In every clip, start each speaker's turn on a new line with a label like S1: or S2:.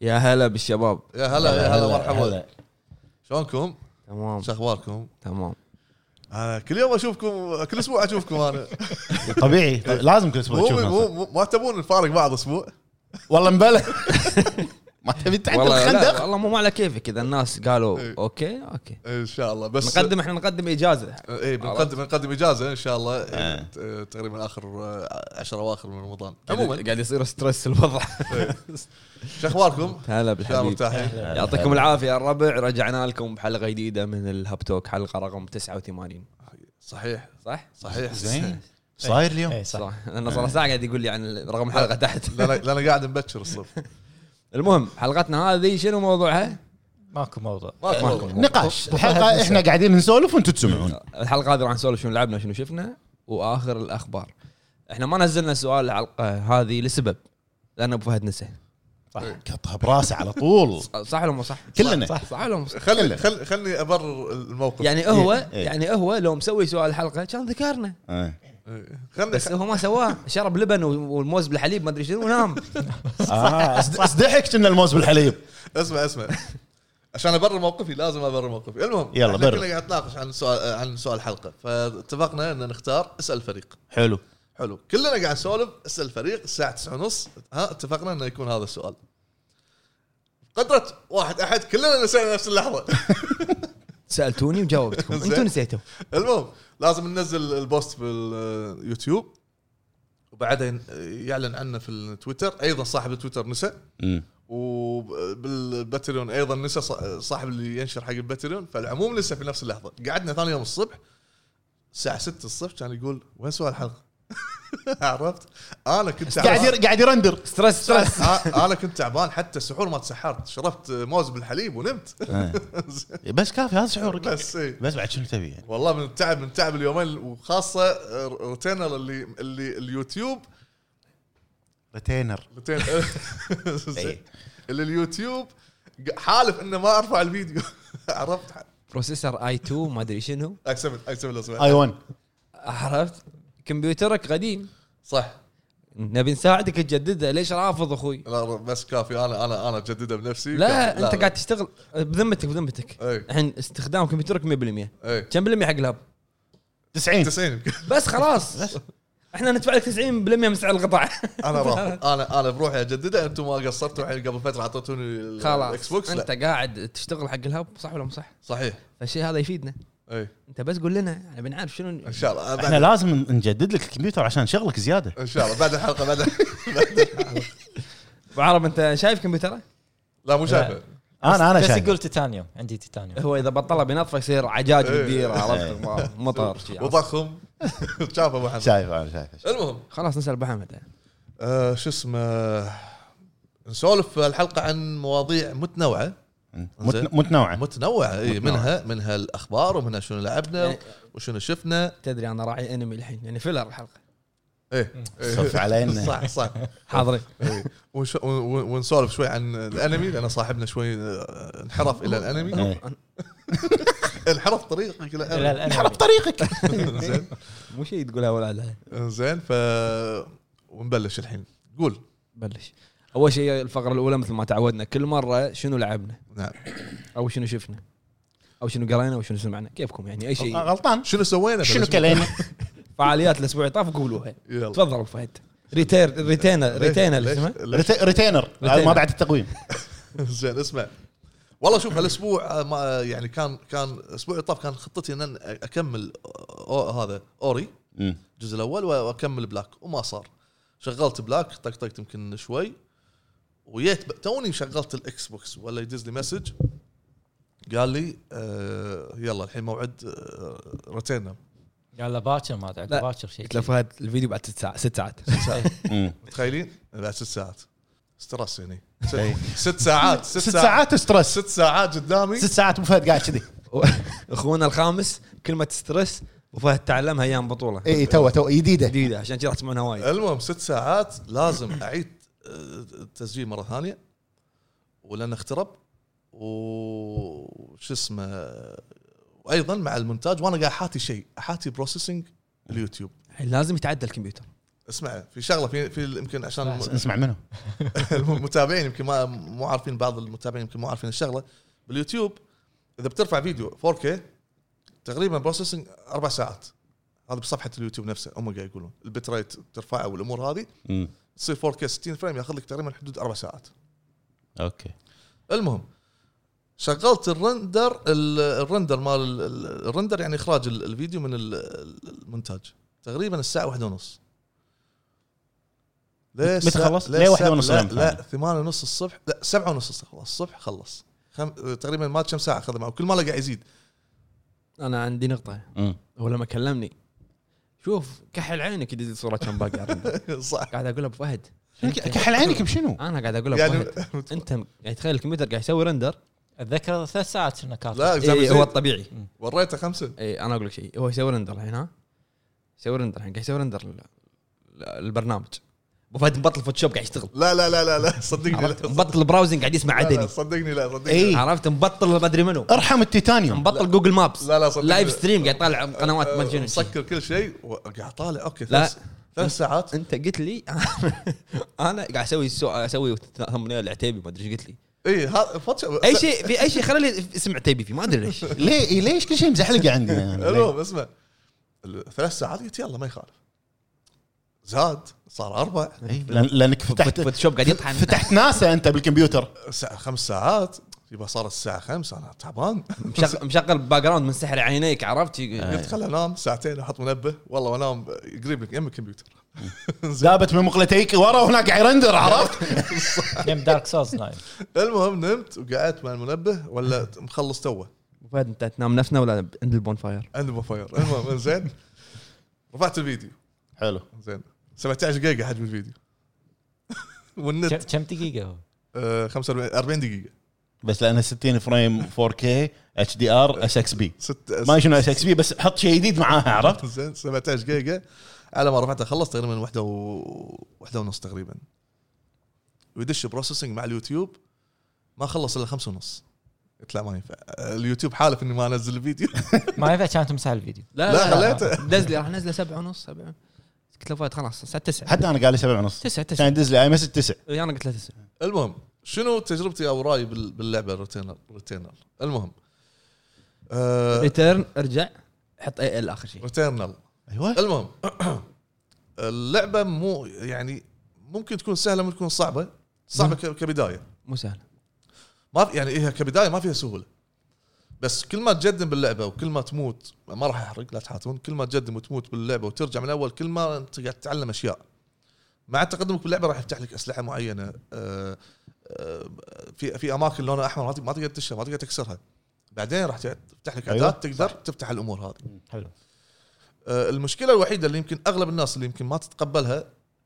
S1: يا هلا بالشباب
S2: يا هلا يا هلا مرحبا شلونكم؟
S1: تمام
S2: شو اخباركم؟
S1: تمام
S2: انا آه، كل يوم اشوفكم كل اسبوع اشوفكم انا
S3: طبيعي ط- لازم كل
S2: مو
S3: اسبوع
S2: مو
S3: تشوفنا
S2: مو- ما تبون نفارق بعض اسبوع
S3: والله مبلى ما تبي تعدل
S1: والله لا
S3: الخندق
S1: والله مو على كيفك اذا الناس
S2: إيه.
S1: قالوا اوكي اوكي
S2: ان شاء الله بس
S1: نقدم احنا نقدم اجازه
S2: اي بنقدم بنقدم اجازه ان شاء الله إيه، ت- تقريبا اخر آه، عشر اواخر من رمضان عموما
S1: قاعد يصير ستريس الوضع
S2: شو اخباركم؟
S1: هلا
S2: ان شاء الله
S1: بالحبيب
S2: مرتاحين
S1: يعطيكم العافيه يا الربع رجعنا لكم بحلقه جديده من الهاب توك حلقه رقم 89
S2: صحيح
S1: صح؟
S2: صحيح
S3: زين صاير اليوم
S4: اي إيه، صح
S1: صح أه. لانه صار ساعه قاعد يقول لي عن رقم الحلقه تحت
S2: لا لا لا، انا قاعد مبكر الصبح
S1: المهم حلقتنا هذه شنو موضوعها؟
S4: ماكو موضوع
S2: ماكو
S1: ماكو.
S2: والله.
S3: نقاش الحلقه احنا قاعدين نسولف وانتم تسمعون
S1: الحلقه هذه راح نسولف شنو لعبنا شنو شفنا واخر الاخبار احنا ما نزلنا سؤال الحلقه هذه لسبب لان ابو فهد نسى
S3: قطها براسي على طول
S1: صح ولا مو صح؟
S3: كلنا
S4: صح.
S1: صح ولا مو صح؟
S2: خلي خل- خلني ابرر الموقف
S1: يعني هو
S3: إيه.
S1: يعني هو لو مسوي سؤال الحلقه كان ذكرنا
S3: آه.
S2: إيه. خلني
S1: بس هو ما سواه شرب لبن والموز بالحليب ما ادري شنو ونام
S3: آه، أصد- اصدحك كنا الموز بالحليب
S2: اسمع اسمع عشان ابرر موقفي لازم ابرر موقفي المهم
S3: يلا،
S2: احنا
S3: برر.
S2: كنا قاعد نتناقش عن سؤال عن سؤال الحلقه فاتفقنا ان نختار اسال فريق
S3: حلو
S2: حلو كلنا قاعد نسولف اسال فريق الساعه 9:30 ها اتفقنا انه يكون هذا السؤال قدرة واحد احد كلنا نسينا نفس اللحظه
S1: سالتوني وجاوبتكم
S2: زين.
S1: انتم نسيتوا
S2: المهم لازم ننزل البوست باليوتيوب وبعدها ين- يعلن عنه في التويتر ايضا صاحب التويتر نسى وبالباتريون ايضا نسى صا- صاحب اللي ينشر حق الباتريون فالعموم نسى في نفس اللحظه قعدنا ثاني يوم الصبح الساعه 6 الصبح كان يقول وين سؤال الحلقه؟ عرفت؟ انا كنت
S3: قاعد
S2: تعبان
S3: ير- قاعد يرندر
S1: ستريس ستريس
S2: آ- انا كنت تعبان حتى السحور ما تسحرت شربت موز بالحليب ونمت
S3: آه. بس كافي هذا شعورك
S2: بس إيه.
S3: بس بعد شنو تبي يعني
S2: والله من التعب من تعب اليومين وخاصه روتينر اللي اللي اليوتيوب
S3: ريتينر
S2: روتين- زين. اللي اليوتيوب ق- حالف انه ما ارفع الفيديو عرفت
S1: بروسيسور اي 2 ما ادري شنو
S2: اكسبت اكسبت الاصبع
S3: اي 1
S1: عرفت كمبيوترك قديم
S2: صح
S1: نبي نساعدك تجدده ليش رافض اخوي
S2: لا بس كافي انا انا انا اجددها بنفسي
S1: لا انت قاعد تشتغل بذمتك بذمتك
S2: إي.
S1: الحين استخدام كمبيوترك 100%
S2: قاعد
S1: كم بالمية حق الهب
S3: 90
S2: 90 يمكن.
S1: بس خلاص احنا ندفع لك 90% من سعر القطع
S2: انا رافض انا انا بروحي اجددها انتم ما قصرتوا الحين قبل فتره اعطيتوني ال- الاكس
S1: خلاص
S2: بوكس
S1: انت
S2: لا
S1: قاعد تشتغل حق الهب صح ولا مو صح؟
S2: صحيح
S1: فالشيء هذا يفيدنا
S2: اي
S1: انت بس قول لنا نبي نعرف شنو
S2: ان شاء الله أنا
S3: احنا
S2: بعد
S3: لازم نجدد لك الكمبيوتر عشان شغلك زياده
S2: ان شاء الله بعد الحلقه بعد بعد الحلقة.
S1: ابو عرب انت شايف كمبيوتره؟
S2: لا مو شايفه
S3: انا انا
S4: بس
S3: شايف
S4: يقول تيتانيوم عندي تيتانيوم
S1: هو اذا بطلها بينطفى يصير عجاج
S2: إي.
S1: كبيره عرفت
S3: إي.
S1: ما- مطر شي عرفت؟
S2: وضخم شاف ابو حسن
S3: شايف انا شايف
S2: المهم
S1: خلاص نسال ابو حمد
S2: آه، شو اسمه نسولف في الحلقه عن مواضيع متنوعه
S3: مت- متنوعه
S2: متنوعه اي
S3: نعم. متنوعة.
S2: منها منها الاخبار ومنها شنو لعبنا
S1: يعني-
S2: وشنو شفنا
S1: تدري انا راعي انمي الحين يعني فيلر الحلقه
S2: ايه
S3: سولف علينا.
S2: صح صح
S1: حاضرين
S2: إيه. ونش- ون- ونسولف شوي عن الانمي لان صاحبنا شوي آه، انحرف الى الانمي
S3: إيه.
S2: انحرف طريقك الى
S4: لا،
S2: الانمي
S4: لا،
S3: انحرف طريقك
S2: زين
S1: مو شيء تقولها ولا لا
S2: زين ف ونبلش الحين قول
S1: بلش اول شيء الفقره الاولى مثل ما تعودنا كل مره شنو لعبنا
S2: نعم
S1: او شنو شفنا او شنو قرينا او شنو سمعنا كيفكم يعني اي شيء
S3: غلطان
S2: شنو سوينا
S3: شنو
S2: بالأسبوع؟
S3: كلينا
S1: فعاليات الاسبوع اللي طاف قولوها
S2: يلا.
S1: تفضل ابو فهد ريتير ريتينر ريتينر اللي
S2: ليش-
S1: اسمه
S2: ليش-
S3: ريت- ريتينر هذا ما بعد التقويم
S2: زين اسمع والله شوف هالاسبوع آه، ما يعني كان كان الاسبوع اللي طاف كان خطتي ان أنا اكمل أو هذا اوري الجزء الاول واكمل بلاك وما صار شغلت بلاك طقطقت يمكن شوي ويت ب- توني شغلت الاكس بوكس ولا يدز لي مسج قال لي آه يلا الحين موعد آه رتينا
S4: قال له باكر ما
S1: لا.
S4: ادري باكر شيء
S1: قلت له فهد الفيديو بعد ست ساعات ست ساعات
S2: متخيلين بعد ست ساعات استرس يعني
S3: إي.
S2: ست, ست ساعات ست,
S3: ست ساعات ستريس
S2: ست ساعات قدامي
S3: ست ساعات ابو فهد قاعد كذي
S1: اخونا الخامس كلمه ستريس وفهد تعلمها ايام بطوله
S3: اي إي، تو تو جديده
S1: جديده عشان كذا راح تسمعونها وايد
S2: المهم ست ساعات لازم اعيد آه، التسجيل مره ثانيه ولان اخترب وش اسمه وايضا مع المونتاج وانا قاعد حاتي شيء حاتي بروسيسنج اليوتيوب
S1: إيه. لازم يتعدل الكمبيوتر
S2: اسمع في شغله في في يمكن عشان
S4: اسمع،
S2: الم-
S3: نسمع منه
S2: المتابعين يمكن ما مو عارفين بعض المتابعين يمكن مو عارفين الشغله باليوتيوب اذا بترفع فيديو 4K تقريبا بروسيسنج اربع ساعات هذا بصفحه اليوتيوب نفسه هم قاعد يقولون البت ريت ترفعه والامور هذه
S3: مم.
S2: تصير 4K 60 فريم ياخذ لك تقريبا حدود اربع ساعات
S3: اوكي
S2: المهم شغلت الرندر ال- الرندر مال ال- ال- الرندر يعني اخراج ال- الفيديو من ال- ال- المونتاج تقريبا الساعه واحدة ونص ليه
S3: متى
S2: الساعة-
S3: خلص؟ ليه واحدة
S2: الساعة-
S3: ونص
S2: لا,
S3: يوم
S2: لا
S3: ثاني؟
S2: ثمانية ونص الصبح لا سبعة ونص الصبح خلاص الصبح خلص خم... تقريبا ما كم ساعه اخذ معه كل ما له قاعد يزيد
S1: انا عندي نقطه
S3: مم.
S1: هو لما كلمني شوف كحل عينك يدز صوره كم باقي على الرندر.
S2: صح
S1: قاعد اقول له ابو فهد
S3: ك- كحل عينك بشنو؟
S1: انا قاعد اقول له
S2: يعني
S1: ابو فهد انت قاعد تخيل الكمبيوتر قاعد يسوي رندر
S4: اتذكر ثلاث ساعات كنا كاتب
S2: لا
S1: إيه، هو
S2: إيه
S1: الطبيعي
S2: وريته خمسه
S1: اي انا اقول إيه، لك شيء هو يسوي رندر الحين ها يسوي رندر الحين قاعد يسوي رندر ال- ال- البرنامج ابو فهد مبطل فوتوشوب قاعد يشتغل
S2: لا لا لا لا لا صدقني لا
S1: عرفت؟ مبطل براوزنج قاعد يسمع
S2: لا، لا،
S1: عدني
S2: صدقني لا صدقني
S3: إيه.
S1: عرفت مبطل ما ادري منو
S3: ارحم التيتانيوم
S1: مبطل جوجل مابس
S2: لا لا صدقني
S1: لايف ستريم قاعد يطالع قنوات ما تجون
S2: آه، مسكر كل شيء وقاعد طالع اوكي
S1: لا.
S2: ثلاث ثلاث ساعات
S1: انت قلت لي انا قاعد اسوي سو... اسوي ثمنيل عتيبي ما ادري ايش قلت لي
S2: اي هذا فوتش-
S1: اي شيء في اي شيء خلي اسم عتيبي فيه ما ادري ليش
S3: ليه إيه، ليش كل شيء يعني مزحلقه عندي أنا؟ ليه؟
S1: إيه.
S2: المهم اسمع ال- ثلاث ساعات قلت يلا ما يخالف زاد صار اربع
S3: إيه، لأن- لانك فتحت
S1: فوتوشوب قاعد يطحن
S3: فتحت ناسا انت بالكمبيوتر
S2: ساعة خمس ساعات يبقى صار الساعة خمسة أنا تعبان
S1: مشغل- مشغل باك جراوند من سحر عينيك عرفت
S2: قلت خل أنام ساعتين أحط منبه والله وأنام قريب لك يم الكمبيوتر
S3: دابت من مقلتيك ورا وهناك قاعد يرندر عرفت؟
S4: جيم دارك سولز 9
S2: المهم نمت وقعدت مع المنبه ولا مخلص توه
S1: أبو فهد انت تنام نفسنا ولا عند البون فاير
S2: عند بفاير المهم انزين رفعت الفيديو
S3: حلو
S2: زين 17 دقيقة حجم الفيديو والنت
S4: كم دقيقه هو؟
S2: آه، 45 40 دقيقة
S3: بس لانها 60 فريم 4K اتش دي ار اس اكس بي
S2: ست
S3: ما أدري شنو اس اكس بي بس حط شيء جديد معاها عرفت؟
S2: زين 17 جيجا على ما رفعتها خلص تقريبا واحده و... واحده ونص تقريبا ويدش بروسيسنج مع اليوتيوب ما خلص الا خمسة ونص قلت لا ما ينفع اليوتيوب حالف اني ما انزل الفيديو
S4: ما ينفع كانت مسحه الفيديو
S2: لا، خليته.
S1: دز لي راح نزله سبعة ونص سبعة قلت له فهد خلاص الساعه 9
S3: حتى انا قال لي 7 ونص
S1: 9 9
S3: كان يدز لي اي مسج 9
S1: انا قلت له 9
S2: المهم شنو تجربتي او رايي بال- باللعبه ريتينر ريتينر المهم آه
S1: ريتيرن ارجع حط اي ال اخر شيء
S2: ريتيرنال
S3: ايوه
S2: المهم اللعبه مو يعني ممكن تكون سهله ممكن تكون صعبه صعبه ك- كبدايه
S1: مو سهل
S2: ما في يعني هي كبدايه ما فيها سهوله بس كل ما تقدم باللعبه وكل ما تموت ما راح احرق لا تحاتون كل ما تقدم وتموت باللعبه وترجع من الاول كل ما انت قاعد تتعلم اشياء مع تقدمك باللعبه راح يفتح لك اسلحه معينه آه، آه، في في اماكن لونها احمر ما تق- ما تقدر تشها ما تقدر تكسرها بعدين راح تع- تفتح لك اداه
S3: أيوة،
S2: أيوة. تقدر تفتح الامور هذه
S4: حلو
S2: آه، المشكله الوحيده اللي يمكن اغلب الناس اللي يمكن ما تتقبلها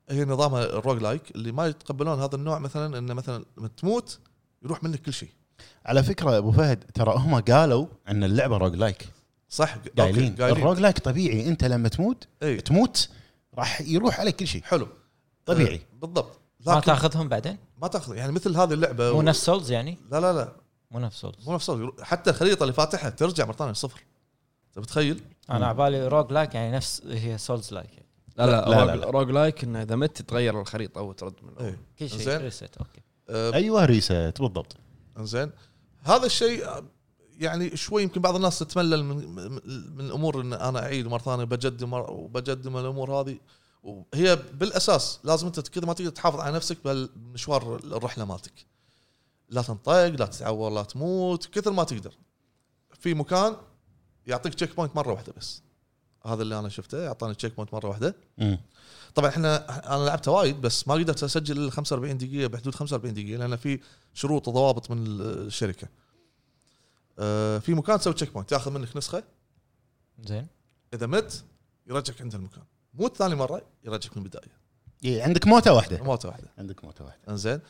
S2: هي نظامها الروج لايك اللي ما يتقبلون هذا النوع مثلا انه مثلا لما تموت يروح منك كل شيء
S3: على فكره ابو فهد ترى هم قالوا ان اللعبه روج لايك
S2: صح أوكي،
S3: قايلين الروج لايك طبيعي انت لما تموت
S2: اي
S3: تموت راح يروح عليك كل شيء
S2: حلو
S3: طبيعي
S2: آه، بالضبط لكن
S4: ما تاخذهم بعدين
S2: ما تاخذ يعني مثل هذه اللعبه
S4: مو نفس سولز يعني
S2: لا لا لا
S4: مو نفس سولز
S2: مو نفس صوت. حتى الخريطه اللي فاتحها ترجع مره ثانيه صفر انت متخيل؟
S4: انا عبالي روج لايك يعني نفس هي سولز لايك
S1: لا لا,
S3: لا،
S1: لا,
S3: لا،
S1: لا,
S3: لا.
S1: روج لايك انه اذا مت تتغير الخريطه وترد من
S2: ايه
S4: كل شيء
S2: زين.
S4: ريست اوكي
S2: آه،
S3: ايوه ريست بالضبط
S2: انزين هذا الشيء آه، يعني شوي يمكن بعض الناس تتملل من من- من الامور ان انا اعيد مره ثانيه بجدد مر- وبجدد من الامور هذه وهي بالاساس لازم انت كذا ما تقدر تحافظ على نفسك بالمشوار الرحله مالتك لا تنطق لا تتعور لا تموت كثر ما تقدر في مكان يعطيك تشيك بوينت مره واحده بس هذا اللي انا شفته اعطاني تشيك بوينت مره واحده
S3: مم.
S2: طبعا احنا انا لعبتها وايد بس ما قدرت اسجل الا 45 دقيقه بحدود 45 دقيقه لان في شروط وضوابط من الشركه. آه، في مكان تسوي تشيك بوينت تاخذ منك نسخه
S4: زين
S2: اذا مت يرجعك عند المكان موت ثاني مره يرجعك من البدايه
S3: إيه، عندك موته واحده
S2: موته واحده
S3: عندك موته واحده
S2: انزين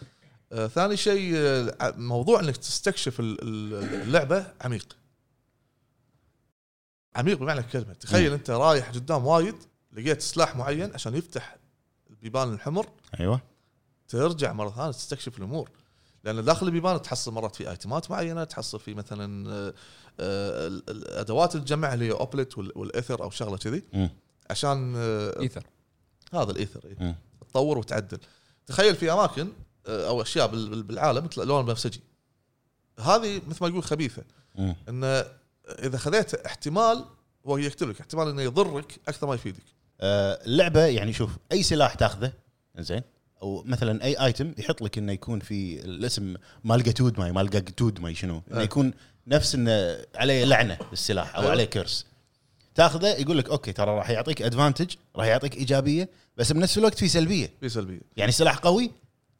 S2: آه، ثاني شيء آه، ع- موضوع انك تستكشف ال- ال- اللعبه عميق عميق بمعنى الكلمه تخيل انت رايح قدام وايد لقيت سلاح معين عشان يفتح البيبان الحمر
S3: ايوه
S2: ترجع مره ثانيه تستكشف الامور لان داخل البيبان تحصل مرات في ايتمات معينه تحصل في مثلا آه، آه، ال- الادوات اللي تجمعها اللي هي اوبلت والاثر او شغله كذي
S3: مم.
S1: إيه.
S2: عشان آه،
S1: ايثر
S2: هذا الايثر إيه.
S3: مم.
S2: تطور وتعدل تخيل في اماكن آه، او اشياء بال- بال- بالعالم تلا- لون بنفسجي هذه مثل ما يقول خبيثه
S3: مم.
S2: انه اذا خذيت احتمال هو يكتب لك احتمال انه يضرك اكثر ما يفيدك
S3: آه، اللعبه يعني شوف اي سلاح تاخذه زين او مثلا اي ايتم يحط لك انه يكون في الاسم مال قتود ماي مال قتود ماي شنو انه
S2: أه.
S3: يكون نفس انه عليه لعنه بالسلاح او
S2: أه.
S3: عليه كرس تاخذه يقول لك اوكي ترى راح يعطيك ادفانتج راح يعطيك ايجابيه بس بنفس الوقت في سلبيه
S2: في سلبيه
S3: يعني سلاح قوي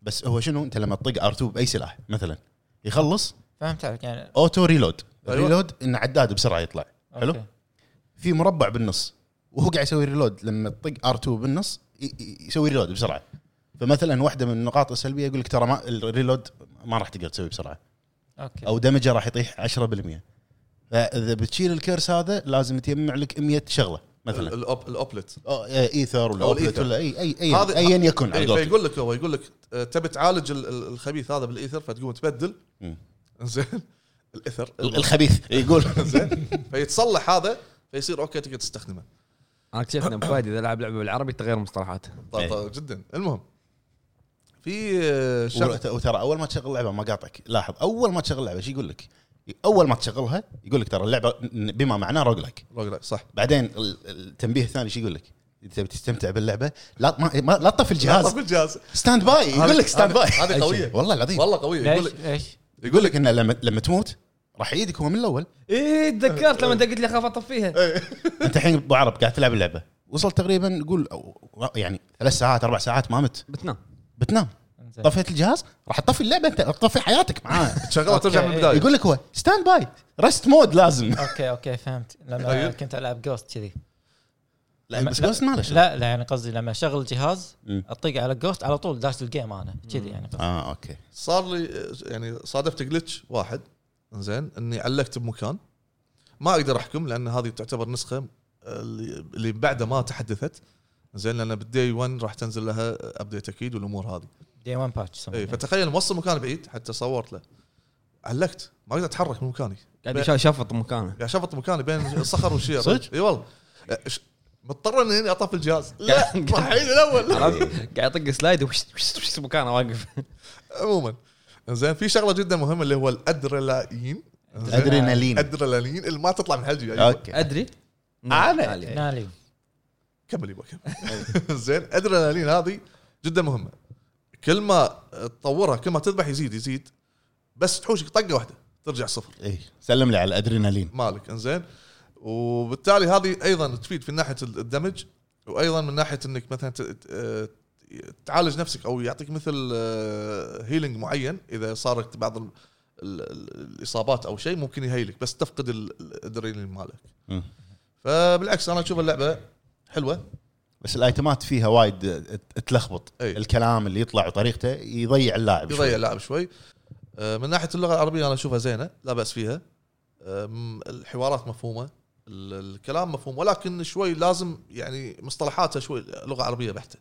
S3: بس هو شنو انت لما تطق ار2 باي سلاح مثلا يخلص
S4: فهمت عليك يعني
S3: اوتو ريلود
S2: أيوة.
S3: ريلود ان عداد بسرعه يطلع حلو
S4: أوكي.
S3: في مربع بالنص وهو قاعد يسوي ريلود لما تطق ار2 بالنص ي- ي- يسوي ريلود بسرعه فمثلا واحده من النقاط السلبيه يقول لك ترى ما الريلود ما راح تقدر تسوي بسرعه
S4: اوكي
S3: او دمجه راح يطيح 10% فاذا بتشيل الكيرس هذا لازم تجمع لك 100 شغله مثلا
S2: الأوب- الاوبلت
S3: أو ايثر ولا
S2: أو
S3: أوبلت
S2: الإيثر.
S3: ولا اي اي
S2: هذا-
S3: اي ايا يكن على
S2: إيه،
S3: قولتك.
S2: فيقول لك هو يقول لك آه، تبي تعالج ال- ال- الخبيث هذا بالايثر فتقوم تبدل
S3: مم.
S2: زين الايثر
S3: ال- الخبيث يقول
S2: زين فيتصلح هذا فيصير اوكي تقدر تستخدمه
S1: انا اكتشفت ان أبو فهد اذا لعب لعبه بالعربي تغير مصطلحات
S2: طيب،
S3: إيه.
S2: طيب، جدا المهم في آه، شغله
S3: وت- وترى اول ما تشغل لعبه ما قاطعك لاحظ اول ما تشغل لعبه ايش يقول لك؟ اول ما تشغلها يقول لك ترى اللعبه ن- بما معناه روج لايك
S2: روج لايك، صح
S3: بعدين ال- التنبيه الثاني شو يقول لك؟ انت تبي تستمتع باللعبه لا ما ما- لا تطفي الجهاز
S2: طب الجهاز
S3: ستاند باي يقول لك ستاند باي
S2: هذه- هذه قوية.
S3: والله العظيم
S2: والله قويه يقول
S4: ليش
S2: لك
S4: ليش
S3: يقول لك انه لما لما تموت راح يجيك هو من الاول
S1: ايه تذكرت لما انت قلت لي اخاف اطفيها
S3: انت الحين ابو عرب قاعد تلعب اللعبه وصلت تقريبا قول أو- يعني ثلاث ساعات اربع ساعات ما مت
S1: بتنام
S3: بتنام
S4: إنزين.
S3: طفيت الجهاز راح تطفي اللعبه انت راح تطفي حياتك معاه
S2: شغله ترجع من
S4: أوكي.
S2: البدايه
S3: يقول لك هو ستاند باي رست مود لازم
S4: اوكي اوكي فهمت لما
S2: تخيل.
S4: كنت العب جوست كذي
S3: لا بس بس ما له شغل.
S4: لا لا يعني قصدي لما اشغل الجهاز
S3: مم.
S4: اطق على جوست على طول داش الجيم انا كذي يعني قصدي.
S3: اه اوكي
S2: صار لي آه، يعني صادفت جلتش واحد زين اني علقت بمكان ما اقدر احكم لان هذه تعتبر نسخه آه، اللي اللي بعدها ما تحدثت زين لان بالدي 1 راح تنزل لها ابديت اكيد والامور هذه
S4: دي 1 باتش
S2: اي فتخيل موصل مكان بعيد حتى صورت له علقت ما اقدر اتحرك من مكاني
S1: قاعد يشا- يشفط مكانه
S2: قاعد شفط مكاني بين الصخر والشير
S3: صدق؟
S2: اي والله أه، ش- مضطر اني هنا اطفي الجهاز لا راح اعيد الاول
S1: عرفت؟ قاعد يطق سلايد وش وش- وش مكانه واقف
S2: عموما زين في شغله جدا مهمه اللي هو الادرينالين زين؟
S3: ادرينالين
S2: ادرينالين اللي ما تطلع من حلجي أيوة.
S3: اوكي
S1: ادري
S3: أنا.
S1: عالي.
S4: نالي
S2: كمل يبا كمل زين ادرينالين هذه جدا مهمه كل ما تطورها كل ما تذبح يزيد يزيد بس تحوشك طقه واحده ترجع صفر
S3: اي إيه، سلم لي على الادرينالين
S2: مالك انزين وبالتالي هذه ايضا تفيد في ناحيه الدمج وايضا من ناحيه انك مثلا ت- ت- تعالج نفسك او يعطيك مثل هيلينج معين اذا صارت بعض ال- ال- ال- الاصابات او شيء ممكن يهيلك بس تفقد ال- الادرينالين مالك
S3: مم.
S2: فبالعكس انا اشوف اللعبه حلوه
S3: بس الايتمات فيها وايد ت- تلخبط
S2: أي.
S3: الكلام اللي يطلع وطريقته يضيع اللاعب
S2: يضيع
S3: شوي.
S2: اللاعب شوي آه، من ناحيه اللغه العربيه انا اشوفها زينه لا باس فيها آه، م- الحوارات مفهومه ال- الكلام مفهوم ولكن شوي لازم يعني مصطلحاتها شوي لغه عربيه بحته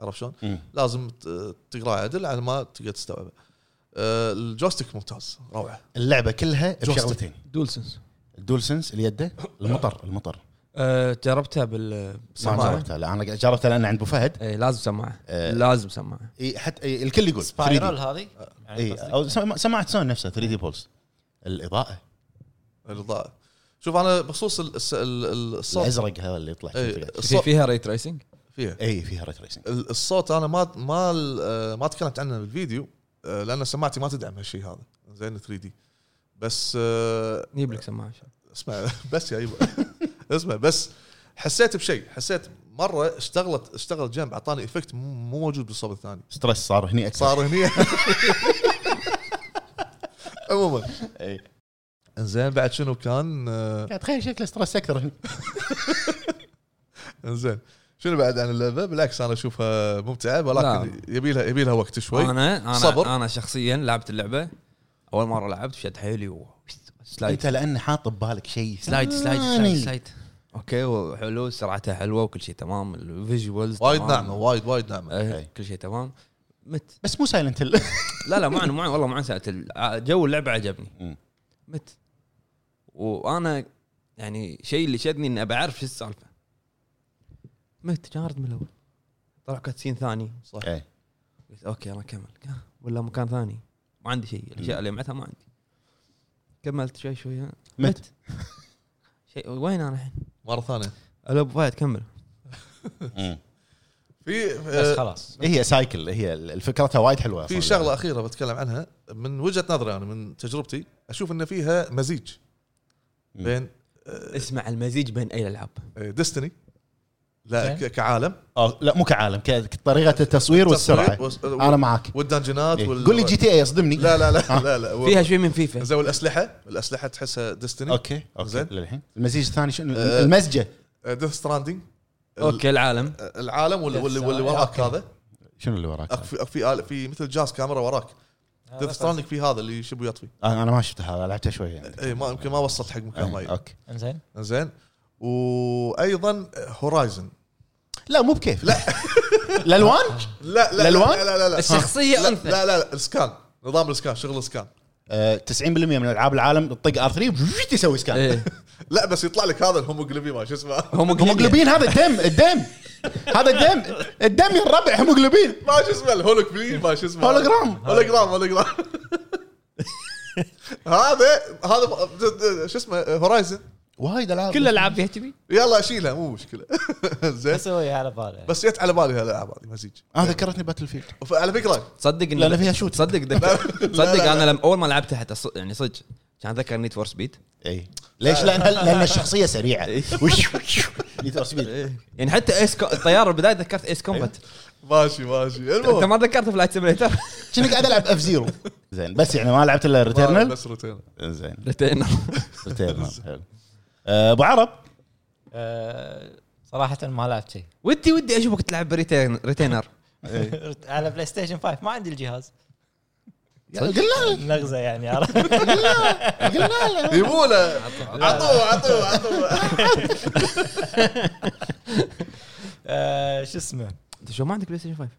S2: عرفت شلون؟
S3: مم.
S2: لازم ت- تقراه عدل على ما تقدر تستوعبه. آه، الجويستيك ممتاز روعه
S3: اللعبه كلها
S2: جوستيك.
S3: بشغلتين
S1: دولسنس
S3: الدول سنس اللي يده المطر المطر
S1: أه، جربتها بال
S3: ما جربتها لا انا جربتها لان عند ابو فهد
S1: اي لازم سماعه
S3: آه.
S1: لازم سماعه
S3: إي، حتى إي، الكل يقول 3D.
S4: سبايرال هذه يعني
S3: اي
S4: قصدي.
S3: او سم- سماعه سون نفسها 3 دي بولز الاضاءه
S2: الاضاءه. شوف انا بخصوص ال- الس- ال- ال- الصوت
S3: الازرق هذا اللي يطلع
S2: إي،
S1: في
S2: الصوت
S1: فيها ري تريسنج
S2: فيها
S3: اي فيها ريت ريسنج
S2: ال- الصوت انا ما ما ال- آه، ما تكلمت عنه بالفيديو آه، لان سماعتي ما تدعم هالشيء هذا زين 3 دي بس آه،
S1: نجيب لك سماعه إن شاء الله.
S2: اسمع بس يا يبا اسمع بس حسيت بشيء حسيت مره اشتغلت اشتغل جنب اعطاني افكت مو مو موجود بالصوت الثاني
S3: ستريس صار هني اكثر
S2: صار هني عموما
S3: إي.
S2: انزين بعد شنو كان آه،
S3: قاعد تخيل شكله ستريس اكثر هني
S2: انزين شنو بعد عن اللعبه بالعكس انا اشوفها ممتعه ولكن يبي لها يبي لها وقت شوي
S1: انا انا
S2: طيب. صبر.
S1: صبر. انا شخصيا لعبت اللعبه اول مره لعبت شد حيلي و
S3: انت
S1: سلايد
S3: لان حاط ببالك شيء
S1: سلايد سلايد
S3: ثاني.
S1: سلايد سلايد اوكي وحلو سرعتها حلوه وكل شيء تمام الفيجوالز
S2: وايد
S1: تمام.
S2: ناعمه وايد وايد ناعمه
S1: إيه،
S3: أي.
S1: كل شيء تمام مت
S3: بس مو سايلنت
S1: لا لا معنى معنى والله معنى سالت جو اللعبه عجبني
S3: مم.
S1: مت وانا يعني شيء اللي شدني اني ابى اعرف شو السالفه مت جارد من الاول طلع كاتسين ثاني
S2: صح
S3: اي
S1: قلت اوكي انا اكمل ولا مكان ثاني ما عندي شيء الاشياء اللي جمعتها ما عندي كملت شوي شوي
S3: مت
S1: شيء وين انا الحين؟
S2: مره ثانيه
S1: الو ابو فهد كمل
S3: مم.
S2: في
S4: بس
S2: آه،
S4: خلاص
S3: إيه هي سايكل هي الفكرتها وايد حلوه
S2: في شغله اخيره بتكلم عنها من وجهه نظري انا من تجربتي اشوف ان فيها مزيج
S3: مم.
S2: بين
S1: اسمع المزيج بين اي الالعاب
S2: ديستني لا
S4: زين.
S2: ك- كعالم
S3: أو آه، لا مو كعالم ك- كطريقه التصوير والسرعه
S2: والتصوير وس-
S3: انا معك
S2: والدنجنات
S3: آه. إيه.
S2: وال
S3: قول لي جي تي اي يصدمني آه.
S2: لا لا لا لا لا و-
S1: فيها شوي من فيفا
S2: زي الاسلحه الاسلحه تحسها ديستني
S3: اوكي اوكي
S2: زين.
S3: للحين المزيج الثاني شنو
S2: آه.
S3: المزجه
S2: ديث ستراندنج
S1: اوكي العالم
S2: العالم واللي, واللي, واللي
S4: أوكي.
S2: وراك هذا
S3: شنو اللي وراك
S2: أك- في في آل- في مثل جاز كاميرا وراك ديث ستراندنج في هذا اللي شبه يطفي
S3: انا أنا ما شفت هذا لعبته شوي يعني
S2: اي ما يمكن ما وصلت حق مكان
S3: آه،
S2: وايد
S3: اوكي
S4: انزين
S2: زين آه، وايضا هورايزن
S3: لا مو بكيف لا الالوان
S2: لا لا
S3: الألوان؟
S2: لا لا لا, لا.
S1: الشخصية
S2: لا
S1: أنثى.
S2: لا لا, لا. السكان نظام السكان شغل السكان
S3: آه، 90% من العاب العالم تطق ار 3 يسوي سكان
S1: ايه
S2: لا بس يطلع لك هذا الهوموجلوبي ما شو اسمه
S1: هوموجلوبين
S3: هيموجلوبين هذا الدم الدم هذا الدم الدم يا الربع هيموجلوبين
S2: ما شو اسمه الهولوك بلي ما شو اسمه
S3: هولوجرام
S2: هولوجرام هولوجرام هذا هذا شو اسمه هورايزن
S3: وايد العاب
S1: كل الالعاب فيها كذي
S2: يلا اشيلها مو مشكله زين
S4: بس هو على باله
S2: بس جت على بالي هالالعاب هذه مزيج
S3: انا آه، ذكرتني باتل فيلد
S2: على فكره
S1: تصدق إن-
S3: لأن فيها شوت.
S1: تصدق
S2: لا،
S1: تصدق
S2: لا.
S1: انا لما اول ما لعبتها حتى ص- يعني صدق كان ذكر نيد فور سبيد
S3: اي إيه. ليش لان لان الشخصيه سريعه وش- وش- نيد فور سبيد.
S1: يعني حتى ايس كو- الطياره بالبدايه ذكرت ايس كومبات
S2: ماشي ماشي
S1: انت
S2: المهم
S1: ما ذكرت فلايت سيميليتر
S3: كأني قاعد العب اف زيرو زين بس يعني ما لعبت الا ريتيرنال
S2: بس ريتيرنال
S3: زين ريتيرنال حلو. آه، ابو عرب
S4: آه، صراحه ما لعبت شيء
S1: ودي ودي اشوفك تلعب بريتين- ريتينر
S4: على بلاي ستيشن 5 ما عندي الجهاز
S3: قلنا
S4: نغزه يعني عرفت؟
S3: قلنا له.
S2: يبونه عطوه عطوه عطوه
S4: آه، شو اسمه
S1: انت شو ما عندك بلاي ستيشن 5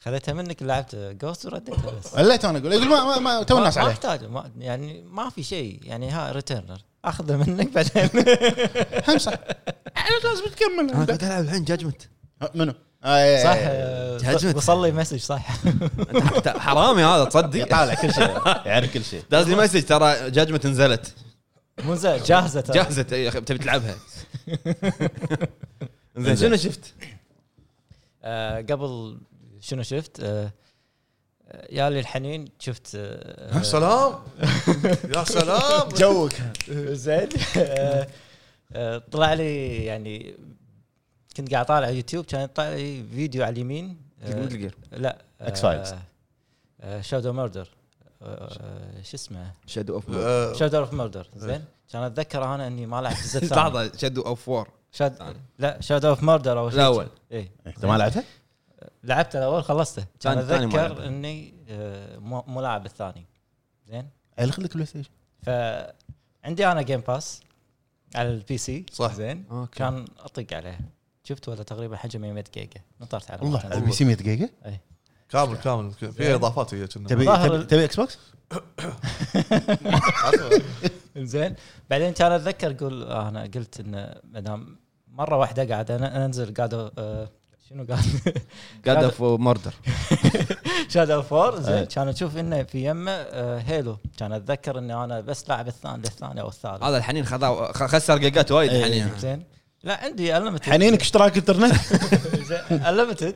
S4: خذيتها منك لعبت جوست ورديتها بس
S3: وليت انا اقول يقول ما ما- ما تو الناس
S4: ما- ما
S3: عليه
S4: احتاج ما يعني ما في شيء يعني ها ريتيرنر اخذه منك بعدين
S3: هم صح لازم
S1: انا
S3: تكمل
S1: قاعد العب الحين جاجمنت
S3: منو؟ آه، إيه،
S4: صح
S3: إيه.
S1: تهجمت.
S4: وصل لي مسج صح
S1: حرامي هذا تصدق
S3: يطالع كل شيء يعرف كل شيء
S1: داز لي مسج ترى جاجمنت نزلت
S4: مو زين جاهزه ترى.
S1: جاهزه أي أخي، تبي تلعبها زين شنو شفت؟
S4: آه، قبل شنو شفت آه، آه، يا لي الحنين شفت آه،
S2: يا سلام يا سلام
S3: جوك
S4: زين آه، آه، طلع لي يعني كنت قاعد طالع يوتيوب كان يطلع لي فيديو على اليمين آه،
S1: مثل جير
S4: لا آه،
S3: X Files.
S4: شادو ميردر آه، شو اسمه
S1: شادو اوف
S2: آه،
S4: شادو اوف ميردر زين كان اتذكر انا اني ما لعبت الجزء الثاني
S1: لحظه شادو اوف وور
S4: شاد لا شادو اوف ميردر او شيء إيه.
S1: الأول.
S4: اي
S3: انت ما لعبته؟
S4: لعبت الاول خلصته كان
S1: الثاني- الثاني ما
S4: اتذكر
S1: لعبه.
S4: اني آه، مو مو لاعب الثاني زين
S3: عيل إيه، خليك بلاي ستيشن
S4: فعندي انا جيم باس على البي سي
S2: صح.
S4: زين
S1: اوكي
S4: كان اطق عليه شفت ولا تقريبا حجمه 100 جيجا نطرت على ما
S3: والله
S4: تنزل.
S3: البي سي 100 جيجا
S2: كامل كامل فيها اضافات هي كنا
S3: يعني تبي
S4: ظاهر
S3: تبي-
S4: ال-
S3: تبي اكس بوكس؟
S4: زين بعدين كان اتذكر اقول آه، انا قلت انه ما دام مره واحده قاعد انا انزل قاعد آه، شنو قاعد
S1: جاد اوف موردر
S4: شادو فور
S3: أي.
S4: زين كان اشوف انه في يمه آه، هيلو كان اتذكر اني انا بس لاعب الثاني الثاني او الثالث
S1: هذا الحنين خذا خ- خسر جيجات وايد
S3: إيه.
S1: الحنين
S4: زين لا عندي المتد
S3: حنينك اشتراك انترنت
S4: المتد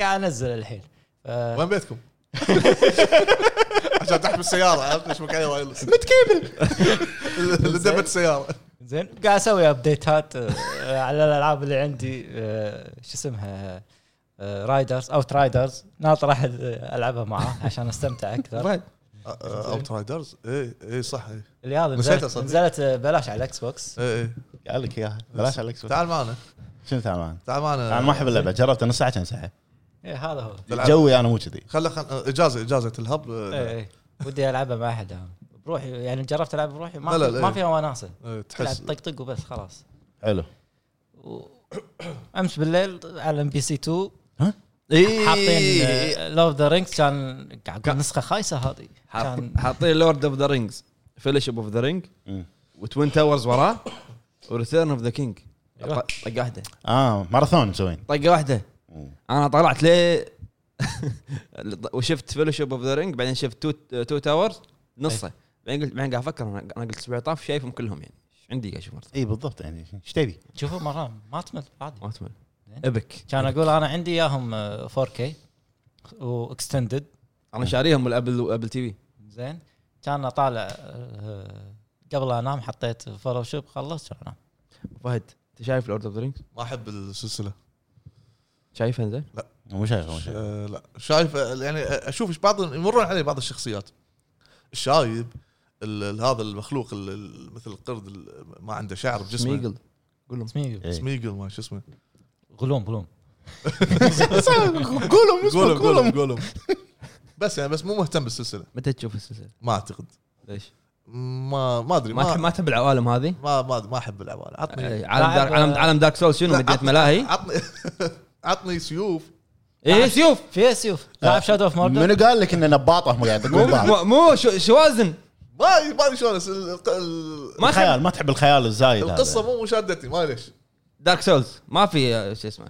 S4: قاعد انزل الحين آه،
S2: وين بيتكم؟ عشان تحمل السياره عرفت ايش مكان وايرلس
S3: متكيبل
S2: اللي دبت السياره
S4: زين قاعد اسوي ابديتات آه، على الالعاب اللي عندي آه، شو اسمها آه، رايدرز اوت رايدرز ناطر احد آه، العبها معاه عشان استمتع اكثر
S1: فهد،
S2: اوت أه، رايدرز اي اي صح إيه. اي
S4: اللي هذا
S2: نسيت
S4: نزلت,
S2: أصدق.
S4: نزلت آه، بلاش على الاكس بوكس
S2: اي
S3: قال لك اياها بلاش على الاكس بوكس
S2: تعال معنا
S3: شنو تعال معنا؟
S2: تعال معنا
S3: انا ما احب اللعبه جربت نص ساعه كان ساعه
S4: إيه، هذا هو
S2: تلعب.
S3: جوي انا مو كذي
S2: خل خل اجازه اجازه الهب
S4: إيه،
S2: آه،
S4: إيه. ودي العبها مع احد أنا. بروحي يعني جربت العب بروحي ما
S2: لا، لا،
S4: في-
S2: لا.
S4: ما فيها وناسه
S2: آه،
S4: تلعب
S2: تحس
S4: طق طق وبس خلاص
S3: حلو
S4: و- امس بالليل على ام بي سي 2
S1: إيه.
S4: حاطين آه، لوف ذا رينجز كان قاعد أقول نسخه خايسه هذه كان
S1: حاط- حاطين لورد اوف ذا رينجز فيلش اوف ذا رينج
S3: مم.
S1: وتوين تاورز وراه وريتيرن اوف ذا كينج
S4: أيوة.
S1: طقه واحده
S3: اه ماراثون مسوين
S1: طقه واحده
S3: مم.
S1: انا طلعت ليه وشفت فيلوشيب اوف ذا رينج بعدين شفت تو, تو تاورز
S2: إيه.
S1: نصه بعدين قلت بعدين قاعد افكر انا أنا قلت الاسبوع اللي طاف شايفهم كلهم يعني إيش عندي قاعد اشوف مرة.
S3: اي بالضبط يعني ايش تبي؟
S4: شوفوا مره ما تمل عادي
S1: ما تمل
S4: زين.
S1: ابك
S4: كان اقول انا عندي اياهم آه، 4K واكستندد
S1: انا
S2: إيه.
S1: شاريهم من ابل ابل تي في
S4: زين كان اطالع آه، قبل انام حطيت فوتوشوب خلصت كان انام
S1: فهد انت شايف لورد اوف ذا رينج
S2: ما احب السلسله
S1: شايفها زين
S3: مو شايف مو شايف
S2: آه لا شايف آه، يعني آه، اشوف إيش بعض يمرون علي بعض الشخصيات الشايب ال- ال- هذا المخلوق ال- ال- مثل القرد ال- ما عنده شعر بجسمه
S1: سميجل قول لهم
S4: اسمي
S3: إيه.
S2: سميجل ما شو اسمه
S4: غلوم غلوم
S3: قولهم
S2: قولهم قولهم قولهم بس يعني بس مو مهتم بالسلسله
S1: متى تشوف السلسله؟
S2: ما اعتقد
S1: ليش؟
S2: ما ما ادري
S1: ما تحب
S2: ما
S1: ما تحب العوالم هذه؟
S2: ما ما, ما احب العوالم عطني
S1: آه، عالم دارك عالم عالم دارك سول شنو
S2: لا،
S1: مدينه
S2: عطني-
S1: ملاهي؟
S2: عطني عطني سيوف
S1: اي سيوف
S4: في إيه، سيوف لاعب شادو اوف موردر
S3: منو قال لك ان نباطه هم قاعد
S1: مو
S3: يطقون بعض
S1: مو- مو شو- شوازن
S2: ما ما ادري شلون الس- ال- ال-
S1: ما تحب
S3: الخيال ما تحب الخيال الزايد هذا.
S2: القصه مو شادتني ما ليش
S1: دارك سولز ما في آه، شو اسمه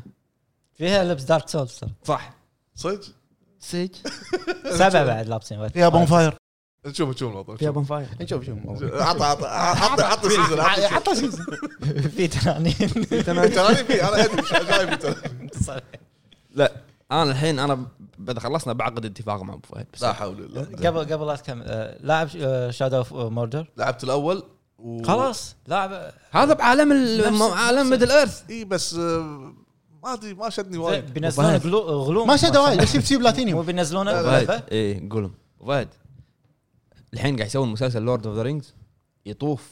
S4: فيها لبس دارك سولز
S1: صح
S2: صدق
S1: سج
S4: سبعه بعد لابسين
S3: فيها بون فاير
S2: نشوف نشوف الموضوع
S1: فيها بونفاير
S3: نشوف شوف
S2: عطى عطى عطى عطى سيزون عطى سيزون
S4: في تنانين
S2: تراني في انا ادري شو جاي في تراني.
S1: لا انا الحين انا بعد خلصنا بعقد اتفاق مع ابو فهد بس
S2: لا حول ولا قوة.
S4: قبل قبل لا تكمل آه، لاعب شادو اوف موردر
S2: لعبت الاول و...
S4: خلاص لاعب آه،
S1: هذا بعالم ال-
S4: نفس-
S1: م- عالم ميدل ايرث
S2: اي بس آه، ما ادري ما شدني وايد
S4: بينزلون
S1: وفهد.
S4: غلو- غلوم
S3: ما شاد وايد بس يبسي
S4: مو
S3: بلاتينيوم
S4: بينزلون لعبة؟
S1: فهد اي قولهم فهد الحين قاعد يسوون مسلسل لورد اوف ذا رينجز يطوف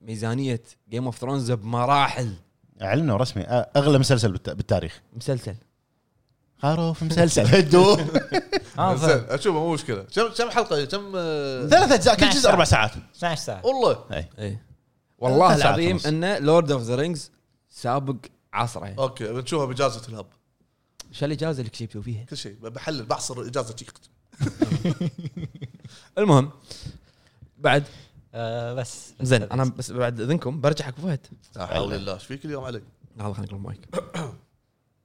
S1: ميزانيه جيم اوف ثرونز بمراحل
S3: اعلنوا رسمي أ- اغلى مسلسل بالت- بالتاريخ
S1: مسلسل
S3: خروف مسلسل هدو
S4: اه فهد.
S2: زين اشوفه مو مشكله كم كم حلقه كم آه،
S3: ثلاث اجزاء كل جزء اربع ساعات
S4: 12 ساعه
S2: والله
S1: اي إيه. والله
S3: ساعة
S1: العظيم
S3: ونص.
S1: ان لورد اوف ذا رينجز سابق عصره يعني.
S2: اوكي بنشوفها باجازه الهب
S1: شو الاجازه اللي كشفتوا فيها
S2: كل شيء بحلل بحصر اجازه شيء
S1: المهم بعد
S4: آه، بس بس
S1: زين
S4: هذا.
S1: انا بس بعد اذنكم برجع حق فهد
S2: لا حول الله ايش فيك اليوم علي؟
S1: لحظه خلينا نقلب المايك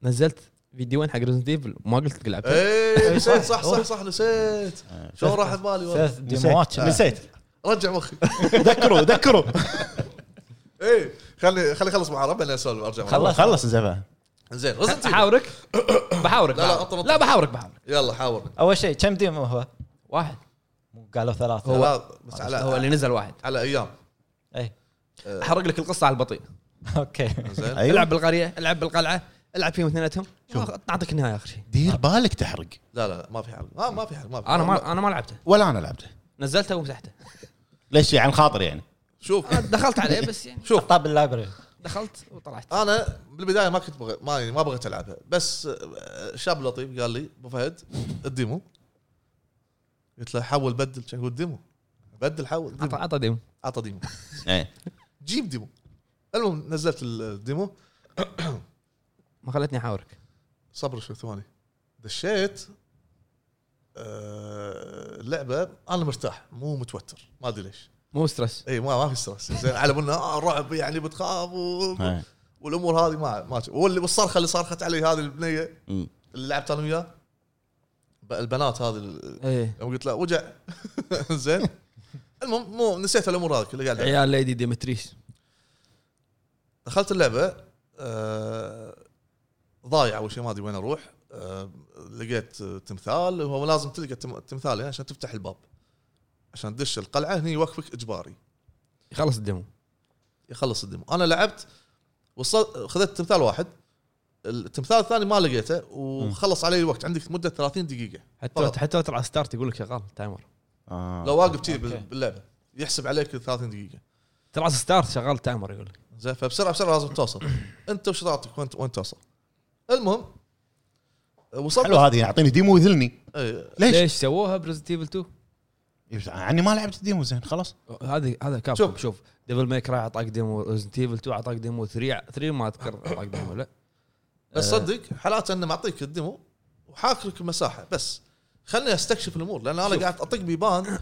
S1: نزلت فيديوين حق ريزنت ايفل ما قلت لك
S2: إيه،
S1: لعبت
S2: اي نسيت آه، صح صح صح نسيت شلون راحت بالي والله.
S4: ثلاث ديموات
S3: نسيت
S2: رجع مخي
S3: ذكروا ذكروا
S2: اي خلي خلي خلص مع ربع لين اسولف ارجع معه.
S4: خلص.
S3: خلص زفه
S2: زين رزنت إيفل.
S1: بحاورك بحاورك
S2: لا، لا، أطلع، أطلع.
S1: لا بحاورك بحاورك
S2: يلا حاول
S4: اول شيء كم ديمو هو؟
S1: واحد
S4: مو قالوا ثلاثه
S2: هو بس على
S1: هو اللي نزل واحد
S2: على ايام
S4: اي
S1: احرق لك القصه على البطيء
S2: أيوه.
S4: اوكي
S2: زين
S1: العب
S3: ايوه
S1: بالقريه العب بالقلعه العب فيهم اثنيناتهم نعطيك النهايه اخر شيء
S3: دير بالك تحرق
S2: لا لا لا، ما في حل ما, ما في حل ما في حل.
S1: انا ما انا ما لعبته
S3: ولا انا لعبته
S1: نزلته ومسحته
S3: ليش يعني خاطر يعني
S2: شوف
S1: أنا دخلت عليه بس يعني
S2: شوف
S4: طاب اللايبرري
S1: دخلت وطلعت
S2: انا بالبدايه ما كنت بغ... ما يعني ما بغيت العبها بس آه، شاب لطيف قال لي ابو فهد الديمو قلت له حول بدل كان يقول ديمو بدل حول
S1: عطى
S2: ديمو
S1: عطى ديمو
S2: عطى ديمو
S3: ايه
S2: جيب ديمو المهم نزلت الديمو
S1: ما خلتني احاورك
S2: صبر شوي ثواني دشيت آه، اللعبه انا مرتاح مو متوتر ما ادري ليش
S1: مو ستريس
S2: اي ما ما في ستريس زين على بالنا آه رعب يعني بتخاف و...
S3: إيه.
S2: والامور هذه ما ما واللي والصرخه اللي صرخت علي هذه البنيه
S3: أمم.
S2: اللي لعبت انا وياه ب- البنات هذه ال-
S1: ايه
S2: يوم قلت لا وجع زين المهم مو نسيت الامور هذه كلها قاعد
S1: عيال ليدي ديمتريس
S2: دخلت اللعبه آه ضايع اول شيء ما ادري وين اروح آه لقيت آه، تمثال وهو لازم تلقى التم- التمثال يعني عشان تفتح الباب عشان تدش القلعه هني يوقفك اجباري
S1: خلص الديمو
S2: يخلص الديمو انا لعبت وصلت خذت تمثال واحد التمثال الثاني ما لقيته وخلص علي الوقت عندك مده 30 دقيقه
S1: حتى حتى تطلع ستارت يقول لك شغال تايمر
S3: آه.
S2: لو واقف كذي بال-
S4: أوكي.
S2: باللعبه يحسب عليك 30 دقيقه
S1: ترى ستارت شغال تايمر يقول لك
S2: زين فبسرعه بسرعه لازم توصل انت وشطارتك وين وين توصل المهم وصلت
S3: حلو هذه يعطيني ديمو يذلني
S2: إيه،
S3: ليش؟
S1: ليش سووها بريزنت ايفل 2
S3: يبس- عني يعني ما لعبت الديمو زين خلاص
S1: هذه هذا كاب
S2: شوف.
S1: شوف شوف ديفل ماي كراي اعطاك ديمو ريزنت ايفل 2 اعطاك ديمو 3 3 ما اذكر اعطاك ديمو لا
S2: بس صدق حالات انه معطيك الديمو وحاكرك المساحه بس خلني استكشف الامور لان انا قاعد اطق بيبان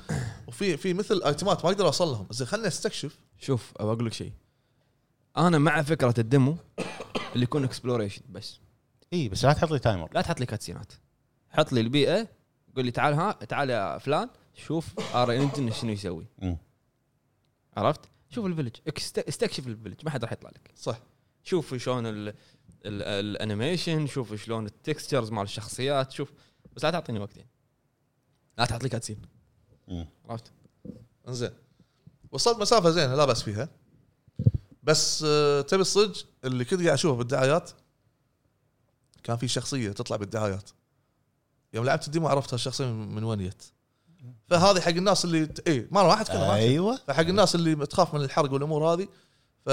S2: وفي في مثل ايتمات ما اقدر اوصل لهم زين خلني استكشف
S1: شوف أبى اقول لك شيء انا مع فكره الديمو اللي يكون اكسبلوريشن بس
S3: اي بس لا تحط لي تايمر
S1: لا تحط لي كاتسينات حط لي البيئه قول لي تعال ها تعال يا فلان شوف ار انجن شنو يسوي
S3: مم.
S1: عرفت شوف الفيلج اكست- استكشف الفيلج ما حد راح يطلع لك
S2: صح
S1: شوف شلون ال- ال- الانيميشن شوف شلون التكستشرز مال الشخصيات شوف بس لا تعطيني وقتين لا تحط لي كاتسين
S3: مم.
S1: عرفت
S2: انزين وصلت مسافه زينه لا باس فيها بس آه، تبي الصج اللي كنت قاعد اشوفه بالدعايات كان في شخصيه تطلع بالدعايات يوم لعبت الديمو عرفت هالشخصيه من من وين جت فهذه حق الناس اللي اي ما راح اتكلم عنها.
S3: ايوه
S2: فحق الناس اللي بتخاف من الحرق والامور هذه ف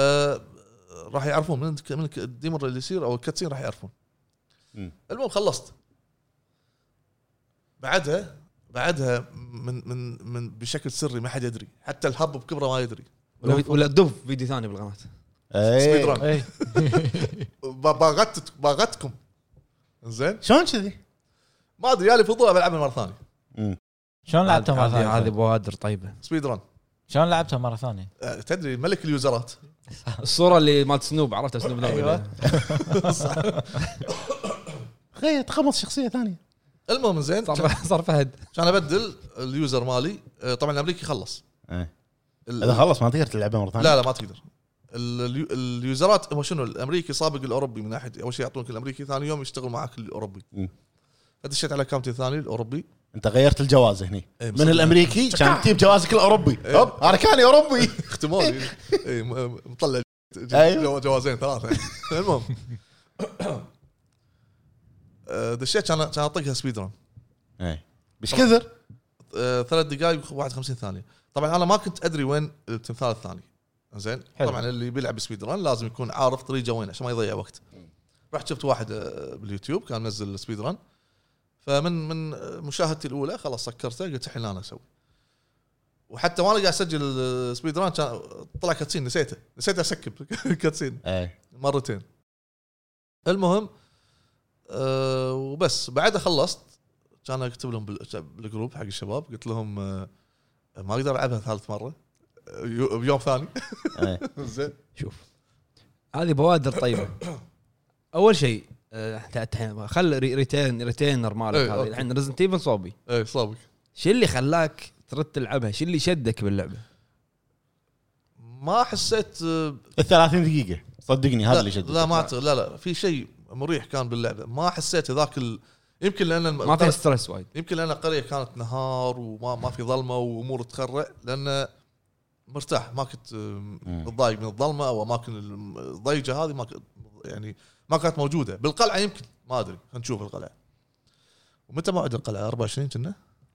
S2: راح يعرفون من من الديمو اللي يصير او الكاتسين راح يعرفون
S3: مم.
S2: المهم خلصت بعدها بعدها من من من بشكل سري ما حد يدري حتى الهب بكبره ما يدري
S1: ولا, ولا دف فيديو ثاني بالقناه
S2: سبيد
S3: اي
S2: ران
S4: اي
S2: ب- باغت باغتكم زين
S3: شلون كذي؟
S2: ما ادري يالي فضول بلعبها مره ثانيه
S3: مم.
S4: شلون لعبته مره
S1: هذه هذه
S4: ثانيه؟
S1: بوادر طيبه
S2: سبيد ران
S4: شلون لعبته مره ثانيه؟
S2: أه، تدري ملك اليوزرات
S1: الصوره اللي مالت سنوب عرفتها سنوب دوغ
S2: أيوة.
S3: غير تخمص شخصيه ثانيه
S2: المهم زين
S1: صار صار فهد
S2: كان ابدل اليوزر مالي أه، طبعا الامريكي خلص
S3: إيه.
S2: ال-
S3: اذا خلص ما تقدر تلعبها مره ثانيه
S2: لا لا ما تقدر ال- اليو- اليوزرات هو شنو الامريكي سابق الاوروبي من ناحيه اول شيء يعطونك الامريكي ثاني يوم يشتغل معك الاوروبي
S3: مم.
S2: فدشيت على اكونتي الثاني الاوروبي
S3: انت غيرت الجواز هني
S2: إيه، بس-
S3: من الامريكي كان تجيب جوازك الاوروبي
S2: إيه.
S3: هوب انا كاني اوروبي
S2: احتمال اي م- مطلع
S3: أيوة.
S2: جو- جوازين ثلاثه المهم آه، دشيت كان كان اطقها سبيد ران
S3: إيه. بس كثر
S2: آه، ثلاث دقائق 51 ثانيه طبعا انا ما كنت ادري وين التمثال الثاني زين
S4: حلو.
S2: طبعا اللي بيلعب سبيد ران لازم يكون عارف طريقه وين عشان ما يضيع وقت رحت شفت واحد آه، باليوتيوب كان منزل سبيد ران فمن من آه، مشاهدتي الاولى خلاص سكرته قلت الحين انا اسوي وحتى وانا قاعد اسجل السبيد ران كان طلع كاتسين نسيته نسيت اسكب كاتسين
S3: إيه.
S2: مرتين المهم أه وبس بعدها خلصت كان اكتب لهم بال- بالجروب حق الشباب قلت لهم أه ما اقدر العبها ثالث مره أه، يو- بيوم ثاني
S3: إيه.
S2: زين
S1: شوف هذه بوادر طيبه اول شيء آه، إحنا الحين خل ري- ريتين ريتينر مالك
S2: إيه،
S1: هذه
S2: أوكي.
S1: الحين ريزنت ايفل صوبي
S2: اي صابك
S1: شو اللي خلاك ترد تلعبها؟ شو اللي شدك باللعبه؟
S2: ما حسيت أه،
S3: ال 30 دقيقه صدقني هذا
S2: لا,
S3: اللي شد
S2: لا ما أعتقد- لا لا في شيء مريح كان باللعبه ما حسيت ذاك ال... يمكن لان الم-
S1: ما فيها ستريس وايد
S2: يمكن لان القريه كانت نهار وما ما في ظلمه وامور تخرع لان مرتاح ما كنت أم، متضايق من الظلمه او اماكن الم- الضيجه هذه ما ك- يعني ما كانت موجوده بالقلعه يمكن ما ادري خلينا نشوف القلعه ومتى موعد القلعه 24 كنا؟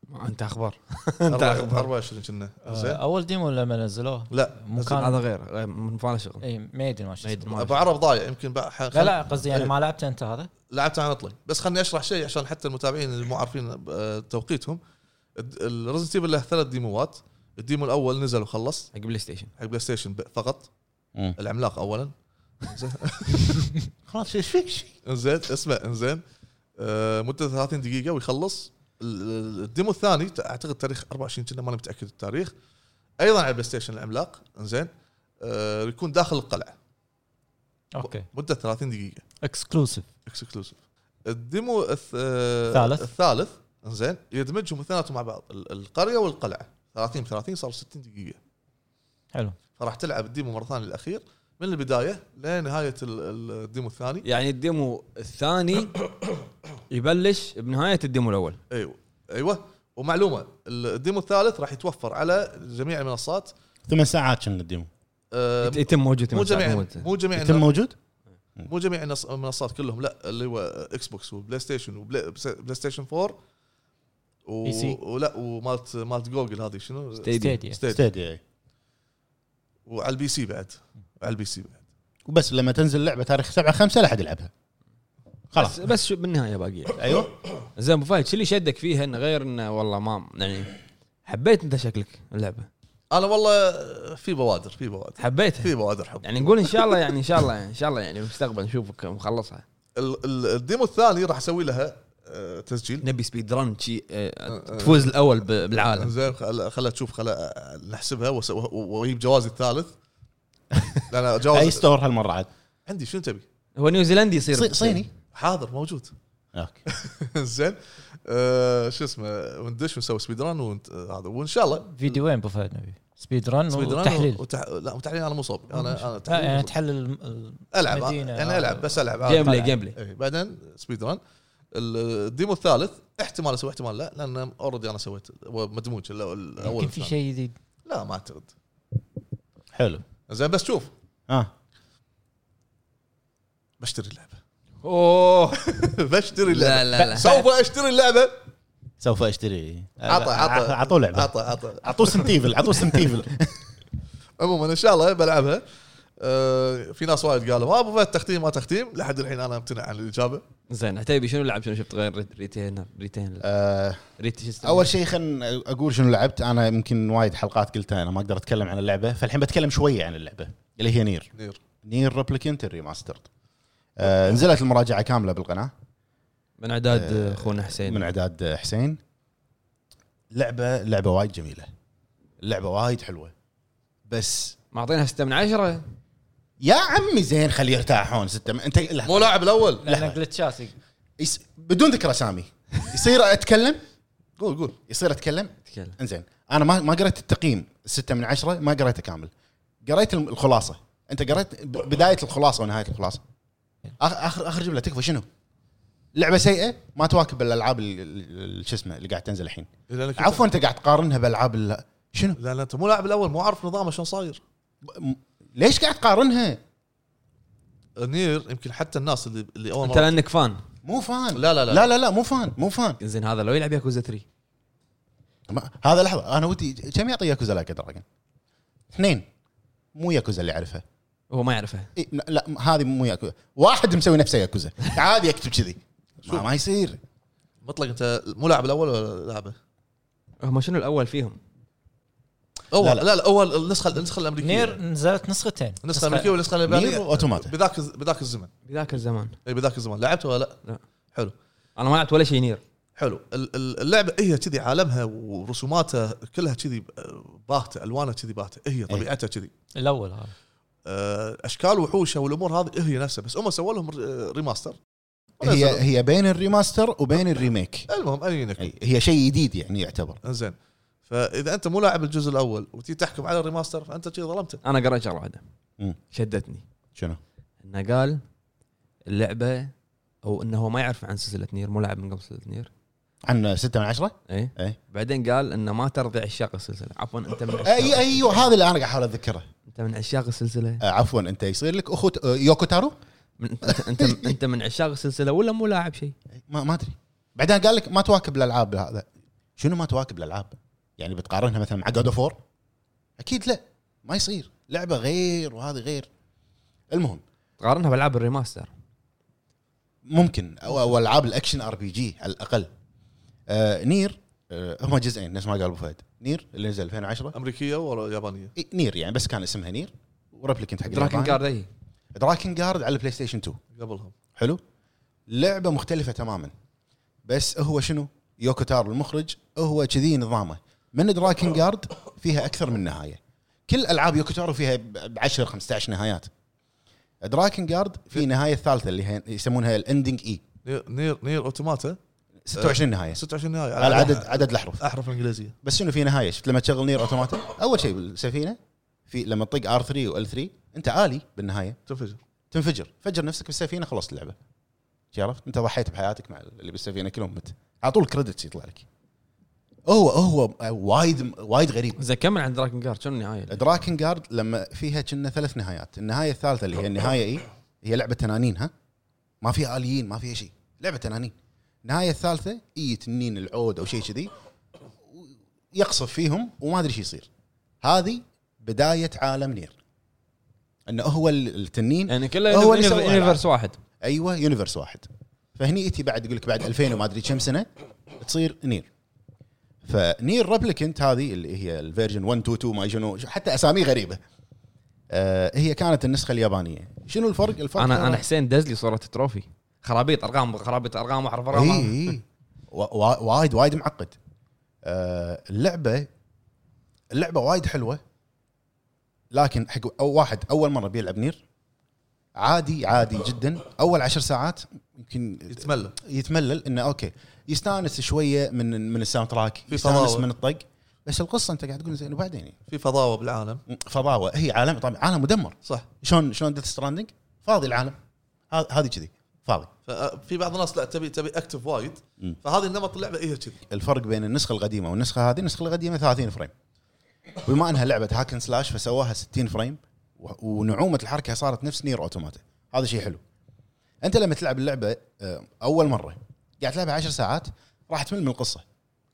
S1: ما انت اخبار انت اخبار
S2: 24 كنا زين
S4: اول ديمو لما نزلوه
S2: لا
S4: مو كان
S1: هذا غير غير من فانا شغل
S4: اي ما يدري ما شو
S1: ميدن
S4: اسمه.
S1: ما
S2: ابو
S1: أدري.
S2: عرب ضايع يمكن بقى خ-
S4: لا لا قصدي يعني ما لعبته انت هذا؟
S2: لعبت عن اطلي بس خلني اشرح شيء عشان حتى المتابعين اللي مو عارفين آه، توقيتهم الرزنت ايفل له ثلاث ديموات الديمو الاول نزل وخلص
S1: حق بلاي ستيشن
S2: حق بلاي ستيشن ب- فقط
S3: مم.
S2: العملاق اولا
S3: خلاص ايش فيك شيء
S2: انزين اسمع انزين آه، مدة 30 دقيقة ويخلص ال- ال- الديمو الثاني ت- اعتقد تاريخ 24 كنا ماني متاكد التاريخ ايضا على البلاي ستيشن العملاق انزين آه، يكون داخل القلعة
S4: اوكي
S2: مدة 30 دقيقة
S4: اكسكلوسيف
S2: اكسكلوسيف الديمو الث... آه،
S4: الثالث.
S2: الثالث انزين يدمجهم اثنيناتهم مع بعض ال- القرية والقلعة 30 30 صار 60 دقيقة
S4: حلو
S2: فراح تلعب الديمو مرة ثانية الاخير من البداية لنهاية ال- ال- الديمو الثاني
S1: يعني الديمو الثاني يبلش بنهايه الديمو الاول
S2: ايوه ايوه ومعلومه الديمو الثالث راح يتوفر على جميع المنصات
S3: ثمان ساعات كنا الديمو
S2: آه،
S1: يت- يتم موجود
S2: مو
S1: من ساعة
S2: جميع
S1: موت.
S2: مو جميع
S3: يتم موجود؟
S2: مو جميع النص- المنصات كلهم لا اللي هو اكس بوكس وبلاي ستيشن وبلاي بلاي ستيشن 4 و...
S4: بي سي.
S2: ولا ومالت مالت جوجل هذه شنو
S1: ستيديا
S4: ستيديا
S2: ستيد.
S3: ستيديا إيه.
S2: وعلى البي سي بعد على البي سي بعد
S3: وبس لما تنزل لعبه تاريخ 7 5 لا احد يلعبها
S1: بس
S3: خلاص
S1: بس شو بالنهايه باقي
S3: ايوه
S1: زين ابو فهد شو اللي شدك فيها انه غير انه والله ما يعني حبيت انت شكلك اللعبه
S2: انا والله في بوادر في بوادر
S1: حبيتها
S2: في بوادر حب
S1: يعني نقول ان شاء الله يعني ان شاء الله ان شاء الله يعني بالمستقبل نشوفك مخلصها
S2: ال- ال- الديمو الثاني راح اسوي لها آه، تسجيل
S1: نبي سبيد رن شي
S2: آه.
S1: آه، تفوز الاول ب- بالعالم
S2: زين خل- خلها تشوف خلها نحسبها وس- و- واجيب جوازي الثالث لا لا
S3: اي
S2: جواز
S3: ستور هالمره عاد
S2: عندي شنو تبي؟
S1: هو نيوزيلندي يصير
S3: صي- صيني
S2: حاضر موجود
S3: اوكي
S2: زين آه، شو اسمه وندش ونسوي سبيد ران ونت- آه، هذا وان شاء الله
S4: فيديو وين ابو فهد نبي؟ سبيد ران
S2: سبيد ران
S4: وتحليل
S2: وتح... لا تحليل انا مو صوب انا انا
S4: لا،
S2: تحليل
S4: يعني تحلل الم- ال-
S2: العب
S4: مدينة.
S2: انا العب بس العب عادي.
S1: جيم بلاي جيم بلاي
S2: إيه، بعدين سبيد ران الديمو الثالث احتمال اسوي احتمال لا لان اوريدي انا سويت هو مدموج الأول- الاول
S4: يمكن في
S2: والثاني.
S4: شيء جديد
S2: لا ما اعتقد
S3: حلو
S2: زين بس شوف
S3: اه
S2: بشتري اللعبه
S1: اوه
S2: بشتري
S1: لا
S2: اللعبه
S1: لا لا
S2: سوف اشتري اللعبه
S3: سوف اشتري
S2: عطى- عطى.
S3: عطوا لعبه
S2: عطى عطى
S3: عطوه سنتيفل عطوه سنتيفل
S2: عموما ان شاء الله بلعبها آه، في ناس وايد قالوا ما ابو فهد تختيم ما تختيم لحد الحين انا امتنع عن الاجابه
S1: زين عتيبي شنو لعب شنو شفت غير ريت- ريتينر ريتينر
S3: آه،
S1: ريت شو اسمه؟
S3: اول شيء خلنا اقول شنو لعبت انا يمكن وايد حلقات قلتها انا ما اقدر اتكلم عن اللعبه فالحين بتكلم شويه عن اللعبه اللي هي نير
S2: نير
S3: نير ريبليكنت ريماسترد آه نزلت المراجعه كامله بالقناه
S1: من اعداد
S3: آه،
S1: اخونا حسين
S3: من اعداد آه، حسين لعبه لعبه وايد جميله اللعبه وايد حلوه بس
S1: معطينها 6 من 10
S3: يا عمي زين خليه يرتاحون سته م- انت لحظة.
S2: مو لاعب الاول
S4: لان جلتشات
S3: يس... بدون ذكر اسامي يصير اتكلم
S2: قول قول
S3: يصير اتكلم
S1: تكلم
S3: انزين انا ما ما قريت التقييم ستة من عشرة ما قريته كامل قريت الم- الخلاصه انت قريت ب- بدايه الخلاصه ونهايه الخلاصه آخ- اخر اخر جمله تكفى شنو؟ لعبه سيئه ما تواكب الالعاب ال- ال- ال- شو اسمه اللي قاعد تنزل الحين
S2: لأنك أنت-
S3: عفوا انت قاعد تقارنها بالالعاب ال- شنو؟
S2: لا لا انت مو لاعب الاول مو عارف نظامه شلون صاير
S3: م- ليش قاعد تقارنها؟
S2: نير يمكن حتى الناس اللي اللي اول
S1: انت
S2: مرة-
S1: لانك فان
S3: مو فان
S2: لا لا لا.
S3: لا لا, لا مو فان مو فان
S1: زين هذا لو يلعب ياكوزا 3
S3: ما- هذا لحظه انا ودي كم يعطي ياكوزا لايك دراجون؟ اثنين مو ياكوزا اللي اعرفها
S1: هو ما يعرفها
S3: إيه لا, لا م- هذه مو ياكوزا واحد مسوي نفسه ياكوزا عادي يكتب كذي ما, ما يصير
S2: مطلق انت مو لاعب الاول ولا لعبه
S1: هم شنو الاول فيهم؟
S2: اول
S3: لا
S2: لا
S3: لا.
S2: لا, لا اول النسخه النسخه الامريكيه
S4: نير نزلت نسختين
S2: النسخه الامريكيه والنسخه اليابانيه
S3: نير أوتوماتا.
S2: بذاك بذاك الزمن
S1: بذاك الزمان
S2: اي بذاك الزمن لعبته ولا لا؟
S1: لا.
S2: حلو
S1: انا ما لعبت ولا شيء نير
S2: حلو ال- ال- اللعبه هي كذي عالمها ورسوماتها كلها كذي باهته الوانها كذي باهته
S3: إيه.
S2: هي طبيعتها كذي
S4: الاول هذا
S2: آه، اشكال وحوشه والامور هذه هي نفسها بس هم سووا لهم ر- آه، ريماستر
S3: هي هي بين الريماستر وبين الريميك
S2: المهم انينك
S3: أي، هي شيء جديد يعني يعتبر
S2: زين فاذا انت مو لاعب الجزء الاول وتي تحكم على الريماستر فانت كذي ظلمته
S1: انا قرأت شغله واحده
S3: مم.
S1: شدتني
S3: شنو؟
S1: انه قال اللعبه او انه هو ما يعرف عن سلسله نير مو لاعب من قبل سلسله نير
S3: عن ستة من عشرة؟
S1: اي
S3: إيه.
S1: بعدين قال انه ما ترضي عشاق السلسله عفوا انت من عشاق
S3: اي ايوه هذا اللي انا قاعد احاول اتذكره
S1: انت من عشاق السلسله
S3: آه، عفوا انت يصير لك اخو ت- آه، يوكو تارو؟
S1: من انت انت, انت من عشاق السلسله ولا مو لاعب شيء؟
S3: ما ما ادري بعدين قال لك ما تواكب الالعاب هذا شنو ما تواكب الالعاب؟ يعني بتقارنها مثلا مع جود اوف اكيد لا ما يصير لعبه غير وهذه غير المهم
S1: تقارنها بالعاب الريماستر
S3: ممكن او, أو العاب الاكشن ار بي جي على الاقل آه نير آه هم جزئين نفس ما قال ابو فهد نير اللي نزل 2010
S2: امريكيه ولا يابانيه
S3: إي، نير يعني بس كان اسمها نير وريبليكنت حق
S1: دراكن جارد اي
S3: دراكن جارد على البلاي ستيشن 2
S2: قبلهم
S3: حلو لعبه مختلفه تماما بس هو شنو يوكو تارو المخرج هو كذي نظامه من دراكن جارد فيها اكثر من نهايه كل العاب يوكو تارو فيها ب 10 15 نهايات دراكن جارد في نهايه الثالثه اللي هي يسمونها E. الاندنج اي
S2: نير نير, نير اوتوماتا
S3: 26 نهايه
S2: 26 نهايه
S3: إيه. على عدد
S2: أه.
S3: عدد الاحرف
S2: احرف الانجليزيه
S3: بس شنو في نهايه شفت لما تشغل نير اوتوماتيك اول شيء بالسفينه في لما تطق ار 3 وال 3 انت الي بالنهايه
S2: تنفجر
S3: تنفجر فجر نفسك بالسفينه خلصت اللعبه شي عرفت انت ضحيت بحياتك مع اللي بالسفينه كلهم مت على طول كريدتس يطلع لك هو هو وايد وايد غريب
S1: زين كمل عن دراكن جارد شنو النهايه؟
S3: دراكن جارد لما فيها كنا ثلاث نهايات النهايه الثالثه اللي هي النهايه اي هي لعبه تنانين ها ما فيها اليين ما فيها شيء لعبه تنانين النهايه الثالثه اي تنين العود او شيء كذي يقصف فيهم وما ادري شو يصير هذه بدايه عالم نير انه هو ال- التنين
S1: يعني كله
S3: هو
S1: يونيف-
S3: اللي سوى
S1: يونيفرس واحد
S3: ايوه يونيفرس واحد فهني اتي بعد يقول لك بعد 2000 وما ادري كم سنه تصير نير فنير ريبليكنت هذه اللي هي الفيرجن 1 2 2 ما شنو حتى اسامي غريبه آه هي كانت النسخه اليابانيه شنو الفرق الفرق
S1: انا انا حسين دز لي صوره التروفي خرابيط ارقام خرابيط ارقام واحرف
S3: اي
S1: ارقام
S3: اي وا- وا- وايد وايد معقد آه اللعبه اللعبه وايد حلوه لكن حق أو واحد اول مره بيلعب نير عادي عادي جدا اول عشر ساعات يمكن
S2: يتملى
S3: يتملل انه اوكي يستانس شويه من من الساوند تراك
S2: في
S3: يستانس
S2: فضاوة.
S3: من الطق بس القصه انت قاعد تقول زين وبعدين يعني
S2: في فضاوه بالعالم
S3: فضاوه هي عالم طبعا عالم مدمر
S2: صح
S3: شلون شلون ديث ستراندنج فاضي العالم ه- هذه كذي فاضي
S2: ففي بعض الناس لا تبي تبي اكتف وايد
S3: مم.
S2: فهذه النمط إيه، اللعبه هي كذي
S3: الفرق بين النسخه القديمه والنسخه هذه النسخه القديمه 30 فريم بما انها لعبه هاكن سلاش فسواها 60 فريم و- ونعومه الحركه صارت نفس نير اوتوماتا هذا شيء حلو انت لما تلعب اللعبه آه، اول مره قاعد تلعبها 10 ساعات راح تمل من القصه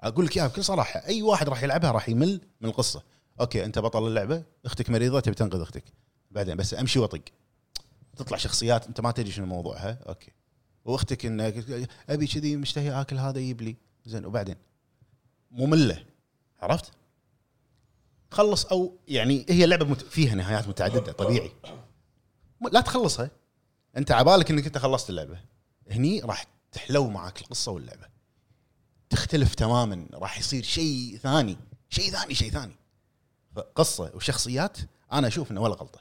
S3: اقول لك اياها بكل صراحه اي واحد راح يلعبها راح يمل من القصه اوكي انت بطل اللعبه اختك مريضه تبي تنقذ اختك بعدين بس امشي واطق تطلع شخصيات انت ما تدري شنو موضوعها اوكي واختك انك ابي كذي مشتهي اكل هذا يجيب لي زين وبعدين ممله عرفت؟ خلص او يعني هي لعبه مت... فيها نهايات متعدده طبيعي م- لا تخلصها انت عبالك انك انت خلصت اللعبه هني راح تحلو معك القصه واللعبه تختلف تماما راح يصير شيء ثاني شيء ثاني شيء ثاني قصه وشخصيات انا اشوف انه ولا غلطه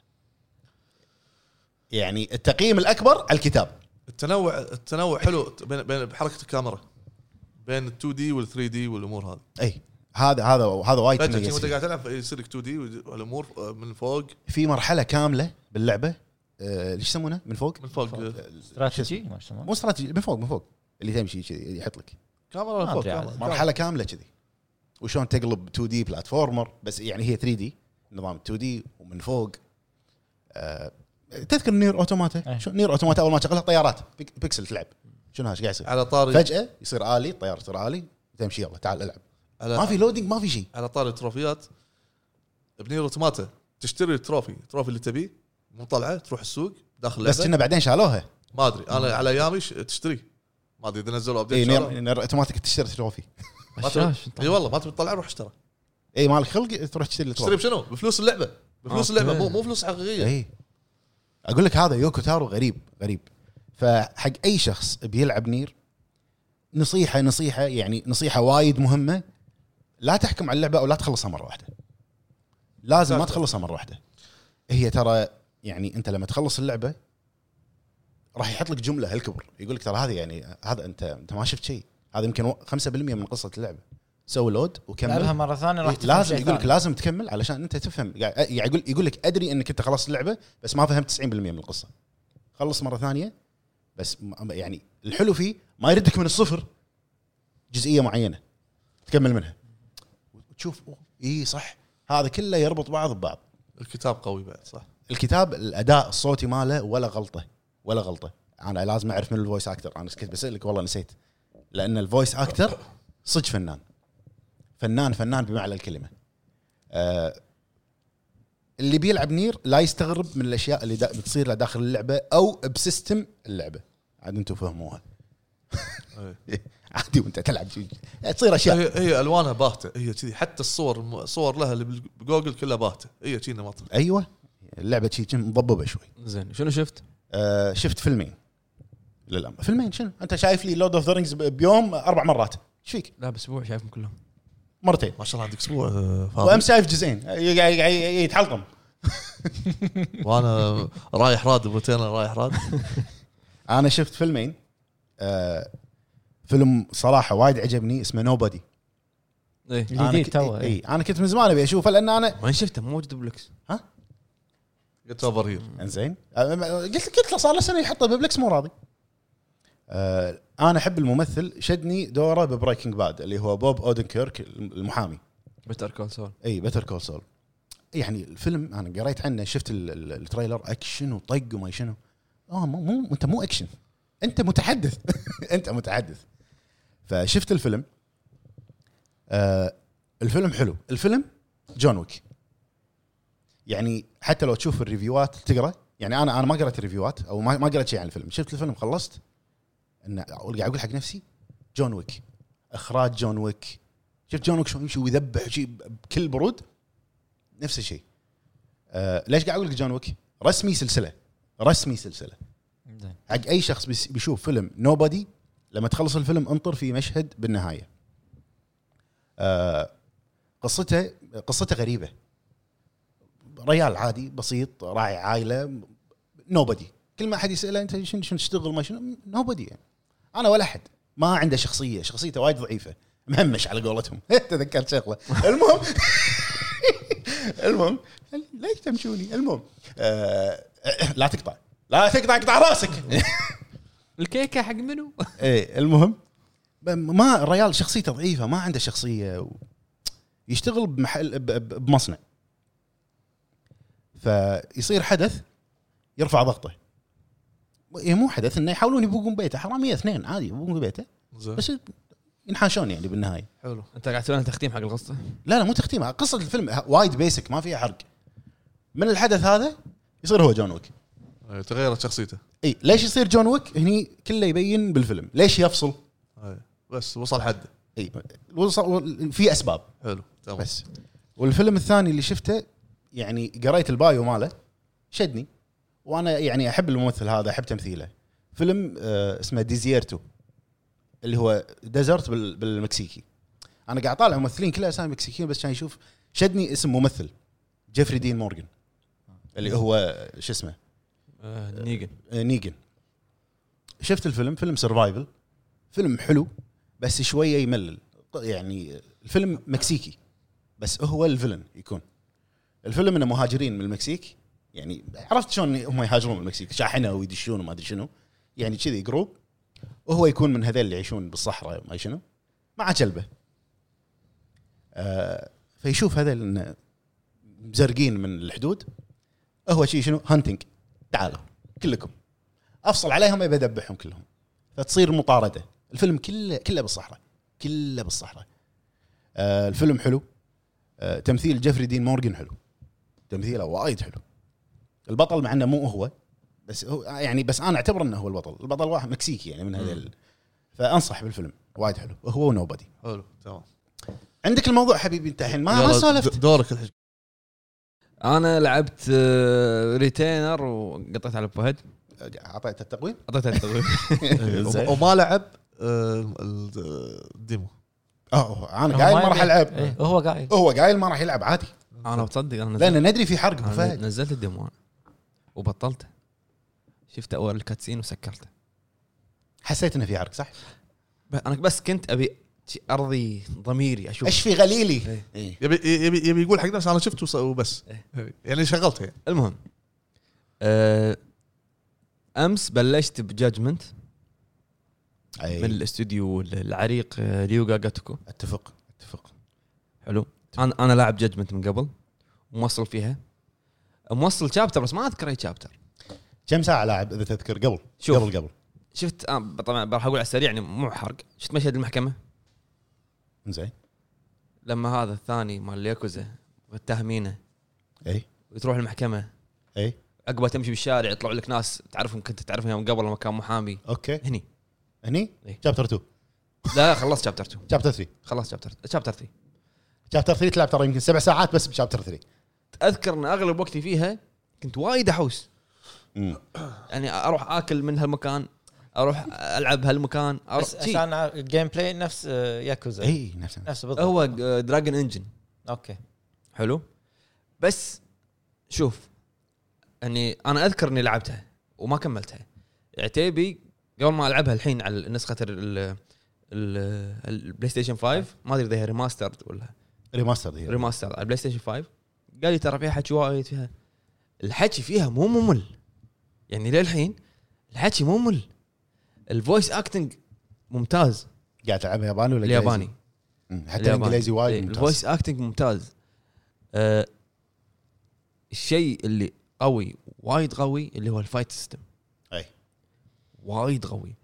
S3: يعني التقييم الاكبر على الكتاب
S2: التنوع التنوع حلو بين بين بحركه الكاميرا بين ال 2 دي وال 3 دي والامور هذه
S3: اي هذا هذا هذا وايد
S2: فجاه كذي
S3: تميز
S2: وانت
S3: فيه.
S2: قاعد تلعب يصير لك 2 دي والامور آه، من فوق
S3: في مرحله كامله باللعبه آه، ليش يسمونها من فوق يعني.
S2: من فوق آه،
S4: استراتيجي ما يسمونه
S3: مو استراتيجي من فوق من فوق اللي تمشي كذي يحط لك
S2: كاميرا
S4: ما
S2: من فوق
S4: أدري عاد.
S2: كاميرا.
S3: مرحله كامله كذي وشلون تقلب 2 دي بلاتفورمر بس يعني هي 3 دي نظام 2 دي ومن فوق آه، تذكر نير اوتوماتا
S4: أي.
S3: شلون نير اوتوماتا اول ما تشغلها طيارات بيك- بيكسل تلعب شنو هذا ايش قاعد يصير
S2: على طاري
S3: فجاه يصير الي الطياره تصير الي تمشي يلا تعال العب ما
S2: على
S3: في لودنج ما في شيء
S2: على طاري التروفيات بنير اوتوماتا تشتري التروفي التروفي اللي تبيه مو طلعه تروح السوق داخل
S3: بس
S2: اللعبه
S3: كنا بعدين شالوها
S2: ما ادري انا على ايامي ش- تشتري ما ادري اذا نزلوا
S3: اي
S2: ابديت
S3: إيه، نير,
S2: شالوه.
S3: نير اوتوماتيك تشتري تروفي
S2: ما تبي-
S1: شاش.
S2: اي والله ما تبي تطلعه روح اشترى
S3: اي إيه، مالك خلق تروح
S2: اشتري
S3: تشتري التروفي
S2: بشنو؟ بفلوس اللعبه بفلوس
S1: أوكي.
S2: اللعبه مو مو فلوس حقيقيه
S3: اي اقول إيه. لك هذا يوكو تارو غريب غريب فحق اي شخص بيلعب نير نصيحه نصيحه يعني نصيحه وايد مهمه لا تحكم على اللعبه او لا تخلصها مره واحده لازم ما
S2: صح.
S3: تخلصها مره واحده هي ترى يعني انت لما تخلص اللعبه راح يحط لك جمله هالكبر يقول لك ترى هذه يعني هذا انت انت ما شفت شيء هذا يمكن 5% من قصه اللعبه سوي لود وكمل
S4: لعبها مره ثانيه راح
S3: إيه،
S4: تفهم
S3: لازم
S4: شيء
S3: يقول لك
S4: ثاني.
S3: لازم تكمل علشان انت تفهم يعني يعني يقول يقول لك ادري انك انت خلصت اللعبه بس ما فهمت 90% من القصه خلص مره ثانيه بس ما- يعني الحلو فيه ما يردك من الصفر جزئيه معينه تكمل منها وتشوف أوه، اي صح هذا كله يربط بعض ببعض
S2: الكتاب قوي بعد صح
S3: الكتاب الاداء الصوتي ماله ولا غلطه ولا غلطه انا لازم اعرف من الفويس اكتر انا كنت بسالك والله نسيت لان الفويس اكتر صدق فنان فنان فنان بمعنى الكلمه آه اللي بيلعب نير لا يستغرب من الاشياء اللي دا بتصير له داخل اللعبه او بسيستم اللعبه عاد انتم فهموها
S2: إيه.
S3: عادي وانت تلعب شي- تصير اشياء
S2: هي هي الوانها باهته هي كذي حتى الصور م- صور لها اللي بجوجل كلها باهته هي كذي نمطها
S3: ايوه اللعبه شي شي مضببه شوي
S1: زين شنو شفت؟
S3: آه، شفت فيلمين للأم فيلمين شنو انت شايف لي لود اوف ذا رينجز بيوم اربع مرات ايش فيك
S1: لا باسبوع شايفهم كلهم
S3: مرتين
S2: ما شاء الله عندك اسبوع آه، فاضي
S3: وامس شايف جزئين ي- ي- ي- يتحلطم
S2: وانا رايح راد بروتينا رايح راد
S3: انا شفت فيلمين آه، فيلم صراحه وايد عجبني اسمه نوبادي
S1: ايه
S4: الجديد تو
S3: اي انا كنت من زمان ابي اشوفه لان انا
S1: وين شفته مو موجود بلكس
S2: جت اوفر هير
S3: انزين أه، ما- قلت قلت له صار له سنه يحطه ببلكس مو راضي أه انا احب الممثل شدني دوره ببريكنج باد اللي هو بوب اودنكيرك المحامي
S1: بيتر كول سول
S3: اي بيتر كول سول يعني الفيلم انا قريت عنه شفت ال- ال- التريلر اكشن وطق وما شنو اه مو مو انت مو اكشن انت متحدث انت متحدث فشفت الفيلم آه الفيلم حلو الفيلم جون ويك يعني حتى لو تشوف الريفيوات تقرا يعني انا انا ما قرأت الريفيوات او ما ما قرأت شيء عن الفيلم شفت الفيلم خلصت انه قاعد اقول حق نفسي جون ويك اخراج جون ويك شفت جون ويك شلون يمشي ويذبح شيء بكل برود نفس الشيء آه ليش قاعد اقول لك جون ويك رسمي سلسله رسمي سلسله
S4: زين.
S3: حق اي شخص بيس- بيشوف فيلم نوبادي لما تخلص الفيلم انطر في مشهد بالنهايه آه قصته قصته غريبه ريال عادي بسيط راعي عائله نوبادي كل ما احد يساله انت شنو شنو تشتغل ما شنو نوبدي يعني. انا ولا احد ما عنده شخصيه شخصيته وايد ضعيفه مهمش على قولتهم تذكرت شغله المهم المهم ليش تمشوني المهم آه لا تقطع لا تقطع قطع راسك
S1: الكيكه حق منو؟
S3: ايه المهم ب- ما الريال شخصيته ضعيفه ما عنده شخصيه و... يشتغل بمحل ب- ب- بمصنع فيصير حدث يرفع ضغطه إيه مو حدث انه يحاولون يبوقون بيته حراميه اثنين عادي يبوقون بيته
S2: زين
S3: بس ينحاشون يعني بالنهايه
S2: حلو
S1: انت قاعد تسوي لنا تختيم حق القصه
S3: لا لا مو تختيمه قصه الفيلم ه- وايد بيسك ما فيها حرق من الحدث هذا يصير هو جون ويك
S2: أي، إيه، تغيرت شخصيته
S3: اي ليش يصير جون ويك هني كله يبين بالفيلم ليش يفصل
S2: أي. إيه. بس وصل حده
S3: اي وصل- وال- في اسباب
S2: حلو تمام بس
S3: بس والفيلم الثاني اللي شفته يعني قريت البايو ماله شدني وانا يعني احب الممثل هذا احب تمثيله فيلم آه اسمه ديزيرتو اللي هو ديزرت بال- بالمكسيكي انا قاعد طالع ممثلين كلها اسامي مكسيكيين بس كان يشوف شدني اسم ممثل جيفري دين مورغان اللي هو شو اسمه
S1: آه، نيجن
S3: آه، نيجن شفت الفيلم فيلم سرفايفل فيلم حلو بس شويه يملل يعني الفيلم مكسيكي بس هو الفيلن يكون الفيلم انه مهاجرين من المكسيك يعني عرفت شلون هم يهاجرون من المكسيك شاحنه ويدشون وما ادري شنو يعني كذي جروب وهو يكون من هذول اللي يعيشون بالصحراء ما شنو مع كلبه آه فيشوف هذول انه مزرقين من الحدود هو شي شنو هانتنج تعالوا كلكم افصل عليهم ابي ادبحهم كلهم فتصير مطارده الفيلم كله كله بالصحراء كله بالصحراء آه الفيلم حلو آه تمثيل جيفري دين مورغان حلو تمثيله وايد حلو البطل مع انه مو هو بس هو يعني بس انا اعتبر انه هو البطل البطل واحد مكسيكي يعني من هذا ال- فانصح بالفيلم وايد حلو هو ونوبدي
S2: حلو تمام
S3: عندك الموضوع حبيبي انت الحين ما ما
S2: يلا،
S3: سولفت
S2: د- دورك الحين
S1: انا لعبت آه، ريتينر وقطيت على ابو هد
S3: اعطيته أه، التقويم
S1: اعطيته التقويم
S3: زين.
S2: وما- وما لعب آه، ال- الديمو
S3: اه انا قايل ما راح العب
S4: إيه، هو قايل
S3: هو قايل ما راح يلعب عادي
S1: انا بصدق انا نزلت
S3: لان ندري في حرق
S2: آه،
S3: أبو
S1: أنا
S3: فهد
S1: نزلت الديمو أنا. وبطلته شفت اول كاتسين وسكرته
S3: حسيت انه في عرق صح؟
S1: ب- انا بس كنت ابي شي ارضي ضميري اشوف
S3: ايش في غليلي؟
S1: إيه.
S3: إيه.
S2: يبي يبي يبي يقول حق ناس انا شفته وس- وبس يعني شغلته يعني
S1: المهم آه، امس بلشت بجاجمنت من
S3: أي.
S1: الاستوديو العريق آه، ريوغا جاتوكو
S3: إيه. اتفق اتفق
S1: حلو انا انا لاعب جاجمنت من قبل وموصل فيها موصل شابتر بس ما اذكر اي شابتر
S3: كم ساعه لاعب اذا تذكر قبل
S1: شوف.
S3: قبل قبل
S1: شفت آه، طبعا راح اقول على السريع يعني مو حرق شفت مشهد المحكمه
S3: زين
S1: لما هذا الثاني مال الياكوزا متهمينه
S3: اي
S1: وتروح المحكمه
S3: اي
S1: عقبها تمشي بالشارع يطلعوا لك ناس تعرفهم كنت تعرفهم يوم قبل لما كان محامي
S3: اوكي
S1: هني
S3: هني
S1: إيه.
S3: شابتر 2
S1: لا خلصت شابتر 2
S3: شابتر 3
S1: خلصت شابتر شابتر 3
S3: شابتر 3 تلعب ترى يمكن سبع ساعات بس بشابتر 3
S1: اذكر ان اغلب وقتي فيها كنت وايد احوس
S3: امم
S1: يعني اروح اكل من هالمكان اروح العب هالمكان اروح
S4: بس
S1: شي.
S4: عشان أعرف- الجيم بلاي نفس آه، ياكوزا
S3: اي نفسه
S4: نفسه بالضبط
S1: هو دراجون انجن
S4: اوكي
S1: حلو بس شوف يعني اني انا اذكر اني لعبتها وما كملتها عتيبي قبل ما العبها الحين على نسخه ال- ال- ال- البلاي ستيشن 5 ما ادري اذا هي ريماستر ولا
S3: ريماستر هي
S1: ريماستر على البلاي ستيشن 5 قال لي ترى فيها حكي وايد فيها الحكي فيها مو ممل يعني للحين الحكي مو ممل الفويس اكتنج ممتاز
S3: قاعد تلعبها ياباني ولا
S1: الياباني إيه،
S3: إنجليزي؟ مم. حتى الانجليزي وايد ممتاز
S1: الفويس اكتنج ممتاز آه، الشيء اللي قوي وايد قوي اللي هو الفايت سيستم
S3: أي.
S1: وايد قوي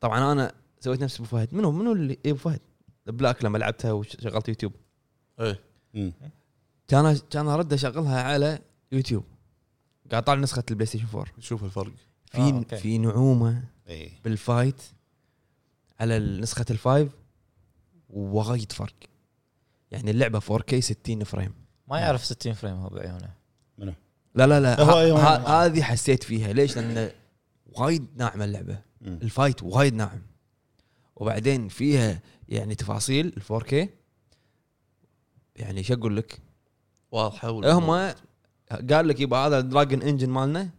S1: طبعا انا سويت نفسي ابو فهد منو منو اللي إيه ابو فهد بلاك لما لعبتها وشغلت يوتيوب
S3: مم.
S1: كان كان ارد اشغلها على يوتيوب قاعد طالع نسخه البلاي ستيشن 4
S2: شوف الفرق
S1: في
S4: آه، أوكي.
S1: آه، في نعومه
S3: اي
S1: بالفايت على نسخه الفايف وايد فرق يعني اللعبه 4K 60 فريم
S4: ما
S3: نعم.
S4: يعرف 60 فريم هو بعيونه
S1: لا لا لا
S3: هو
S1: ه-
S3: أيوة.
S1: ه- هذه حسيت فيها ليش لان وايد ناعمه اللعبه
S3: مم.
S1: الفايت وايد ناعم وبعدين فيها يعني تفاصيل ال 4K يعني شو اقول لك
S2: واضحه
S1: إيه، هم قال لك يبقى هذا الدراجن انجن مالنا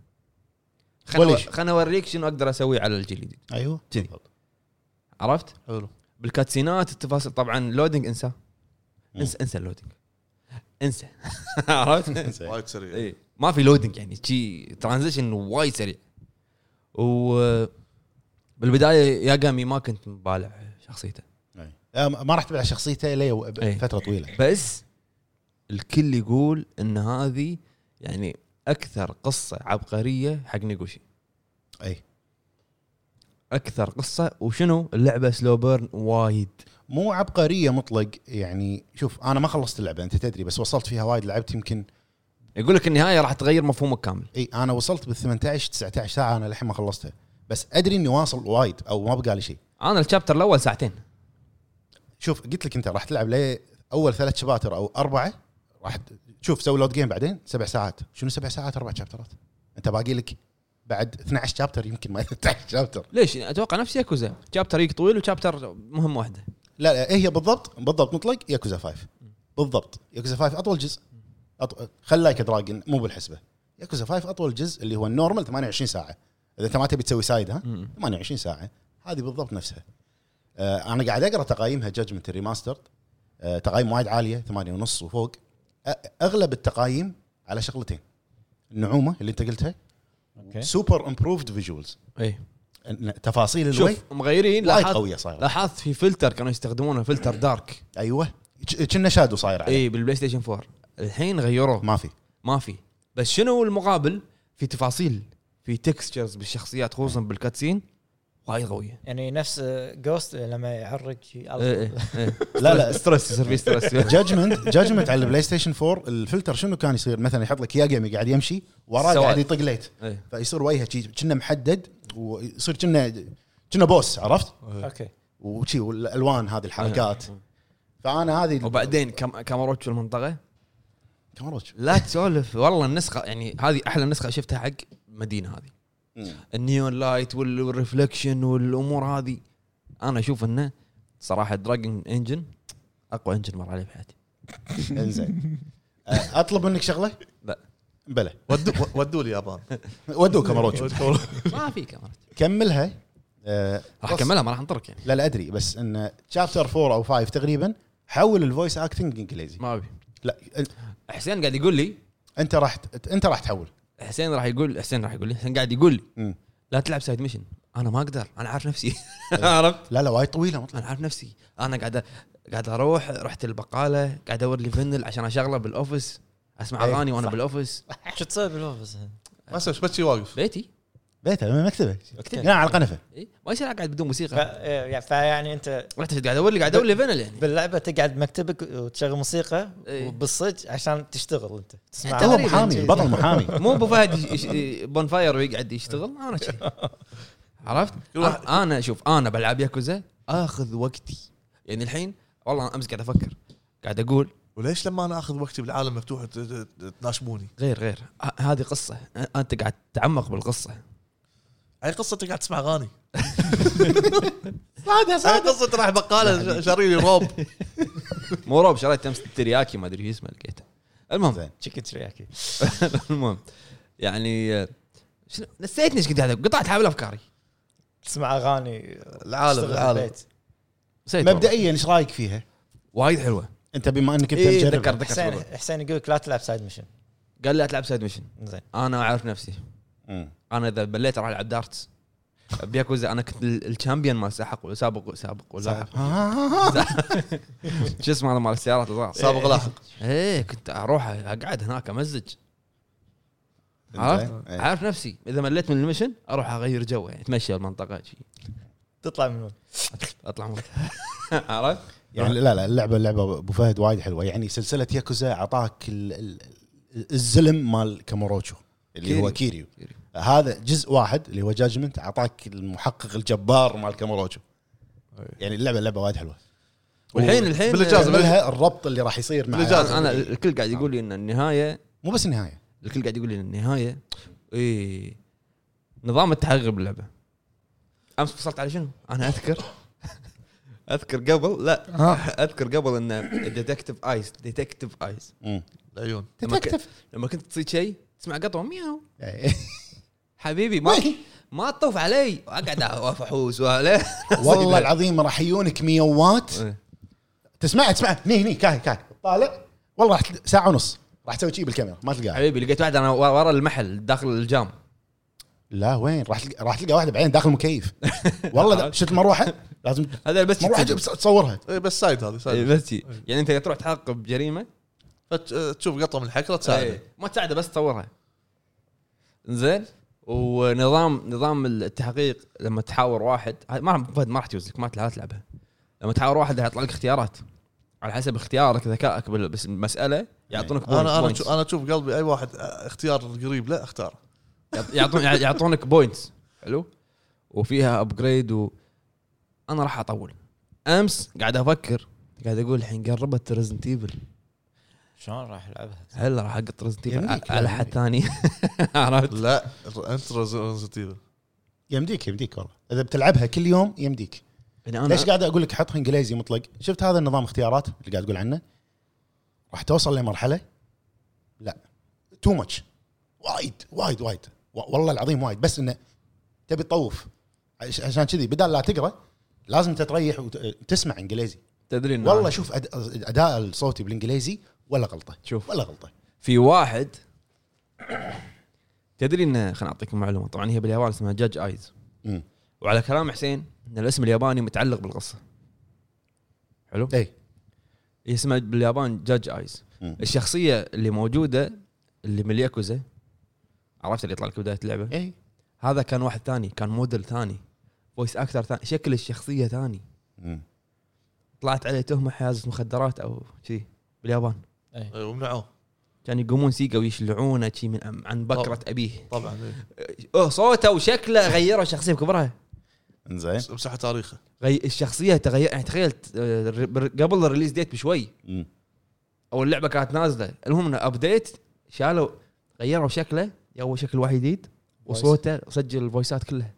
S1: خلنا
S3: وليش؟
S1: خلنا اوريك شنو اقدر اسويه على الجيل الجديد
S3: ايوه
S1: كذي.
S3: بالضبط.
S1: عرفت؟
S2: حلو
S1: بالكاتسينات التفاصيل طبعا لودنج انسى
S3: مم.
S1: انسى انسى اللودنج انسى عرفت؟
S3: زين.
S2: وايد سريع
S1: اي ما في لودنج يعني شي ترانزيشن وايد سريع و بالبدايه ياجامي ما كنت مبالع شخصيته
S3: أي. آه، ما ما راح تبلع شخصيته لي
S1: أي.
S3: فتره طويله
S1: بس الكل يقول ان هذه يعني اكثر قصه عبقريه حق نيغوشي
S3: اي
S1: اكثر قصه وشنو اللعبه سلو بيرن وايد
S3: مو عبقريه مطلق يعني شوف انا ما خلصت اللعبه انت تدري بس وصلت فيها وايد لعبت يمكن
S1: يقول لك النهايه راح تغير مفهومك كامل
S3: اي انا وصلت بال 18 19 ساعه انا للحين ما خلصتها بس ادري اني واصل وايد او ما بقى لي شيء
S1: انا الشابتر الاول ساعتين
S3: شوف قلت لك انت راح تلعب لي اول ثلاث شباتر او اربعه راح ت- شوف سوي لود جيم بعدين سبع ساعات شنو سبع ساعات اربع شابترات انت باقي لك بعد 12 شابتر يمكن ما 13 شابتر
S1: ليش اتوقع نفس ياكوزا شابتر يك طويل وشابتر مهم واحده
S3: لا لا هي بالضبط بالضبط مطلق ياكوزا 5 بالضبط ياكوزا 5 اطول جزء أطول خلاك دراجن مو بالحسبه ياكوزا 5 اطول جزء اللي هو النورمال 28 ساعه اذا انت ما تبي تسوي سايد ها
S1: مم.
S3: 28 ساعه هذه بالضبط نفسها آه انا قاعد اقرا تقايمها جادجمنت الريماستر آه تقايم وايد عاليه 8 ونص وفوق آه اغلب التقايم على شغلتين النعومه اللي انت قلتها إيه.
S4: اوكي
S3: سوبر امبروفد فيجوالز
S1: اي
S3: تفاصيل الوي
S1: إيه. شوف مغيرين
S3: وايد
S1: لاحظت
S3: قويه صايره
S1: لاحظت في فلتر كانوا يستخدمونه فلتر دارك
S3: ايوه كنا شادو صاير عليه
S1: اي بالبلاي ستيشن 4 الحين غيروه
S3: ما في
S1: ما في بس شنو المقابل في تفاصيل في تكستشرز بالشخصيات خصوصا بالكاتسين وايد قويه
S4: يعني نفس جوست لما يعرج شيء
S1: إيه إيه إيه.
S3: لا لا
S1: ستريس يصير في ستريس
S3: جادجمنت جادجمنت على البلاي ستيشن 4 الفلتر شنو كان يصير مثلا يحط لك ياجامي قاعد يمشي وراه
S1: سواد.
S3: قاعد يطق ليت
S1: إيه.
S3: فيصير وجهه شي كنا محدد ويصير كنا كنا بوس عرفت
S4: اوكي
S3: وشي والالوان هذه الحركات فانا هذه
S1: وبعدين كم كاميروت في المنطقه
S3: كاميروتش
S1: لا تسولف والله النسخه يعني هذه احلى نسخه شفتها حق المدينه هذه النيون لايت وال- والرفلكشن والامور هذه انا اشوف انه صراحه دراجن انجن اقوى انجن مر علي بحياتي
S3: انزين أ- اطلب أه، منك شغله
S1: لا
S3: بلى
S2: ودوا ودوا اليابان
S3: ودوك كاميروتش
S1: ما في كاميرات
S3: كملها أه،
S1: راح
S3: بس-
S1: اكملها ما راح انطرك يعني
S3: لا لا ادري بس ان شابتر 4 او 5 تقريبا حول الفويس اكتنج انجليزي
S1: ما ابي
S3: لا أ-
S1: حسين قاعد يقول لي
S3: انت راح ت- انت راح تحول
S1: حسين راح يقول حسين راح يقول لي حسين قاعد يقول لي
S3: مم.
S1: لا تلعب سايد ميشن انا ما اقدر انا عارف نفسي عرفت
S3: لا لا وايد طويله مطلع
S1: انا عارف نفسي انا قاعد أ- قاعد اروح رحت البقاله قاعد ادور لي فنل عشان اشغله بالاوفيس اسمع
S3: إيه،
S1: اغاني وانا
S4: صح.
S1: بالاوفيس
S4: شو تصير بالاوفيس
S2: ما اسوي بس شي واقف
S1: بيتي
S3: بيته من المكتبه
S1: مكتبة.
S3: نعم على القنفه
S1: إيه، ما يصير قاعد بدون
S4: ف-
S1: موسيقى
S4: إيه، فيعني انت
S1: رحت قاعد ادور لي قاعد ادور لي فنل يعني
S4: باللعبه تقعد بمكتبك وتشغل موسيقى
S1: إيه.
S4: وبالصج عشان تشتغل انت تسمع
S3: هو
S1: تقريباً
S3: محامي
S1: شي.
S3: بطل محامي
S1: مو ابو فهد يش- يش- بون فاير ويقعد يشتغل انا شي. عرفت؟ أنا- انا شوف انا بلعب ياكوزا اخذ وقتي يعني الحين والله أنا امس قاعد افكر قاعد اقول
S2: وليش لما انا اخذ وقتي بالعالم مفتوح ت- ت- تناشبوني
S1: غير غير ه- هذه قصه أ- انت قاعد تعمق بالقصه
S2: اي قصه قاعد تسمع اغاني صادق صادق قصه راح
S1: يعني.
S2: بقاله شاريني روب
S1: مو روب شريت امس ترياكي ما ادري شو اسمه لقيته المهم
S3: زين.
S4: تشيكن ترياكي
S1: المهم يعني آه، شنو نسيتني ايش كنت قاعد أقول. قطعت حبل افكاري
S4: تسمع اغاني
S2: العالم
S4: تشتغل
S2: العالم
S4: بالبيت.
S1: نسيت والله.
S3: مبدئيا ايش رايك فيها؟
S1: وايد حلوه
S3: انت بما انك انت
S1: إيه،
S3: مجرب
S1: ذكرت ذكرت
S4: حسين
S1: الموضوع.
S4: حسين يقول لك لا تلعب سايد ميشن
S1: قال لي تلعب سايد ميشن
S4: زين
S1: انا اعرف نفسي
S3: مم.
S1: انا اذا بليت راح العب دارتس بياكوزا انا كنت ال- الشامبيون مال سابق وسابق وسابق
S3: آه،
S1: ولاحق شو اسمه هذا مال السيارات الصغار
S2: سابق لاحق
S1: ايه كنت اروح اقعد هناك امزج عرفت؟
S3: إيه.
S1: عارف نفسي اذا مليت من المشن اروح اغير جو يعني اتمشى المنطقه شي
S4: تطلع من وين؟
S1: اطلع من عرفت؟
S2: نعم.
S3: يعني لا لا اللعبه اللعبه ابو فهد وايد حلوه يعني سلسله ياكوزا اعطاك ال- ال- الزلم مال كاموروتشو اللي هو كيريو
S1: كيريو.
S3: هذا جزء واحد اللي هو جاجمنت اعطاك المحقق الجبار مال كاموروتشو يعني اللعبه اللعبه وايد حلوه
S1: والحين الحين
S2: إيه، بالإجازة.
S1: آه،
S3: منها الربط اللي راح يصير مع إيه،
S2: بالإجازة.
S1: انا الكل قاعد يقول لي ان النهايه
S3: مو بس النهايه
S1: الكل قاعد يقول لي ان النهايه اي نظام التحقق باللعبه امس فصلت على شنو؟ انا اذكر اذكر قبل لا
S3: آه.
S1: اذكر قبل ان ديتكتيف ايز ديتكتيف ايز
S2: أمم.
S3: مم.
S2: العيون
S1: لما كنت- لما كنت تصيد شيء تسمع قطوه مياو حبيبي ما ما تطوف علي اقعد أف- احوس ولا
S3: والله العظيم راح يجونك ميوات
S2: أمم.
S1: إيه.
S3: تسمع تسمع هني هني كاي كاي طالع والله راح تل- ساعه ونص راح تسوي شي بالكاميرا ما تلقاها
S1: حبيبي لقيت واحد انا ورا ورا المحل داخل الجام
S3: لا وين راح تلقى راح تلقى واحده بعدين داخل المكيف والله دا- شفت مروحه لازم
S1: هذا بس
S3: مروحه
S1: يتسجل.
S3: تجيب- تصورها
S2: إيه، بس سايد هذه سايد
S1: إيه، بس ي- يعني انت تروح تحقق بجريمه
S2: فتشوف قطه من الحكره تساعده
S1: إيه، ما تساعده بس تصورها زين ونظام نظام التحقيق لما تحاور واحد هاي ما راح- فهد ما راح تجوز لك ما لا تلعبها لما تحاور واحد راح يطلع لك اختيارات على حسب اختيارك ذكائك بال- بس المساله يعطونك
S2: انا انا
S1: بوينت-
S2: أشوف- انا اشوف قلبي اي واحد آه، اختيار قريب لا اختار
S1: يعط- يعطون يع- يعطونك بوينتس حلو وفيها ابجريد و انا راح اطول امس قاعد افكر قاعد اقول الحين قربت ريزنت ايفل
S4: شلون راح العبها؟
S1: هلا راح اقط ريزنت ايفل
S3: يمديك،
S1: على
S3: لا،
S1: حد
S3: يمديك.
S1: ثاني عرفت
S2: لا ر- انت ريزنتيفل
S3: يمديك يمديك والله اذا بتلعبها كل يوم يمديك
S1: يعني انا
S3: ليش قاعد اقول لك حطها انجليزي مطلق شفت هذا النظام اختيارات اللي قاعد اقول عنه راح توصل لمرحله لا تو ماتش وايد وايد وايد و- والله العظيم وايد بس انه تبي تطوف عش- عشان كذي بدل لا تقرا لازم تتريح وتسمع انجليزي
S1: تدري إن
S3: والله
S1: أنا-
S3: شوف أد- اداء الصوتي بالانجليزي ولا غلطه
S1: شوف.
S3: ولا غلطه
S1: في واحد تدري انه خليني اعطيك معلومه طبعا هي باليابان اسمها جاج ايز
S3: امم
S1: وعلى كلام حسين ان الاسم الياباني متعلق بالقصه حلو
S3: اي
S1: هي اسمها باليابان جاج ايز
S3: مم.
S1: الشخصيه اللي موجوده اللي من الياكوزا عرفت اللي يطلع لك بدايه اللعبه
S3: اي
S1: هذا كان واحد ثاني كان موديل ثاني فويس اكتر ثاني شكل الشخصيه ثاني
S3: مم.
S1: طلعت عليه تهمه حيازه مخدرات او شيء باليابان
S4: إيه.
S2: إيه، ومنعوه
S1: كان يقومون سيقه ويشلعونه شي من عن بكره ابيه
S2: طبعا إيه.
S1: اه صوته وشكله غيره شخصيه بكبرها
S3: انزين
S2: بس- مسح تاريخه
S1: غي... الشخصيه تغير يعني تخيل آه، ر- قبل الريليز ديت بشوي
S3: مم.
S1: او اللعبه كانت نازله المهم انه ابديت شالوا غيروا شكله جابوا شكل واحد جديد وصوته سجل الفويسات كلها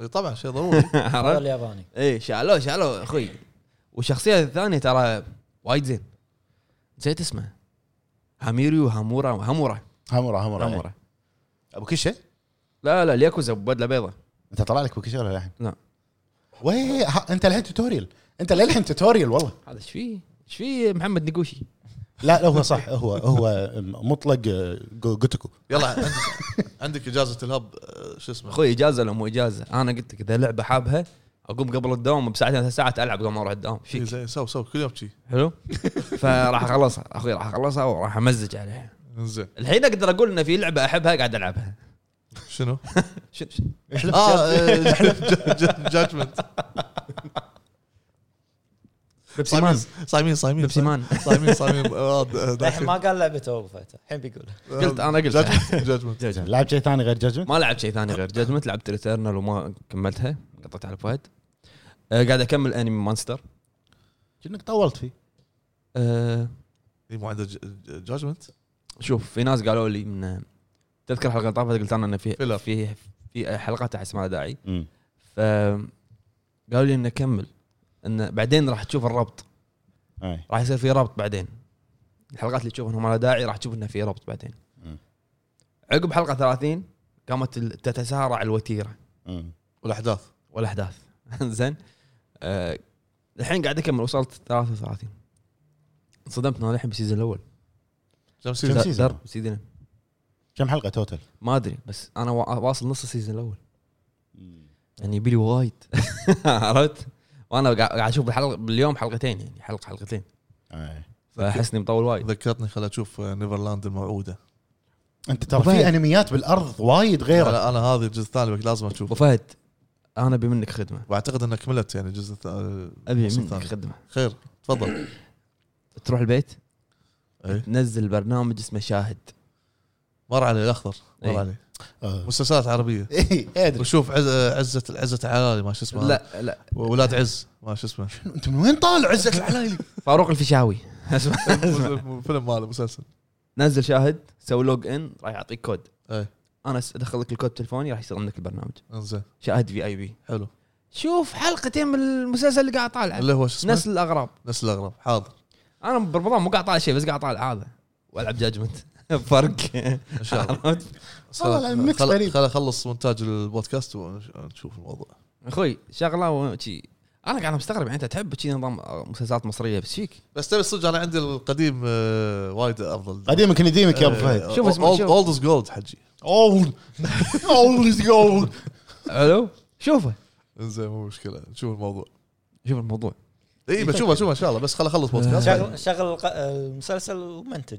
S2: إيه، طبعا شيء ضروري
S4: هذا
S1: عرفت؟
S4: الياباني
S1: ايه شالوه شالوه اخوي والشخصيه الثانيه ترى وايد زين نسيت اسمه هاميريو هامورا هامورا
S3: همره همره همره
S1: هامورا
S3: ابو كشه
S1: لا لا الياكوزا بدله بيضة
S3: انت طلع لك ابو كشه ولا الحين؟
S1: لا.
S3: وي ها- انت الحين توتوريال انت للحين توتوريال والله
S1: هذا ايش فيه؟ ايش فيه محمد نقوشي؟
S3: لا لا هو صح هو هو مطلق آه، جوتكو
S2: يلا عندك, عندك اجازه الهب آه، شو اسمه
S1: اخوي اجازه لو مو اجازه انا قلت لك اذا لعبه حابها اقوم قبل الدوام بساعتين ثلاث ساعات العب قبل ما اروح الدوام
S2: إيه،
S1: شيك
S2: زين سو سو كل يوم شي
S1: حلو فراح اخلصها اخوي راح اخلصها وراح امزج عليها
S2: زين
S1: الحين اقدر اقول ان في لعبه احبها قاعد العبها
S2: شنو؟
S1: شو- شو-
S2: اه جادجمنت
S1: بيبسي مان
S2: صايمين صايمين
S1: بيبسي مان
S2: صايمين صايمين آه،
S4: الحين ما قال لعبته وقفت الحين بيقول
S1: قلت أنا قلت.
S2: جادجمنت
S3: لعب شيء ثاني غير جاجمنت
S1: ما لعبت شيء ثاني غير جادمنت لعبت ريتيرنال وما كملتها قطعت على فهد آه، قاعد اكمل انمي مانستر
S3: كأنك طولت فيه
S1: آه،
S2: إيه، مو عنده جادجمنت
S1: شوف في ناس قالوا لي من تذكر حلقه طافت قلت انا ان في
S2: Filler.
S1: في في حلقات احس ما لها داعي
S3: مم.
S1: ف قالوا لي انه كمل انه بعدين راح تشوف الربط
S3: اي
S1: راح يصير في ربط بعدين الحلقات اللي تشوف انها ما لها داعي راح تشوف انه في ربط بعدين
S3: مم.
S1: عقب حلقه 30 قامت ال- تتسارع الوتيره
S3: مم.
S2: والاحداث
S1: والاحداث زين آه، الحين قاعد اكمل وصلت 33 انصدمت إن انا الحين بالسيزون الاول
S2: كم
S3: كم
S2: سيزون؟
S3: سيزون؟
S1: درب سيزون
S3: كم حلقه توتل؟
S1: ما ادري بس انا وا- واصل نص السيزون الاول يعني يبي لي وايد عرفت؟ وانا قاعد قاعد اشوف بالحلقه باليوم حلقتين يعني حلقه حلقتين
S3: أي.
S1: فاحس اني مطول وايد
S2: ذكرتني خل اشوف نيفرلاند الموعوده
S3: انت ترى في انميات بالارض وايد غيره
S2: انا أنا هذه الجزء الثاني بك لازم
S1: ابو
S2: اشوفه
S1: فهد انا ابي منك خدمه
S2: واعتقد انك كملت يعني الجزء الثاني
S1: ابي
S2: الموسم
S1: منك
S2: الثاني.
S1: خدمه
S2: خير تفضل
S1: تروح البيت
S2: إيه.
S1: تنزل برنامج اسمه شاهد
S2: مر علي الاخضر مر
S1: إيه.
S2: علي
S3: آه.
S2: مسلسلات عربيه
S3: اي ادري
S2: وشوف عز- عزه عزه العلالي ما شو اسمه هذا.
S1: لا لا
S2: واولاد عز ما شو اسمه
S3: انت من وين طالع عزه العلايلي؟
S1: فاروق الفيشاوي اسمع
S2: فيلم ماله مسلسل
S1: نزل شاهد سوي لوج ان راح يعطيك كود
S2: ايه
S1: انا س- ادخل لك الكود تلفوني راح يصير عندك البرنامج
S2: انزين
S1: شاهد في اي بي
S2: حلو
S1: شوف حلقتين من المسلسل اللي قاعد طالع
S2: اللي هو شو اسمه
S1: نسل الاغراب
S2: نسل الاغراب حاضر
S1: انا برمضان مو قاعد طالع شيء بس قاعد طالع هذا والعب جاجمنت فرق
S2: ان شاء الله
S3: والله العظيم ميكس
S2: خل-
S3: غريب.
S2: خل اخلص مونتاج البودكاست ونشوف الموضوع
S1: اخوي شغله وشي انا قاعد مستغرب يعني انت تحب شي نظام مسلسلات مصريه بس فيك
S2: بس تبي الصدق انا عندي القديم آه، وايد آه، افضل
S3: قديمك نديمك يا ابو فهد
S1: شوف اسمع، شوف.
S2: اولد از جولد حجي
S3: اولد اولد جولد
S1: حلو شوفه
S2: زين مو مشكله نشوف الموضوع
S1: شوف الموضوع
S2: اي بشوفه اشوفه ان شاء الله بس خل اخلص بودكاست
S5: شغل شغل الق- المسلسل ومنتج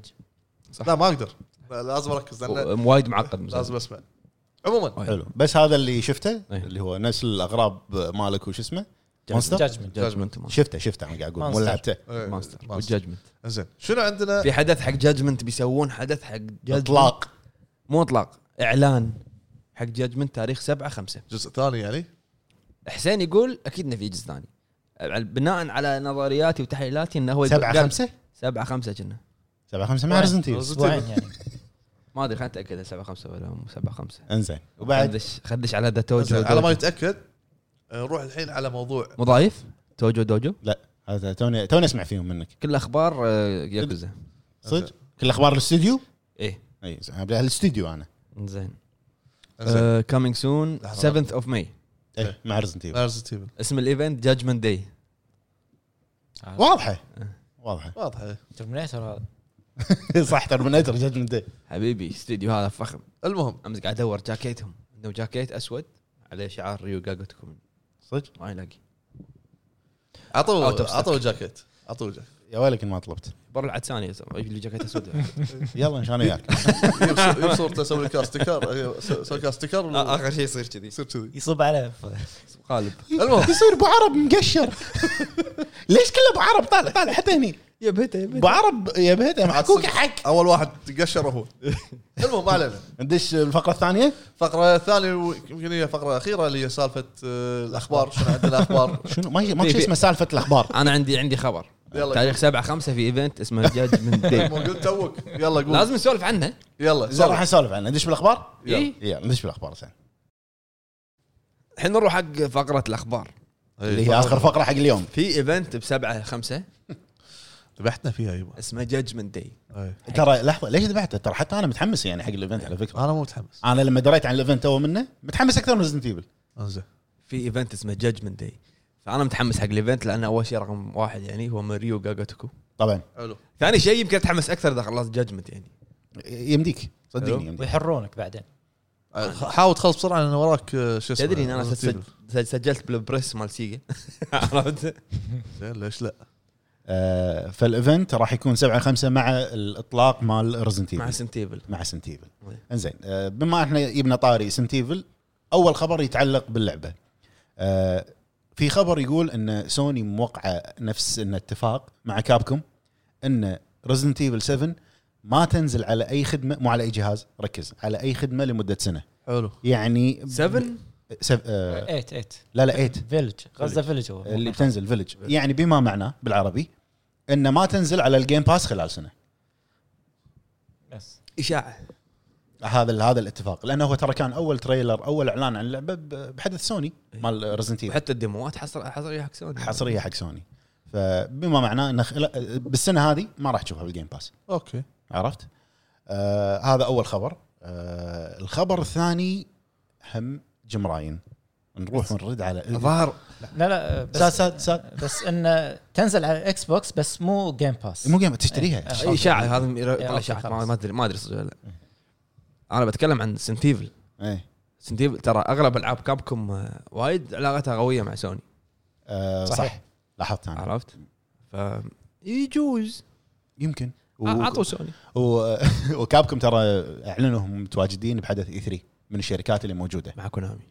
S2: لا ما اقدر لا، لازم اركز لان
S1: و- وايد معقد
S2: لازم اسمع عموما
S3: حلو بس هذا اللي شفته
S1: إيه.
S3: اللي هو نسل الاغراب مالك وش اسمه مونستر
S4: جاجمنت
S1: جادجمنت
S3: شفته شفته انا قاعد اقول مو
S5: مونستر.
S3: لعبته
S1: ماستر والجادجمنت
S2: زين شنو عندنا
S1: في حدث حق جادجمنت بيسوون حدث حق جادجمنت
S3: اطلاق
S1: مو اطلاق اعلان حق جادجمنت تاريخ 7 5
S2: جزء ثاني يعني
S1: حسين يقول اكيد انه في جزء ثاني بناء على نظرياتي وتحليلاتي انه هو
S3: سبعة خمسة
S1: 7 5 كنا
S3: 7 5 مع ريزنت ايفل
S5: اسبوعين يعني
S1: ما ادري خلينا نتاكد 7 5 ولا مو 7 5
S3: انزين وبعد
S1: خدش خدش على ذا توجو
S2: زين، على
S1: دوجو.
S2: ما نتاكد آه، نروح الحين على موضوع
S1: مضايف توجو دوجو
S3: هذا توني توني اسمع فيهم منك
S1: كل اخبار آه، ياكوزا
S3: صدق كل اخبار الاستوديو
S1: ايه
S3: اي زين، أبدأ على الاستوديو انا
S1: زين
S3: آه،
S2: زين.
S1: كامينج سون
S2: آه، لحظة.
S1: 7th اوف ماي
S3: إيه، مع ريزنت ايفل
S2: Resident Evil.
S1: اسم الايفنت جادجمنت داي
S3: واضحه واضحه
S2: واضح إيه.
S4: ترمينيتر هذا
S3: صح ترمينيتر جادجمنت داي
S1: حبيبي استديو هذا فخم
S2: المهم
S1: امس قاعد ادور جاكيتهم عندهم جاكيت اسود عليه شعار ريو جاجوتكم
S3: صدق
S1: ما يلاقي
S2: عطوا
S1: Out of stock.
S2: عطوا جاكيت عطوا جاكيت
S3: يا ويلك إن ما طلبت
S1: برا العدساني يجيب لي جاكيت اسود
S3: يلا ان شاء الله وياك
S2: يجيب صور- يجيب صورته اسوي لك استيكر اسوي لك استيكر
S3: آه،
S2: ولا-
S1: آه، شيء يصير كذي
S2: يصير كذي
S5: يصب عليه
S1: غالب
S2: المهم
S3: يصير ابو عرب مقشر ليش كله ابو عرب طالع طالع حتى هني
S1: يا بيته يا
S3: ابو عرب يا بهته معكوك
S2: حق اول واحد قشر هو المهم ما علينا
S3: ندش الفقره الثانيه
S2: الفقره الثانيه يمكن هي فقره اخيره اللي هي سالفه آه، الاخبار شنو عندنا اخبار
S3: شنو ما ما شيء اسمه سالفه الاخبار
S1: انا عندي عندي خبر
S2: يلا.
S1: تاريخ 7 5 في ايفنت اسمه جادجمنت داي
S2: مو قلت توك يلا قول
S1: لازم نسولف عنه
S2: يلا
S3: زين
S2: سولف.
S3: راح نسولف عنها ندش بالاخبار
S2: يلا.
S1: إيه.
S3: يلا ندش بالاخبار زين
S1: الحين نروح حق فقره الاخبار
S2: إيه، طيب،
S3: اللي هي اخر فقره حق اليوم
S1: في ايفنت ب 7 5
S2: ذبحتنا فيها يبا
S1: اسمه جادجمنت داي
S2: أي.
S3: ترى لحظه ليش ذبحته ترى حتى انا متحمس يعني حق الايفنت على فكره
S2: انا مو متحمس
S3: انا لما دريت عن الايفنت تو منه متحمس اكثر من ريزنت ايفل
S2: انزين
S1: في ايفنت اسمه جادجمنت داي فانا متحمس حق الايفنت لانه اول شيء رقم واحد يعني هو ماريو جاجاتوكو
S3: طبعا
S2: حلو
S1: ثاني شيء يمكن اتحمس اكثر اذا خلصت جادجمنت يعني
S3: يمديك صدقني
S1: حلو.
S3: يمديك
S4: ويحرونك بعدين
S2: آه، حاول تخلص بسرعه لان وراك آه، شو اسمه
S1: تدري ان انا
S2: Resident
S1: سجل-
S2: Evil.
S1: سج- سجلت بالبريس مال سيجا عرفت؟
S2: زين ليش لا
S3: آه، فالايفنت راح يكون 7 5 مع الاطلاق مال ريزنت
S1: مع
S3: ايفل
S1: سنتيبل
S3: مع سنتيفل
S1: طيب.
S3: انزين آه، بما احنا جبنا طاري سنتيفل اول خبر يتعلق باللعبه آه، في خبر يقول ان سوني موقعه نفس ان اتفاق مع كابكم ان ريزنت ايفل 7 ما تنزل على اي خدمه مو على اي جهاز ركز على اي خدمه لمده سنه
S2: حلو
S3: يعني
S1: 7
S3: سف... آه، إيه.
S4: 8 8
S3: لا لا 8
S4: فيلج غزه فيلج هو
S3: اللي بتنزل فيلج يعني بما معناه بالعربي ان ما تنزل على الجيم باس خلال سنه
S4: بس
S1: اشاعه
S3: هذا هذا الاتفاق لانه هو ترى كان اول تريلر اول اعلان عن اللعبه ب- بحدث سوني
S4: إيه.
S3: مال ريزنت ايفل
S1: وحتى الديموات حصر حصريه حق سوني
S3: حصريه حق سوني فبما معناه انه خل- بالسنه هذه ما راح تشوفها بالجيم باس
S2: اوكي
S3: عرفت؟ آه هذا اول خبر آه الخبر الثاني هم جيم راين نروح ونرد على
S1: ظهر
S4: لا لا آه،
S3: ساد
S4: بس
S3: ساد ساد
S4: بس انه تنزل على الاكس بوكس بس مو جيم باس
S3: مو جيم تشتريها
S4: إيه.
S1: أي اشاعه هذا م-
S4: أوكي،
S1: طلع اشاعه ما-
S4: خلاص.
S1: ما ادري ما ادري صدق ولا لا انا بتكلم عن سنتيفل
S3: ايه
S1: سنتيفل ترى اغلب العاب كابكم آه، وايد علاقتها قويه مع سوني
S3: آه صح
S4: صحيح.
S3: لاحظت انا
S1: عرفت؟ ف يجوز
S3: يمكن و...
S1: اعطوا سوني
S3: و... وكابكم ترى اعلنوا هم متواجدين بحدث اي 3 من الشركات اللي موجوده
S1: مع كونامي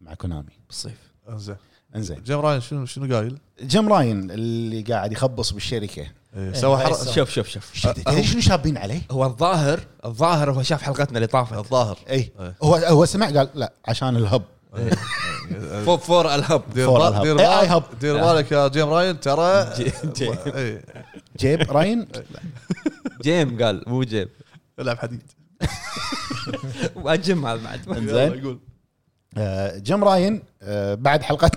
S3: مع كونامي
S1: بالصيف
S2: انزين
S3: انزين
S2: جيم راين شنو شنو قايل؟
S3: جيم راين اللي قاعد يخبص بالشركه
S2: إيه،
S4: سوى
S2: حرق-
S4: حرق
S1: شوف شوف شوف
S3: تدري شنو شابين عليه؟
S1: هو الظاهر الظاهر هو شاف حلقتنا اللي طافت
S2: الظاهر
S3: اي
S1: أه.
S2: إيه.
S3: هو هو سمع قال لا عشان الهب
S1: فور, فور الهب
S2: إيه. دير
S3: فور
S2: بال-
S3: الهب.
S2: دير
S3: إيه، آي
S2: بالك
S3: هب.
S2: دير بالك يا جيم راين ترى
S1: جي- جيم.
S2: إيه،
S3: جيب راين
S1: جيم قال مو جيم
S2: العب حديد
S1: واجم هذا بعد
S3: انزين
S2: يقول
S3: آه، جيم راين آه، بعد حلقه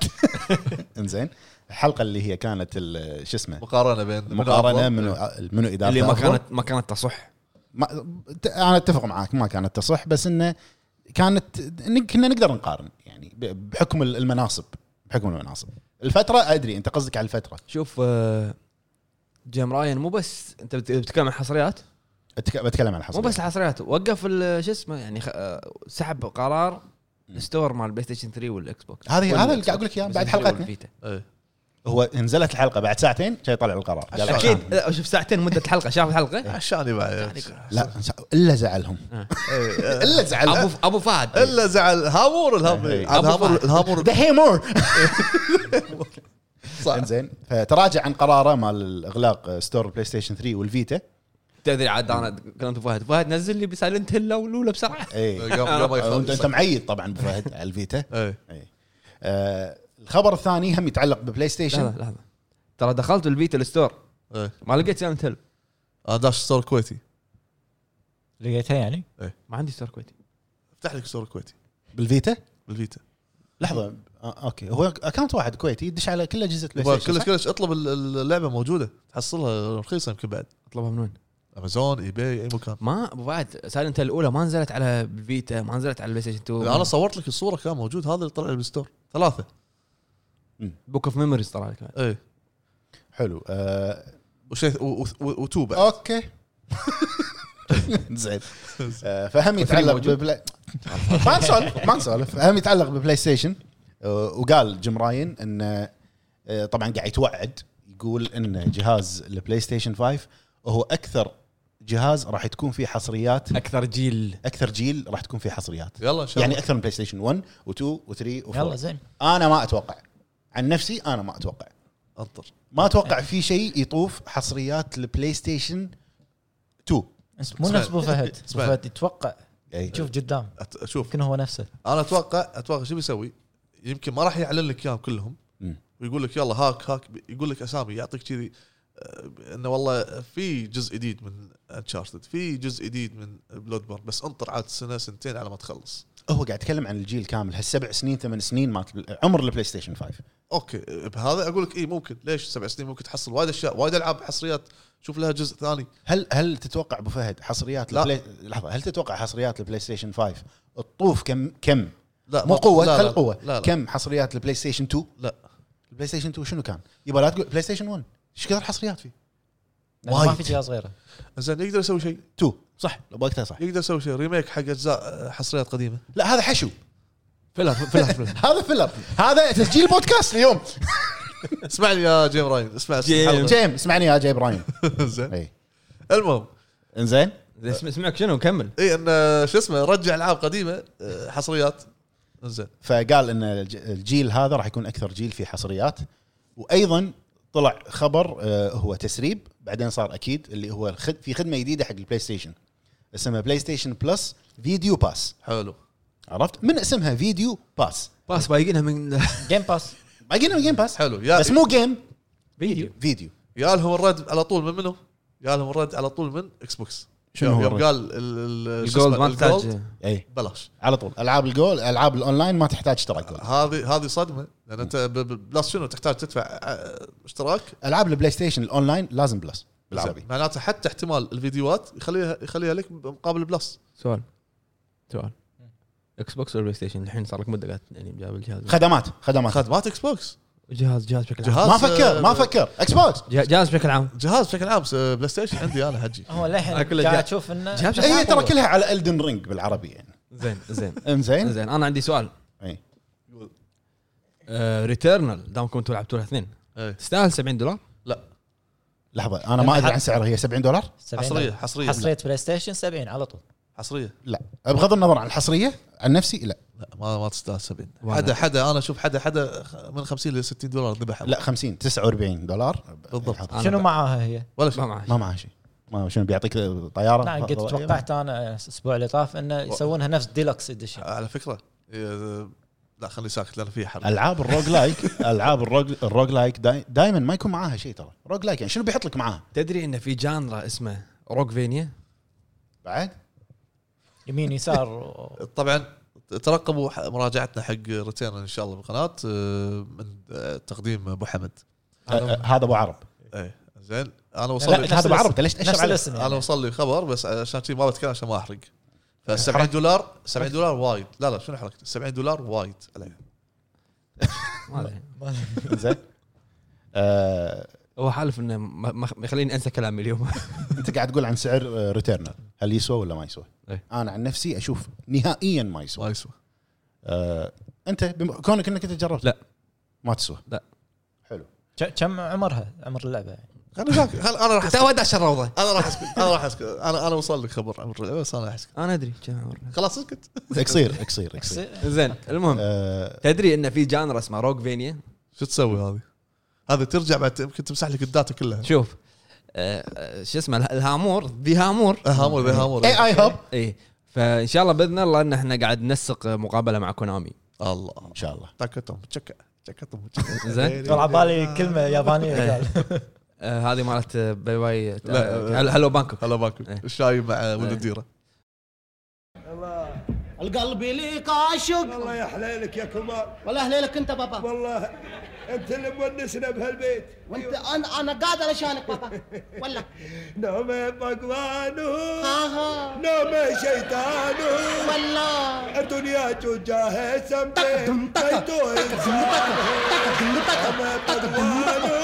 S3: انزين الحلقه اللي هي كانت ال- شو اسمه
S2: مقارنه بين
S3: مقارنه
S2: أفضل.
S3: منو منو ادارته
S1: أه. اللي ما
S3: أفضل؟
S1: كانت ما كانت تصح
S3: ما ت- انا اتفق معاك ما كانت تصح بس انه كانت إن كنا نقدر نقارن يعني ب- بحكم ال- المناصب بحكم المناصب الفتره ادري انت قصدك على الفتره
S1: شوف آه، جيم راين مو بس انت بت- بتتكلم عن الحصريات
S3: أتك- بتكلم عن
S1: مو
S3: الحصريات
S1: بس الحصريات وقف ال- شو اسمه يعني خ- آه، سحب قرار
S3: مم.
S1: الستور مال بلاي ستيشن 3 والاكس بوكس
S3: هذه-
S1: وال-
S3: هذا اللي قاعد أقول لك إياه بعد حلقتنا.
S1: والفيتا.
S2: إيه.
S3: هو نزلت الحلقه بعد ساعتين جاي يطلع القرار قال
S1: اكيد
S3: عشان.
S1: لا، شوف ساعتين مده الحلقه شاف الحلقه
S2: عشاني بعد
S3: لا س- الا زعلهم الا
S1: ابو
S3: زعل
S1: ابو فهد
S2: الا زعل هامور الهامور
S3: إيه.
S2: عاد
S1: أبو
S2: هامور
S1: فهد.
S2: الهامور
S3: دحين مور
S2: صح
S3: انزين فتراجع عن قراره مال اغلاق ستور بلاي ستيشن 3 والفيتا
S1: تدري عاد انا كلمت فهد فهد نزل لي بسايلنت هيل الاولى بسرعه
S3: اي
S2: قبل ما يخلص
S3: انت انت معيد طبعا ابو فهد على الفيتا
S2: إيه.
S3: اي آه الخبر الثاني هم يتعلق ببلاي
S1: لحظه
S3: ستيشن
S1: لحظه ترى دخلت البيت الستور
S2: إيه.
S1: ما لقيت سايلنت هيل
S2: انا داش ستور كويتي
S4: لقيتها يعني
S1: ما عندي ستور كويتي
S2: افتح لك ستور كويتي
S3: بالفيتا
S2: بالفيتا
S3: لحظه آه اوكي هو اكونت واحد كويتي يدش على كل اجهزه بلاي ستيشن
S2: كلش
S3: صح؟
S2: كلش اطلب ال- اللعبه موجوده تحصلها رخيصه يمكن بعد
S1: اطلبها من وين؟
S2: امازون اي باي اي مكان
S1: ما ابو فهد سايلنت هيل الاولى ما نزلت على الفيتا ما نزلت على البلاي ستيشن 2
S2: انا صورت لك الصوره كان موجود هذا اللي طلع لي بالستور ثلاثه
S1: بوك اوف ميموريز طلع لك
S3: إيه.
S2: اي
S3: حلو آه
S2: وشيء و- و- و- وتو بعد
S3: اوكي زين آه، فهم يتعلق
S1: موجود؟
S3: ببلاي ما نسولف ما نسولف هم يتعلق ببلاي ستيشن آه، وقال جيم راين انه آه، طبعا قاعد يتوعد يقول ان جهاز البلاي ستيشن 5 هو اكثر جهاز راح تكون فيه حصريات
S1: اكثر جيل
S3: اكثر جيل راح تكون فيه حصريات
S2: يلا ان شاء
S3: يعني
S2: الله
S3: اكثر من بلاي ستيشن 1 و2 و3
S4: يلا
S3: و4
S4: زين
S3: انا ما اتوقع عن نفسي انا ما اتوقع
S2: انطر
S3: ما اتوقع في شيء يطوف حصريات البلاي ستيشن 2
S4: أنت مو نفس ابو فهد ابو
S2: اسمعني.
S4: فهد يتوقع
S2: إيه.
S3: اي
S4: شوف قدام
S2: أت- شوف
S4: يمكن هو نفسه
S2: انا اتوقع اتوقع شو بيسوي؟ يمكن ما راح يعلن لك اياهم كلهم
S3: مم.
S2: ويقول لك يلا هاك هاك يقول لك اسامي يعطيك كذي آه، انه والله في جزء جديد من انشارتد في جزء جديد من بلود بورن بس انطر عاد سنه سنتين على ما تخلص
S3: هو قاعد يتكلم عن الجيل كامل هالسبع سنين ثمان سنين مالت عمر البلاي ستيشن 5
S2: اوكي بهذا اقول لك اي ممكن ليش سبع سنين ممكن تحصل وايد اشياء وايد العاب حصريات شوف لها جزء ثاني
S3: هل هل تتوقع ابو فهد حصريات
S2: لا.
S3: البلاي لحظه هل تتوقع حصريات البلاي ستيشن 5 تطوف كم كم
S2: لا
S3: مو
S2: ما-
S3: قوه
S2: لا،
S3: خل
S2: لا،
S3: قوه
S2: لا لا
S3: كم حصريات البلاي ستيشن 2
S2: لا
S3: البلاي ستيشن 2 شنو كان؟ يبا لا تقول بلاي ستيشن 1 ايش كثر حصريات فيه؟
S4: لأنه يعني ما
S3: وايد.
S4: في جهاز غيره
S2: زين يقدر يسوي شيء
S3: 2 صح بوقتها صح
S2: يقدر يسوي شيء ريميك حق اجزاء آه، حصريات قديمه
S3: لا هذا حشو
S1: فيلر فيلر فيلر
S3: هذا فيلر هذا تسجيل بودكاست اليوم
S2: اسمعني يا جيم راين اسمع اسمع
S1: جيم.
S2: الحلقة.
S3: جيم اسمعني يا جاي إيه. ابراهيم
S2: زين
S3: اي
S2: المهم
S3: انزين
S1: اسمعك شنو كمل
S2: اي ان آه، شو اسمه رجع العاب قديمه آه، حصريات زين
S3: فقال ان الج- الجيل هذا راح يكون اكثر جيل فيه حصريات وايضا طلع خبر آه، هو تسريب بعدين صار اكيد اللي هو الخد- في خدمه جديده حق البلاي ستيشن اسمها بلاي ستيشن بلس فيديو باس
S2: حلو
S3: عرفت من اسمها فيديو باس
S1: باس بايقينها من
S4: جيم باس
S3: باقينا جيم باس
S2: حلو يا
S3: بس مو جيم
S1: فيديو
S3: فيديو
S2: يا لهم الرد على طول من منو؟ يا لهم الرد على طول من اكس بوكس
S3: شنو
S2: يوم-
S3: هو
S2: يوم
S3: الرد؟
S2: قال ال- ال- شو
S1: الجولد
S2: اسمه،
S1: ما
S2: الجولد
S1: تحتاج
S3: اي
S2: بلاش
S3: على طول العاب الجول العاب الاونلاين ما تحتاج اشتراك
S2: آه.
S3: جولد.
S2: هذه هذه صدمه لان انت ب- ب- بلس شنو تحتاج تدفع آه، اشتراك
S3: العاب البلاي ستيشن الاونلاين لازم بلس بالعربي
S2: زين. معناته حتى احتمال الفيديوهات يخليها يخليها لك مقابل بلس
S1: سؤال سؤال اكس بوكس ولا بلاي ستيشن الحين صار لك مده قاعد يعني جاب الجهاز
S3: خدمات خدمات
S2: خدمات اكس بوكس
S1: جهاز جهاز بشكل عام
S2: جهاز
S3: ما فكر ما
S2: آه،
S3: فكر اكس بوكس
S1: جه- جهاز بشكل عام
S2: جهاز بشكل عام س- بلاي ستيشن عندي انا حجي
S4: هو
S1: أنا
S4: للحين
S1: كله
S4: قاعد
S1: جا-
S4: تشوف انه
S1: جاب إيه، شخص.
S3: هي إيه، ترى كلها على الدن رينج بالعربي يعني إيه.
S1: زين زين
S3: انزين
S1: زين انا عندي سؤال آه،
S3: اي
S1: ريتيرنال دام كنتوا لعبتوا لها اثنين
S2: إيه.
S1: تستاهل 70 دولار
S3: لحظه انا ما ادري عن سعرها هي 70 دولار
S4: 70
S2: حصريه
S4: دولار.
S2: حصريه
S4: حصريه بلاي ستيشن 70 على طول
S2: حصريه
S3: لا بغض النظر عن الحصريه عن نفسي لا
S2: لا ما ما تستاهل 70
S1: ولا.
S2: حدا حدا انا اشوف حدا حدا خ- من 50 ل 60 دولار ذبح
S3: لا 50 49 دولار
S2: بالضبط.
S3: الحظ.
S1: أنا
S4: شنو
S1: ب-
S4: معاها هي؟
S2: ولا
S1: ما
S2: شيء
S1: معي
S3: ما معها شيء ما شنو بيعطيك طياره
S4: لا نعم، قلت
S1: إيه.
S4: توقعت انا الاسبوع اللي طاف انه يسوونها نفس ديلكس اديشن
S2: على فكره إيه، لا خلي ساكت لان في حرب
S3: العاب الروج لايك العاب الروج الروج لايك دائما ما يكون معاها شيء ترى روج لايك يعني شنو بيحط لك معاها
S1: تدري ان في جانرا اسمه روكفينيا
S3: بعد
S4: يمين يسار و-
S2: طبعا ترقبوا ح- مراجعتنا حق ريتيرن ان شاء الله بالقناه آه، من آه، تقديم ابو حمد
S3: آه، آه، أه، هذا ابو عرب
S2: ايه زين انا وصل
S4: لا،
S2: لي
S4: طيب، نفس
S3: هذا بعرب
S4: الاسم.
S3: انت ليش تاشر
S4: نفس
S3: عليه؟
S4: الاسم يعني.
S2: انا وصل لي خبر بس عشان كذي ما بتكلم عشان ما احرق ف 70 دولار 70 دولار وايد لا لا شنو حركت 70 دولار وايد عليه
S1: ما أدري.
S3: زين آه،
S1: هو حالف انه ما ما- ما يخليني انسى كلامي اليوم
S3: انت قاعد تقول عن سعر ريتيرنر هل يسوى ولا ما يسوى؟
S1: إيه.
S3: انا عن نفسي اشوف نهائيا ما يسوى
S2: ما يسوى
S3: آه، انت بم- كونك انك انت جربت
S1: لا.
S3: ما تسوى
S1: لا.
S3: حلو
S4: كم عمرها عمر اللعبه يعني
S2: خلنا ذاك خل- انا راح أسكت.
S1: تو داش الروضه
S2: انا راح اسكت انا راح اسكت انا انا وصل لك خبر عمر اللعبة، بس انا راح اسكت
S1: انا ادري كم عمره
S2: خلاص اسكت
S3: قصير قصير قصير
S1: زين المهم
S3: آه،
S1: تدري ان في جانر اسمه روك فينيا
S2: شو تسوي هذه؟ هذا ترجع بعد يمكن تمسح لك الداتا كلها
S1: شوف آه، آه، شو اسمه اله- الهامور ذي هامور
S2: هامور ذي هامور
S4: إيه،
S3: اي اي هاب
S1: اي فان شاء الله باذن الله ان احنا قاعد ننسق مقابله مع كونامي
S2: الله
S3: ان شاء الله
S2: تاكتهم تشكا تشكتهم إيه.
S1: زين.
S4: والله على بالي كلمه يابانيه
S1: إيه.
S4: قال
S1: آه، هذه مالت آه، باي باي آه،
S2: لا، آه،
S1: هل- هلو بانكوك
S2: هلا باكو
S1: إيه.
S2: الشايب مع ولد
S1: إيه.
S2: الديره
S6: القلب ليك عاشق
S7: الله يا حليلك يا كمال
S6: ولا اهليلك انت بابا
S7: والله انت اللي مونسنا بهالبيت
S6: وانت انا انا قاعد علشانك بابا ولا
S7: نومه بقوانه
S6: ها ها
S7: نومه شيطانه
S6: ولا
S7: الدنيا تجاه سمبي
S6: تقدم
S7: بيته انسانه نومه بقوانه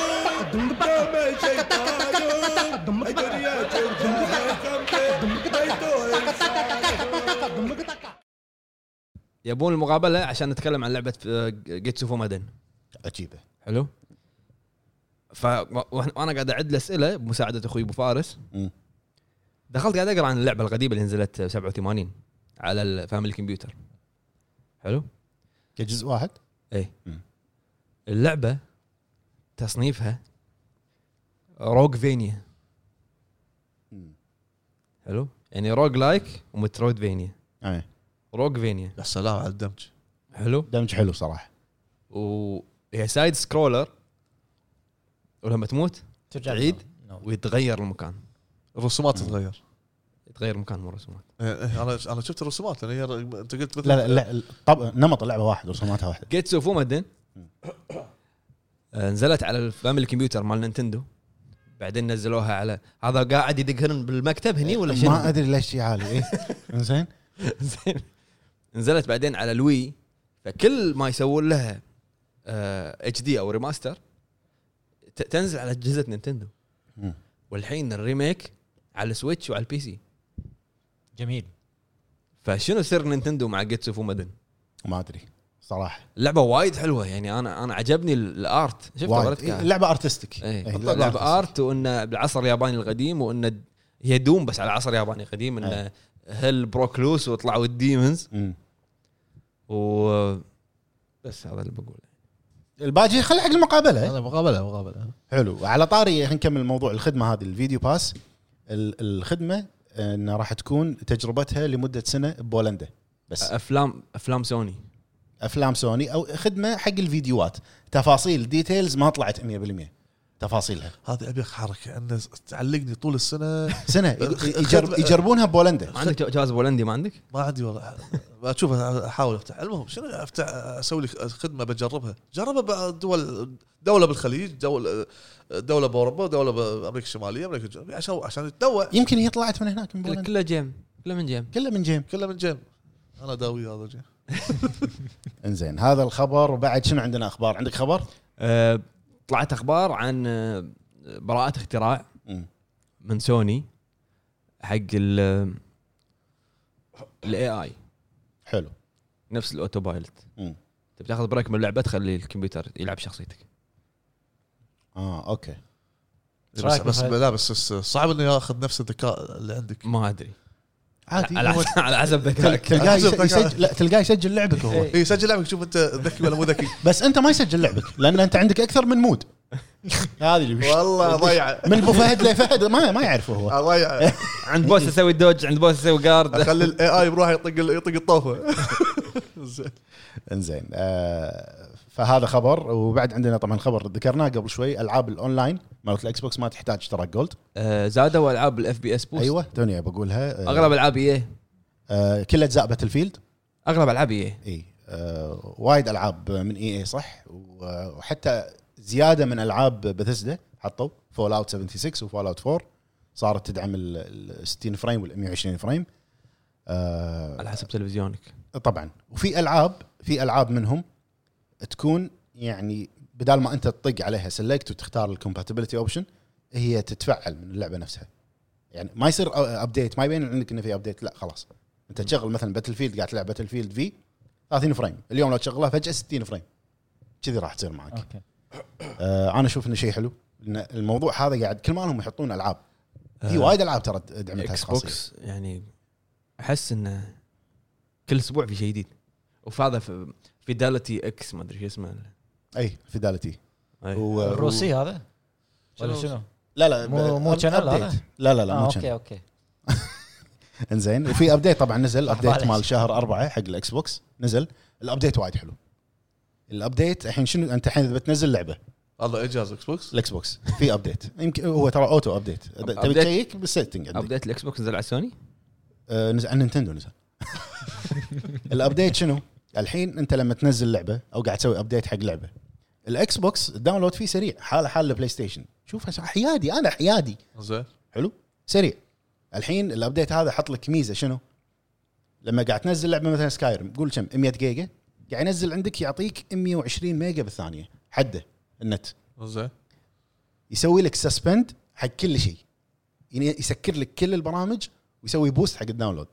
S7: نومه شيطانه الدنيا تجاه سمبي بيته انسانه
S1: يبون المقابله عشان نتكلم عن لعبه آه، جيتسو فومادن
S3: اجيبه
S1: حلو ف وانا قاعد اعد الاسئله بمساعده اخوي ابو فارس
S3: مم.
S1: دخلت قاعد اقرا عن اللعبه القديمه اللي نزلت 87 على الفاميلي كمبيوتر حلو إيه.
S3: كجزء واحد
S1: اي
S3: مم.
S1: اللعبه تصنيفها روج فينيا
S3: مم.
S1: حلو يعني روج لايك ومترويد فينيا
S3: ايه
S1: روج فينيا
S2: يا سلام على الدمج
S1: حلو
S3: دمج حلو صراحه
S1: وهي سايد سكرولر ولما تموت
S4: ترجع
S1: عيد؟
S4: نعم.
S1: ويتغير المكان
S2: الرسومات تتغير
S1: يتغير المكان مو رسومات
S2: إيه، إيه، انا انا شفت الرسومات لان هي انت قلت مثل
S3: لا لا, لا طب نمط اللعبه واحد ورسوماتها واحده
S1: جيتس اوف وومدن آه، نزلت على الفاميلي كمبيوتر مال نينتندو بعدين نزلوها على هذا قاعد يدقهن بالمكتب هني ولا شنو؟
S3: ما ادري ليش شي عالي ايه زين
S1: زين نزلت بعدين على الوي فكل ما يسوون لها آه، اتش دي او ريماستر ت- تنزل على اجهزه نينتندو
S3: مم.
S1: والحين الريميك على السويتش وعلى البي سي
S4: جميل
S1: فشنو سر نينتندو مع جيتس اوف ومدن؟
S3: ما ادري صراحه
S1: اللعبه وايد حلوه يعني انا انا عجبني ال- الارت شفت
S3: وايد
S1: وريتك
S3: إيه، لعبه ارتستيك
S1: ايه
S3: إيه،
S1: لعبه ارت وانه بالعصر الياباني القديم وانه هي دوم بس على عصر ياباني قديم انه
S3: إيه.
S1: هل بروكلوس وطلعوا الديمونز
S3: مم.
S1: و بس هذا اللي بقوله
S3: الباجي خلي حق المقابله
S2: انا مقابله مقابله
S3: حلو وعلى طاري خلينا نكمل موضوع الخدمه هذه الفيديو باس ال- الخدمه ان راح تكون تجربتها لمده سنه ببولندا بس
S1: افلام افلام سوني
S3: افلام سوني او خدمه حق الفيديوهات تفاصيل ديتيلز ما طلعت 100% تفاصيلها
S2: هذه ابيك حركه انه تعلقني طول السنه
S3: سنه
S2: خدمة-
S3: يجرب يجربونها ببولندا
S1: ما عندك جواز بولندي ما عندك؟
S2: ما عندي والله بشوف احاول افتح المهم شنو يعني افتح اسوي لي خدمه بجربها جربها بدول دوله بالخليج دوله دوله باوروبا دوله بامريكا الشماليه امريكا الجنوبيه عشان عشان يتنوع
S3: يمكن هي طلعت من هناك من بولندا
S1: كله جيم كله من جيم
S3: كلها من جيم
S2: كله من جيم انا داوي هذا الجيم
S3: انزين هذا الخبر وبعد شنو عندنا اخبار عندك خبر
S1: أه طلعت اخبار عن آه، براءة اختراع
S3: مم.
S1: من سوني حق ال الاي اي
S3: حلو
S1: نفس الاوتو بايلوت
S3: مم.
S1: انت بتاخذ بريك من اللعبه تخلي الكمبيوتر يلعب شخصيتك
S3: اه اوكي
S4: إيش
S2: إيه، بس
S4: رأيك
S2: بس
S4: بهاي؟
S2: لا بس بس صعب انه ياخذ نفس الذكاء اللي عندك
S1: ما ادري
S3: عادي
S1: على
S3: إيه، هو
S1: حسب- على حسب
S3: تل-
S1: ذكائك
S3: تلقاه
S2: حسب
S3: يسجل-
S2: ذكاء.
S3: يسجل لا تلقاه يسجل لعبك هو
S2: اي إيه، سجل لعبك شوف انت ذكي ولا مو ذكي
S3: بس انت ما يسجل لعبك لان انت عندك اكثر من مود هذه اللي
S2: والله ضيعه
S3: من ابو فهد لفهد ما ما يعرفه هو
S2: ضيعه
S1: عند بوس اسوي دوج عند بوس اسوي جارد
S2: اخلي الاي اي بروحه يطق ال- يطق الطوفه زين.
S3: انزين آه فهذا خبر وبعد عندنا طبعا خبر ذكرناه قبل شوي العاب الاونلاين مالت الاكس بوكس ما تحتاج اشتراك جولد
S1: آه، زادوا العاب الاف بي اس بوست
S3: ايوه توني بقولها آه
S1: اغلب العاب ايه
S3: آه كل اجزاء باتل فيلد
S1: اغلب العاب ايه
S3: اي آه وايد العاب من اي اي صح و- وحتى زياده من العاب بثسدا حطوا فول اوت 76 وفول اوت 4 صارت تدعم ال 60 فريم وال 120 فريم آه
S1: على حسب تلفزيونك
S3: طبعا وفي العاب في العاب منهم تكون يعني بدال ما انت تطق عليها سلكت وتختار الكومباتيبلتي اوبشن هي تتفعل من اللعبه نفسها يعني ما يصير ابديت ما يبين عندك انه في ابديت لا خلاص انت تشغل مثلا باتل فيلد قاعد تلعب باتل فيلد في 30 فريم اليوم لو تشغلها فجاه 60 فريم كذي راح تصير معك
S4: اوكي
S3: آه انا اشوف انه شيء حلو ان الموضوع هذا قاعد كل ما لهم يحطون العاب في وايد العاب ترى دعمت
S1: اكس بوكس يعني احس انه كل اسبوع في شيء جديد وفي هذا في- فيداليتي اكس ما ادري شو اسمه
S3: اي فيداليتي
S1: أي.
S4: الروسي هذا ولا
S2: شنو؟
S4: شنو؟
S3: لا لا
S4: مو- مو
S3: ب-
S4: channel هذا؟
S3: update. لا لا لا
S4: آه
S3: مو
S4: اوكي
S3: channel.
S4: اوكي
S3: انزين وفي ابديت طبعا نزل
S4: راح
S3: ابديت
S4: بالي.
S3: مال شهر أربعة حق الاكس بوكس نزل الابديت وايد حلو الابديت الحين شنو انت الحين اذا بتنزل لعبه
S2: هذا اجهز اكس بوكس
S3: الاكس بوكس في ابديت يمكن هو ترى اوتو ابديت إذا تبي
S1: update.
S3: تشيك بالسيتنج عندك
S1: ابديت الاكس بوكس نزل على سوني
S3: آه، نزل عن نينتندو نزل الابديت شنو؟ الحين انت لما تنزل لعبه او قاعد تسوي ابديت حق لعبه الاكس بوكس الداونلود فيه سريع حاله حال البلاي ستيشن شوف حيادي انا حيادي
S2: زين
S3: حلو سريع الحين الابديت هذا حط لك ميزه شنو؟ لما قاعد تنزل لعبه مثلا سكايرم قول كم 100 جيجا قاعد ينزل عندك يعطيك 120 ميجا بالثانيه حده النت
S2: زين
S3: يسوي لك سسبند حق كل شيء يعني يسكر لك كل البرامج ويسوي بوست حق الداونلود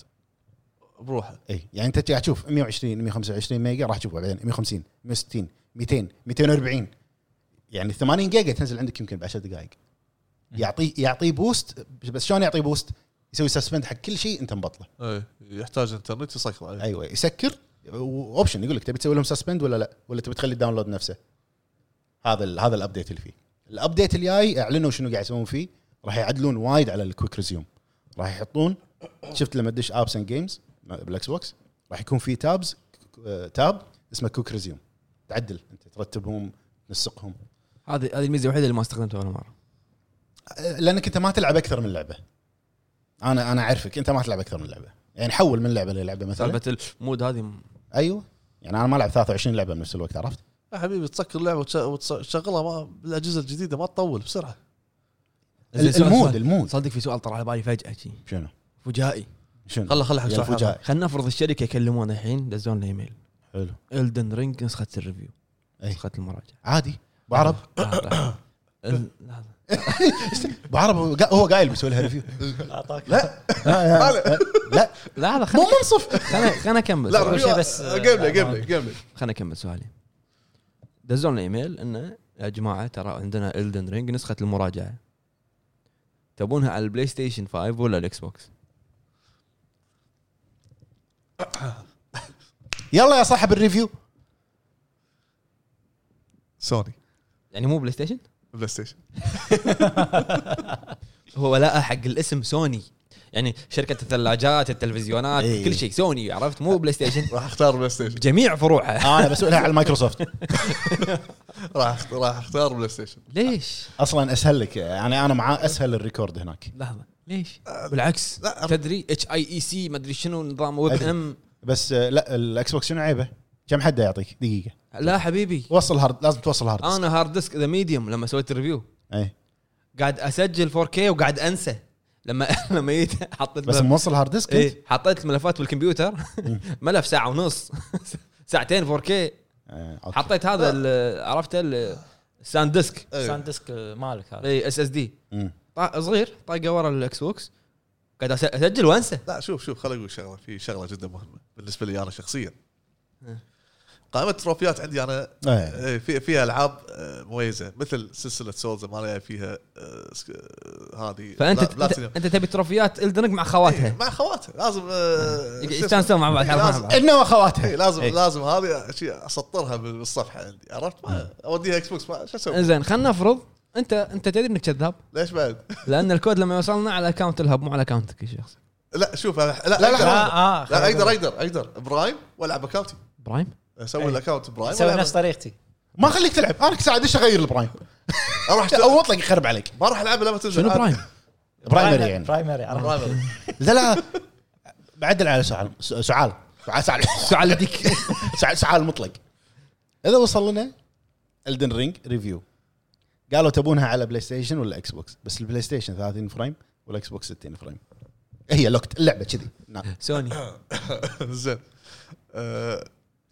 S2: بروحه
S3: اي يعني انت قاعد تشوف 120 125 ميجا راح تشوفها بعدين 150 160 200 240 يعني 80 جيجا تنزل عندك يمكن بعد 10 دقائق يعطي يعطي بوست بس شلون يعطي بوست؟ يسوي سسبند حق كل شيء انت مبطله
S2: اي إيه، يحتاج انترنت يسكر عليه
S3: ايوه يسكر واوبشن يقول لك تبي تسوي لهم سسبند ولا لا ولا تبي تخلي الداونلود نفسه هذا ال هذا الابديت اللي فيه الابديت الجاي اعلنوا شنو قاعد يسوون فيه راح يعدلون وايد على الكويك ريزيوم راح يحطون شفت لما تدش ابس اند جيمز بالاكس بوكس راح يكون في تابز تاب اسمه كويك ريزيوم تعدل انت ترتبهم تنسقهم
S1: هذه هذه الميزه الوحيده اللي ما استخدمتها ولا
S3: إيه؟
S1: مره
S3: لانك انت ما تلعب اكثر من لعبه انا انا اعرفك انت ما تلعب اكثر من لعبه يعني حول من لعبه للعبه مثلا
S1: سالفه المود هذه م-
S3: ايوه يعني انا ما العب 23 لعبه بنفس الوقت عرفت
S2: يا حبيبي تسكر اللعبه وتش- وتشغلها ما بالاجهزه الجديده ما تطول بسرعه
S3: ال-
S1: سؤال-
S3: المود
S1: سؤال.
S3: المود
S1: صدق في سؤال طلع على بالي فجاه شي
S3: شنو؟
S1: فجائي
S3: شنو؟
S2: خله خله حق
S3: يا
S2: سؤال
S3: الفجائي.
S1: خلينا نفرض الشركه يكلمونا الحين دزونا ايميل
S3: حلو
S1: الدن رينج نسخه الريفيو
S3: أي.
S1: نسخه المراجعه
S3: عادي ابو عرب
S1: لحظة. ال- لحظة.
S3: ابو عرب هو قا- هو قايل بيسوي لها ريفيو
S5: اعطاك
S3: لا لا لا
S1: لحظه
S3: مو
S1: خلنا
S3: منصف
S1: خلنا خلنا اكمل
S2: لا
S1: سؤال.
S2: ربيع
S5: بس-
S4: آه،
S2: قبله قبله قبله
S1: خلنا اكمل سؤالي دزوا لنا ايميل انه يا جماعه ترى عندنا الدن رينج نسخه المراجعه تبونها على البلاي ستيشن 5 ولا الاكس بوكس؟
S3: يلا يا صاحب الريفيو
S2: سوني
S1: يعني مو بلاي ستيشن؟
S2: بلاي ستيشن
S1: هو ولاء حق الاسم سوني يعني شركه الثلاجات التلفزيونات
S3: إيه.
S1: كل شيء سوني عرفت مو بلاي ستيشن
S2: راح اختار بلاي ستيشن
S1: جميع فروعها
S3: انا بسوي لها على المايكروسوفت
S2: راح أخت- راح اختار بلاي ستيشن
S1: ليش؟
S3: اصلا اسهل لك يعني انا مع اسهل الريكورد هناك
S1: لحظه ليش؟
S3: آه.
S1: بالعكس
S2: لا، أنا-
S1: تدري اتش اي اي سي ما ادري شنو نظام ويب
S3: أدري.
S1: ام
S3: بس آه، لا الاكس بوكس شنو عيبه؟ كم حد يعطيك؟ دقيقه
S1: لا حبيبي
S3: وصل هارد لازم توصل إيه. هارد ديسك.
S1: انا هارد ديسك ذا ميديوم لما سويت ريفيو
S3: اي
S1: قاعد اسجل 4K وقاعد انسى لما لما جيت حطيت
S3: بس
S1: ملف-
S3: موصل هارد ديسك انت؟
S1: إيه حطيت ملفات بالكمبيوتر ملف ساعه ونص ساعتين 4K
S3: آه، أوكي.
S1: حطيت هذا ال- عرفته ال- إيه، الساند ديسك
S2: إيه.
S5: ساند ديسك مالك هذا
S1: اي اس اس دي
S3: مم.
S1: صغير طاقه ورا الاكس بوكس قاعد أس- اسجل وانسى
S2: لا شوف شوف خل اقول شغله في شغله جدا مهمه بالنسبه لي انا شخصيا
S1: إيه.
S2: قائمه التروفيات عندي انا
S3: إيه.
S2: إيه، في فيها العاب آه، مميزه مثل سلسله سولز مالها فيها آه، سك- آه، هذه
S1: فانت
S2: بلا-
S1: انت,
S2: بلاتينيوم.
S1: انت تبي تروفيات الدنج مع
S2: إيه،
S1: خواتها
S2: مع خواتها لازم آه، شو اسمه؟
S1: يستانسون مع بعض
S2: إيه،
S1: يتعرفون
S2: لازم-
S1: على بعض.
S3: انه
S2: إيه،
S3: واخواتها
S2: لازم
S1: إيه.
S2: لازم هذه شيء اسطرها بال- بالصفحه عندي عرفت ما اوديها اكس بوكس ما- شو اسوي
S1: زين خلينا نفرض انت انت تدري انك كذاب
S2: ليش بعد؟
S1: لان الكود لما يوصلنا على اكونت الهب مو على اكونتك الشخصي
S2: لا شوف أنا- لا
S3: لا،
S2: لا
S4: اه
S2: لا اقدر اقدر اقدر برايم والعب اكونتي
S1: برايم
S2: اسوي
S4: إيه.
S2: الاكونت برايم
S4: اسوي
S2: والعب-
S4: نفس طريقتي
S3: ما خليك تلعب انا كنت ساعد ايش اغير البرايم
S2: اروح أشتري-
S3: او اطلق يخرب عليك
S2: ما راح العبها لما تنزل
S1: شنو برايم؟
S3: برايمري يعني
S4: برايمري عرفت؟
S2: برايمري
S3: لا لا بعدل على سعال س- سعال سعال سعال سعال ديك سعال, سعال مطلق اذا وصل لنا الدن رينج ريفيو قالوا تبونها على بلاي ستيشن ولا اكس بوكس بس البلاي ستيشن 30 فريم والاكس بوكس 60 فريم هي لوكت اللعبه كذي نعم.
S1: سوني
S2: زين آه،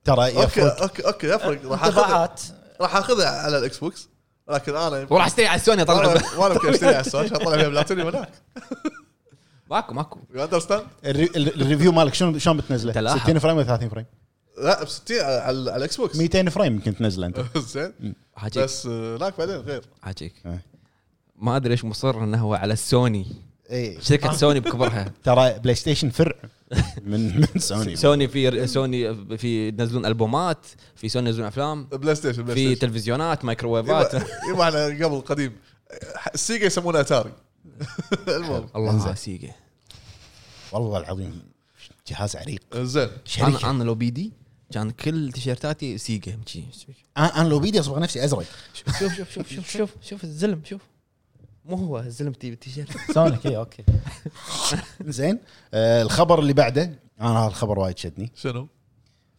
S3: ترى
S2: اوكي
S3: يفرق
S2: اوكي اوكي يفرق راح اخذها
S4: انطباعات
S2: راح اخذها على الاكس بوكس لكن انا يمكن-
S1: وراح اشتري على سوني طلع
S2: وانا وانا يمكن اشتري على السوشيال اطلع فيها بلاتوني هناك
S1: ماكو ماكو
S2: يو اندرستاند؟
S3: الري- ال- الريفيو مالك شلون شلون بتنزله؟
S1: تلاحظ.
S3: 60 فريم ولا 30 فريم؟
S2: لا ب 60 على على الاكس بوكس
S3: 200 فريم يمكن تنزله انت
S2: زين
S1: حاجيك
S2: بس آه، هناك بعدين غير
S1: حاجيك
S3: إيه.
S1: ما ادري ليش مصر انه هو على السوني
S3: اي
S1: شركه سوني بكبرها
S3: إيه. ترى بلاي ستيشن فرع من من سوني
S1: سوني في سوني في ينزلون البومات في سوني ينزلون افلام
S2: بلاي ستيشن بلاي
S1: في
S2: ستيشن
S1: تلفزيونات مايكروويفات
S2: يبا- يبا على قبل قديم السيجا يسمونه اتاري المهم
S1: الله سيجا
S3: والله العظيم جهاز عريق
S2: زين
S1: انا
S3: شركه
S1: انا لو بيدي كان كل تيشيرتاتي سيجا مجي.
S3: انا أنا لو بيدي اصبغ نفسي ازرق
S1: شوف شوف شوف شوف شوف شوف الزلم شوف مو هو الزلم تي تيشيرت
S4: سونيك إيه، اي اوكي
S3: زين آه الخبر اللي بعده انا هذا الخبر وايد شدني
S2: شنو؟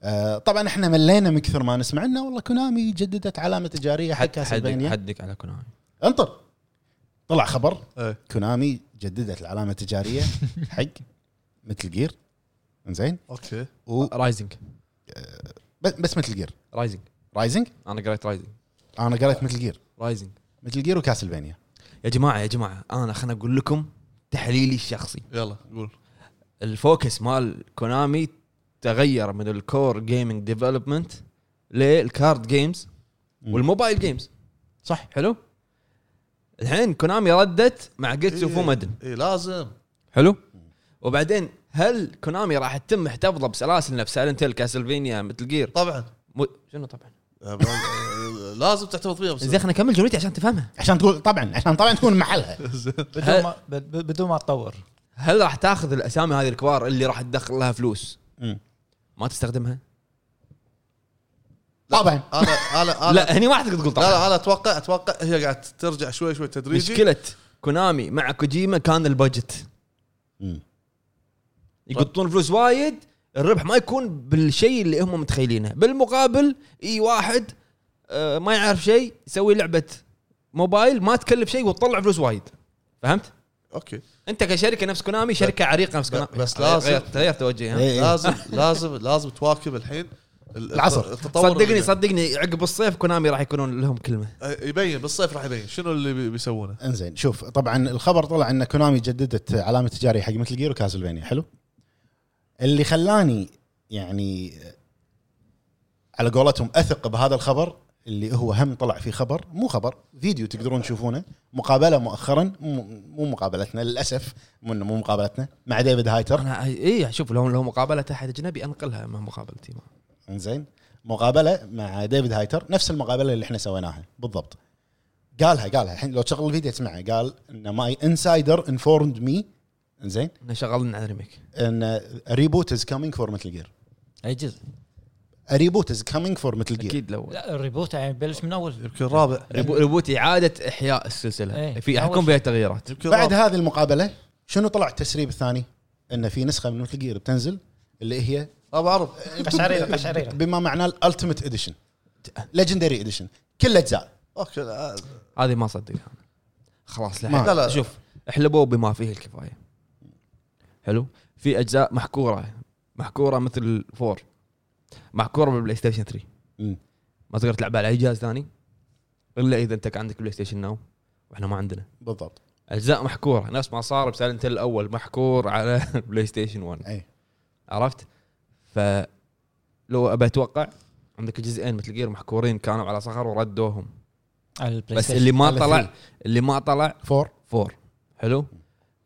S3: آه طبعا احنا ملينا من كثر ما نسمع انه والله كونامي جددت علامه تجاريه حق
S1: حدك
S3: كاسلفينيا
S1: حدك على كونامي
S3: انطر طلع خبر
S2: إيه.
S3: كونامي جددت العلامه التجاريه حق مثل جير زين
S2: اوكي
S3: و
S1: رايزنج
S3: بس- بس مثل جير
S1: رايزنج
S3: رايزنج
S1: انا قريت رايزنج
S3: انا قريت مثل جير
S1: رايزنج
S3: مثل جير وكاسلفينيا
S1: يا جماعه يا جماعه انا خليني اقول لكم تحليلي الشخصي
S2: يلا قول
S1: الفوكس مال كونامي تغير من الكور جيمنج ديفلوبمنت للكارد جيمز
S3: مم.
S1: والموبايل جيمز
S3: صح
S1: حلو الحين كونامي ردت مع جيتسو
S2: إيه.
S1: فومادن
S2: اي لازم
S1: حلو وبعدين هل كونامي راح تتم احتفظه بسلاسلنا بسايلنت هيل كاسلفينيا مثل جير
S2: طبعا
S1: مو... شنو طبعا
S2: آه، آه، لازم تحتفظ فيها بس
S1: زين خليني اكمل جملتي عشان تفهمها
S3: عشان تقول طبعا عشان طبعا تكون محلها
S4: بدون ما ب- ب- بدون ما تطور
S1: هل راح تاخذ الاسامي هذه الكبار اللي راح تدخل لها فلوس
S3: مم.
S1: ما تستخدمها؟
S3: طبعا
S2: انا انا انا لا
S1: لا هني ما اعتقد تقول طبعا
S2: لا انا اتوقع اتوقع هي قاعد ترجع شوي شوي تدريجي
S1: مشكله كونامي مع كوجيما كان البادجت
S3: مم.
S1: يقطون فلوس وايد الربح ما يكون بالشيء اللي هم متخيلينه بالمقابل اي واحد آه، ما يعرف شيء يسوي لعبه موبايل ما تكلف شيء وتطلع فلوس وايد فهمت
S2: اوكي
S1: انت كشركه نفس كونامي شركه عريقه نفس كونامي
S2: بس لازم-
S1: غير- غير توجهها
S3: إيه، إيه.
S2: لازم لازم لازم تواكب الحين ال-
S3: العصر.
S2: التطور
S1: صدقني
S2: اللي-
S1: صدقني عقب الصيف كونامي راح يكونون لهم كلمه
S2: آه، يبين بالصيف راح يبين شنو اللي بي- بيسوونه
S3: انزين شوف طبعا الخبر طلع ان كونامي جددت علامه تجاريه حق مثل جير وكاسلفينيا حلو اللي خلاني يعني على قولتهم اثق بهذا الخبر اللي هو هم طلع فيه خبر مو خبر فيديو تقدرون تشوفونه مقابله مؤخرا مو مو مقابلتنا للاسف مو إنه مو مقابلتنا مع ديفيد هايتر
S1: انا اي شوف لو لو مقابله احد اجنبي انقلها ما مقابلتي ما.
S3: انزين مقابله مع ديفيد هايتر نفس المقابله اللي احنا سويناها بالضبط قالها قالها الحين لو تشغل الفيديو تسمعه قال ان ماي انسايدر انفورمد مي انزين
S1: احنا شغالين على ريميك
S3: ان ريبوت از كامينج فور مثل جير
S5: اي جزء
S3: ريبوت از كامينج فور مثل جير
S1: اكيد لو
S5: لا الريبوت يعني بلش من اول
S2: يمكن رابع
S1: ريبو- ريبوت اعاده احياء السلسله
S5: إيه.
S1: في حكم فيها تغييرات
S2: يمكن
S3: بعد
S2: رابع.
S3: هذه المقابله شنو طلع التسريب الثاني؟ ان في نسخه من مثل جير بتنزل اللي هي
S2: ابو عرب
S4: قشعريرة قشعريرة
S3: بما معناه الالتيميت اديشن ليجندري اديشن كل اجزاء
S2: اوكي لا
S1: هذه ما صدقها أنا. خلاص لا
S3: ما-
S2: لا, لا.
S1: شوف احلبوا بما فيه الكفايه حلو في اجزاء محكوره محكوره مثل فور محكوره بالبلاي ستيشن 3
S3: مم.
S1: ما تقدر تلعبها على اي جهاز ثاني الا اذا انت كان عندك بلاي ستيشن ناو واحنا ما عندنا
S3: بالضبط
S1: اجزاء محكوره نفس ما صار بسالنت الاول محكور على بلاي ستيشن 1
S3: اي
S1: عرفت؟ فلو ابى اتوقع عندك جزئين مثل جير محكورين كانوا على صخر وردوهم
S5: على البلاي
S1: بس
S5: ستيشن
S1: اللي ما
S3: على
S1: طلع
S3: ثري.
S1: اللي ما طلع
S3: فور
S1: فور حلو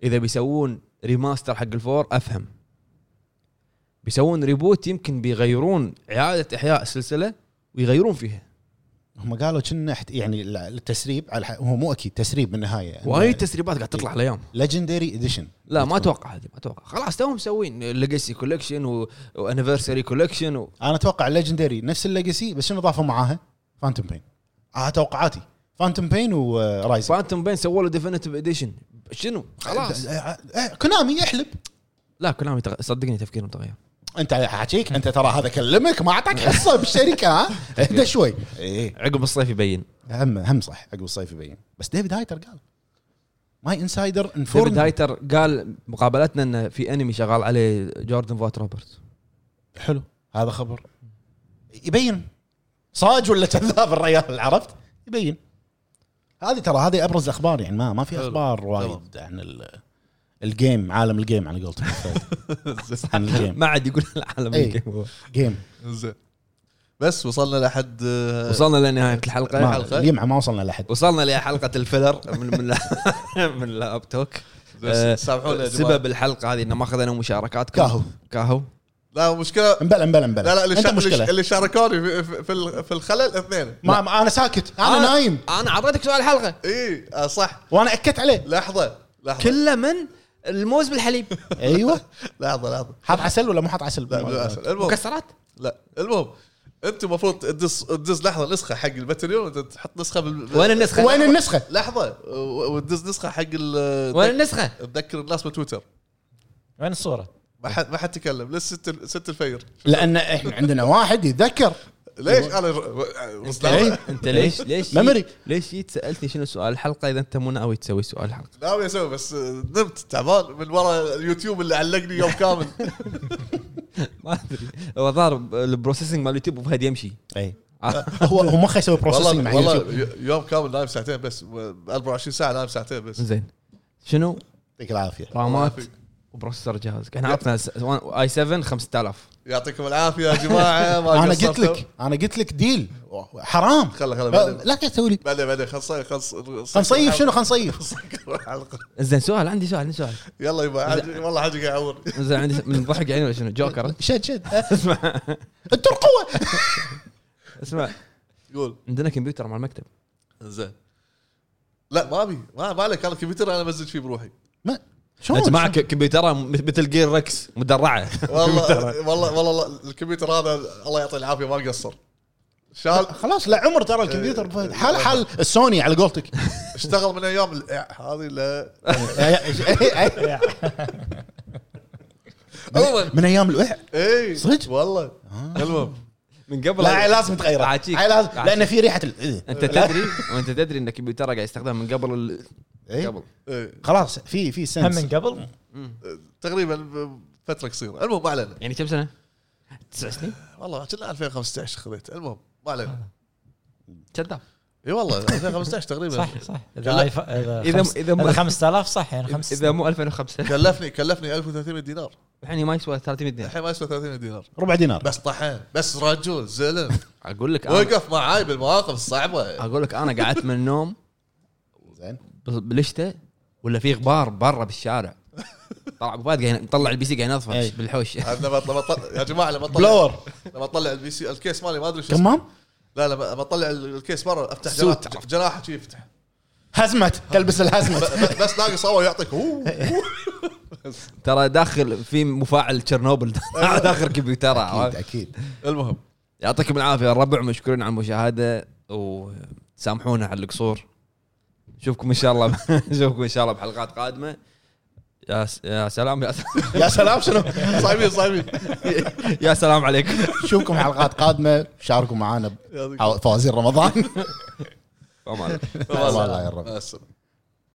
S1: اذا بيسوون ريماستر حق الفور افهم بيسوون ريبوت يمكن بيغيرون اعاده احياء السلسله ويغيرون فيها
S3: هم قالوا كنا حت- يعني ال- التسريب على الح- هو مو اكيد تسريب بالنهايه
S1: وايد تسريبات قاعد تطلع الايام
S3: ليجندري اديشن
S1: لا ما اتوقع هذه ما اتوقع خلاص توهم مسوين ليجاسي كولكشن وانيفرساري كولكشن و...
S3: انا اتوقع ليجندري نفس الليجسي بس شنو ضافوا معاها؟ فانتوم بين آه توقعاتي فانتوم بين ورايزن
S1: فانتوم بين سووا له ديفينيتيف اديشن شنو خلاص
S3: آه، آه، آه، كونامي يحلب
S1: لا كلامي تغ... صدقني تفكيرهم تغير
S3: انت حاكيك انت ترى هذا كلمك ما اعطاك حصه بالشركه ها اهدى شوي ايه
S1: عقب الصيف يبين
S3: هم هم صح عقب الصيف يبين بس ديفيد هايتر قال ماي انسايدر
S1: ديفيد
S3: انفورم
S1: هايتر قال مقابلتنا انه في انمي شغال عليه جوردن فوت روبرت
S3: حلو هذا خبر يبين صاج ولا كذاب الريال عرفت يبين هذه ترى هذه ابرز الاخبار يعني ما ما في
S2: حلو.
S3: اخبار وايد عن ال- الجيم عالم الجيم على قولتهم عن الجيم
S1: ما عاد يقول العالم
S3: إي.
S1: الجيم هو.
S3: جيم
S2: زين بس وصلنا لحد آه،
S1: وصلنا لنهايه
S2: طيب،
S1: الحلقه
S3: ما- اليمعه ما وصلنا لحد
S1: وصلنا لحلقه الفيلر من من من الاب توك آه،
S2: سامحونا يا جماعة.
S1: سبب الحلقه هذه ان ما اخذنا مشاركاتكم
S3: كاهو
S1: كاهو
S2: لا مشكله
S3: مبلا مبلا مبلا
S2: لا لا اللي,
S3: انت
S2: شا...
S3: مشكله
S2: اللي شاركوني في, في- في, ال- في الخلل اثنين
S3: ما ما- انا ساكت انا نايم
S1: انا اعطيتك سؤال الحلقه
S2: اي آه صح
S3: وانا اكدت عليه
S2: لحظه لحظه
S1: كله من الموز بالحليب
S3: ايوه
S2: لحظه لحظه
S3: حاط عسل ولا مو حاط عسل؟
S2: لا بدون عسل المهم
S1: مكسرات
S2: لا المهم انت المفروض تدز تدز لحظه نسخه حق الباتريون وانت تحط نسخه بال...
S1: وين النسخه؟
S3: وين النسخه؟
S2: لحظه و- وتدز نسخه حق ال
S1: وين النسخه؟
S2: تذكر الناس بتويتر
S5: وين الصوره؟
S2: ما حد ما حد تكلم للست ست الفير
S3: لان احنا عندنا واحد يتذكر إيه.
S2: ليش انا
S1: إيه.
S2: رسلاوي
S1: انت ليش ليش
S3: Memory.
S1: ليش جيت سالتني شنو سؤال الحلقه اذا انت مو ناوي تسوي سؤال الحلقه
S2: ناوي اسوي بس نمت تعبان من ورا اليوتيوب اللي علقني يوم كامل
S1: ما ادري هو ضارب البروسيسنج مال اليوتيوب وفهد يمشي
S3: اي
S1: آه.
S3: هو هو مخه يسوي بروسيسنج مع
S2: إيه. والله والله
S3: يوتيوب
S2: ي- يوم كامل نايم ساعتين بس و- 24 ساعه نايم ساعتين بس
S1: زين شنو
S3: يعطيك العافيه
S1: رامات وبروسيسور جهازك احنا عطنا اي 7 5000
S2: يعطيكم العافيه يا جماعه ما
S3: انا قلت
S2: قصرتوا.
S3: لك انا قلت لك ديل حرام
S2: خلا- خلا
S3: لا-
S2: بعدين.
S3: لا قاعد تسوي لي
S2: بعدين بعدين خلص خلص خلص
S3: خنصيف شنو خنصيف
S2: الحلقة.
S1: زين سؤال عندي سؤال عندي سؤال
S2: يلا يبا حاج- والله حاجه قاعد يعور
S1: زين عندي س- من الضحك يعني ولا شنو جوكر أنت؟
S3: شد شد
S1: اسمع
S3: الترقوه
S1: اسمع
S2: يقول
S1: عندنا كمبيوتر مال المكتب
S2: زين لا ما ابي ما ما عليك انا الكمبيوتر انا بزج فيه بروحي
S3: ما شلون
S1: يا جماعه ك- كمبيوتره م- مثل جير ركس مدرعه
S2: والله والله والله الكمبيوتر هذا الله يعطيه العافيه ما قصر شال
S3: خلاص لا عمر ترى
S2: إيه.
S3: الكمبيوتر حال حال السوني على قولتك
S2: اشتغل من ايام ال- هذه لا
S3: من- من ايام الوح
S2: اي
S3: صدق؟
S2: إيه، والله المهم
S1: من قبل
S3: لا لازم تغيره
S1: عاجيك.
S3: عي- لازم- لان
S1: عاجيك.
S3: في ريحه ال- إيه.
S1: انت تدري وانت تدري ان الكمبيوتر قاعد يستخدم من قبل ال...
S3: إيه.
S1: قبل
S2: إيه.
S3: خلاص في في
S5: هم من
S3: سنس
S5: قبل
S2: تقريبا ب- فتره قصيره المهم ما علينا
S1: يعني كم سنه؟ تسع سنين
S2: والله كنا 2015 خذيت المهم ما علينا
S1: كذاب
S2: اي والله 2015 تقريبا
S5: صح صح اذا
S1: لا.
S5: آيف- اذا
S1: إذا-
S5: خمس-
S1: إذا مو-
S5: إذا 5000 صح يعني خمس
S1: اذا مو 2005
S2: كلفني كلفني 1300 دينار
S1: الحين ما يسوى 300 دينار
S2: الحين ما يسوى 300 دينار
S3: ربع دينار
S2: بس طحين بس رجل زلم
S1: اقول لك أنا
S2: وقف معاي بالمواقف الصعبه
S1: اقول لك انا قعدت من النوم
S3: زين
S1: بالشتاء ولا في غبار برا بالشارع طلع ابو فهد قاعد مطلع البي سي قاعد ينظفه
S3: أي.
S1: بالحوش
S2: عاد لما لما أطلع- يا جماعه لما اطلع
S3: بلور
S2: لما اطلع البي سي الكيس مالي ما ادري شو اسمه.
S3: تمام
S2: لا لا لما اطلع الكيس برا افتح
S1: سوت
S2: جناح
S1: عرفت.
S2: جناح شي يفتح
S3: هزمه تلبس
S2: ب-
S3: الهزمه
S2: ب- بس ناقص هو يعطيك أوه.
S1: ترى داخل في مفاعل تشيرنوبل داخل كمبيوتره
S3: اكيد اكيد
S2: المهم
S1: يعطيكم العافيه الربع مشكورين على المشاهده وسامحونا على القصور نشوفكم ان شاء الله نشوفكم ان شاء الله بحلقات قادمه يا س- يا سلام يا سلام
S3: يا سلام شنو
S2: صايمين صايمين
S1: يا سلام عليكم
S3: نشوفكم حلقات قادمه شاركوا معانا
S2: يعطيك-
S3: بحو- فوازير رمضان
S1: فما عليك.
S3: الله يا رب
S2: مع السلامه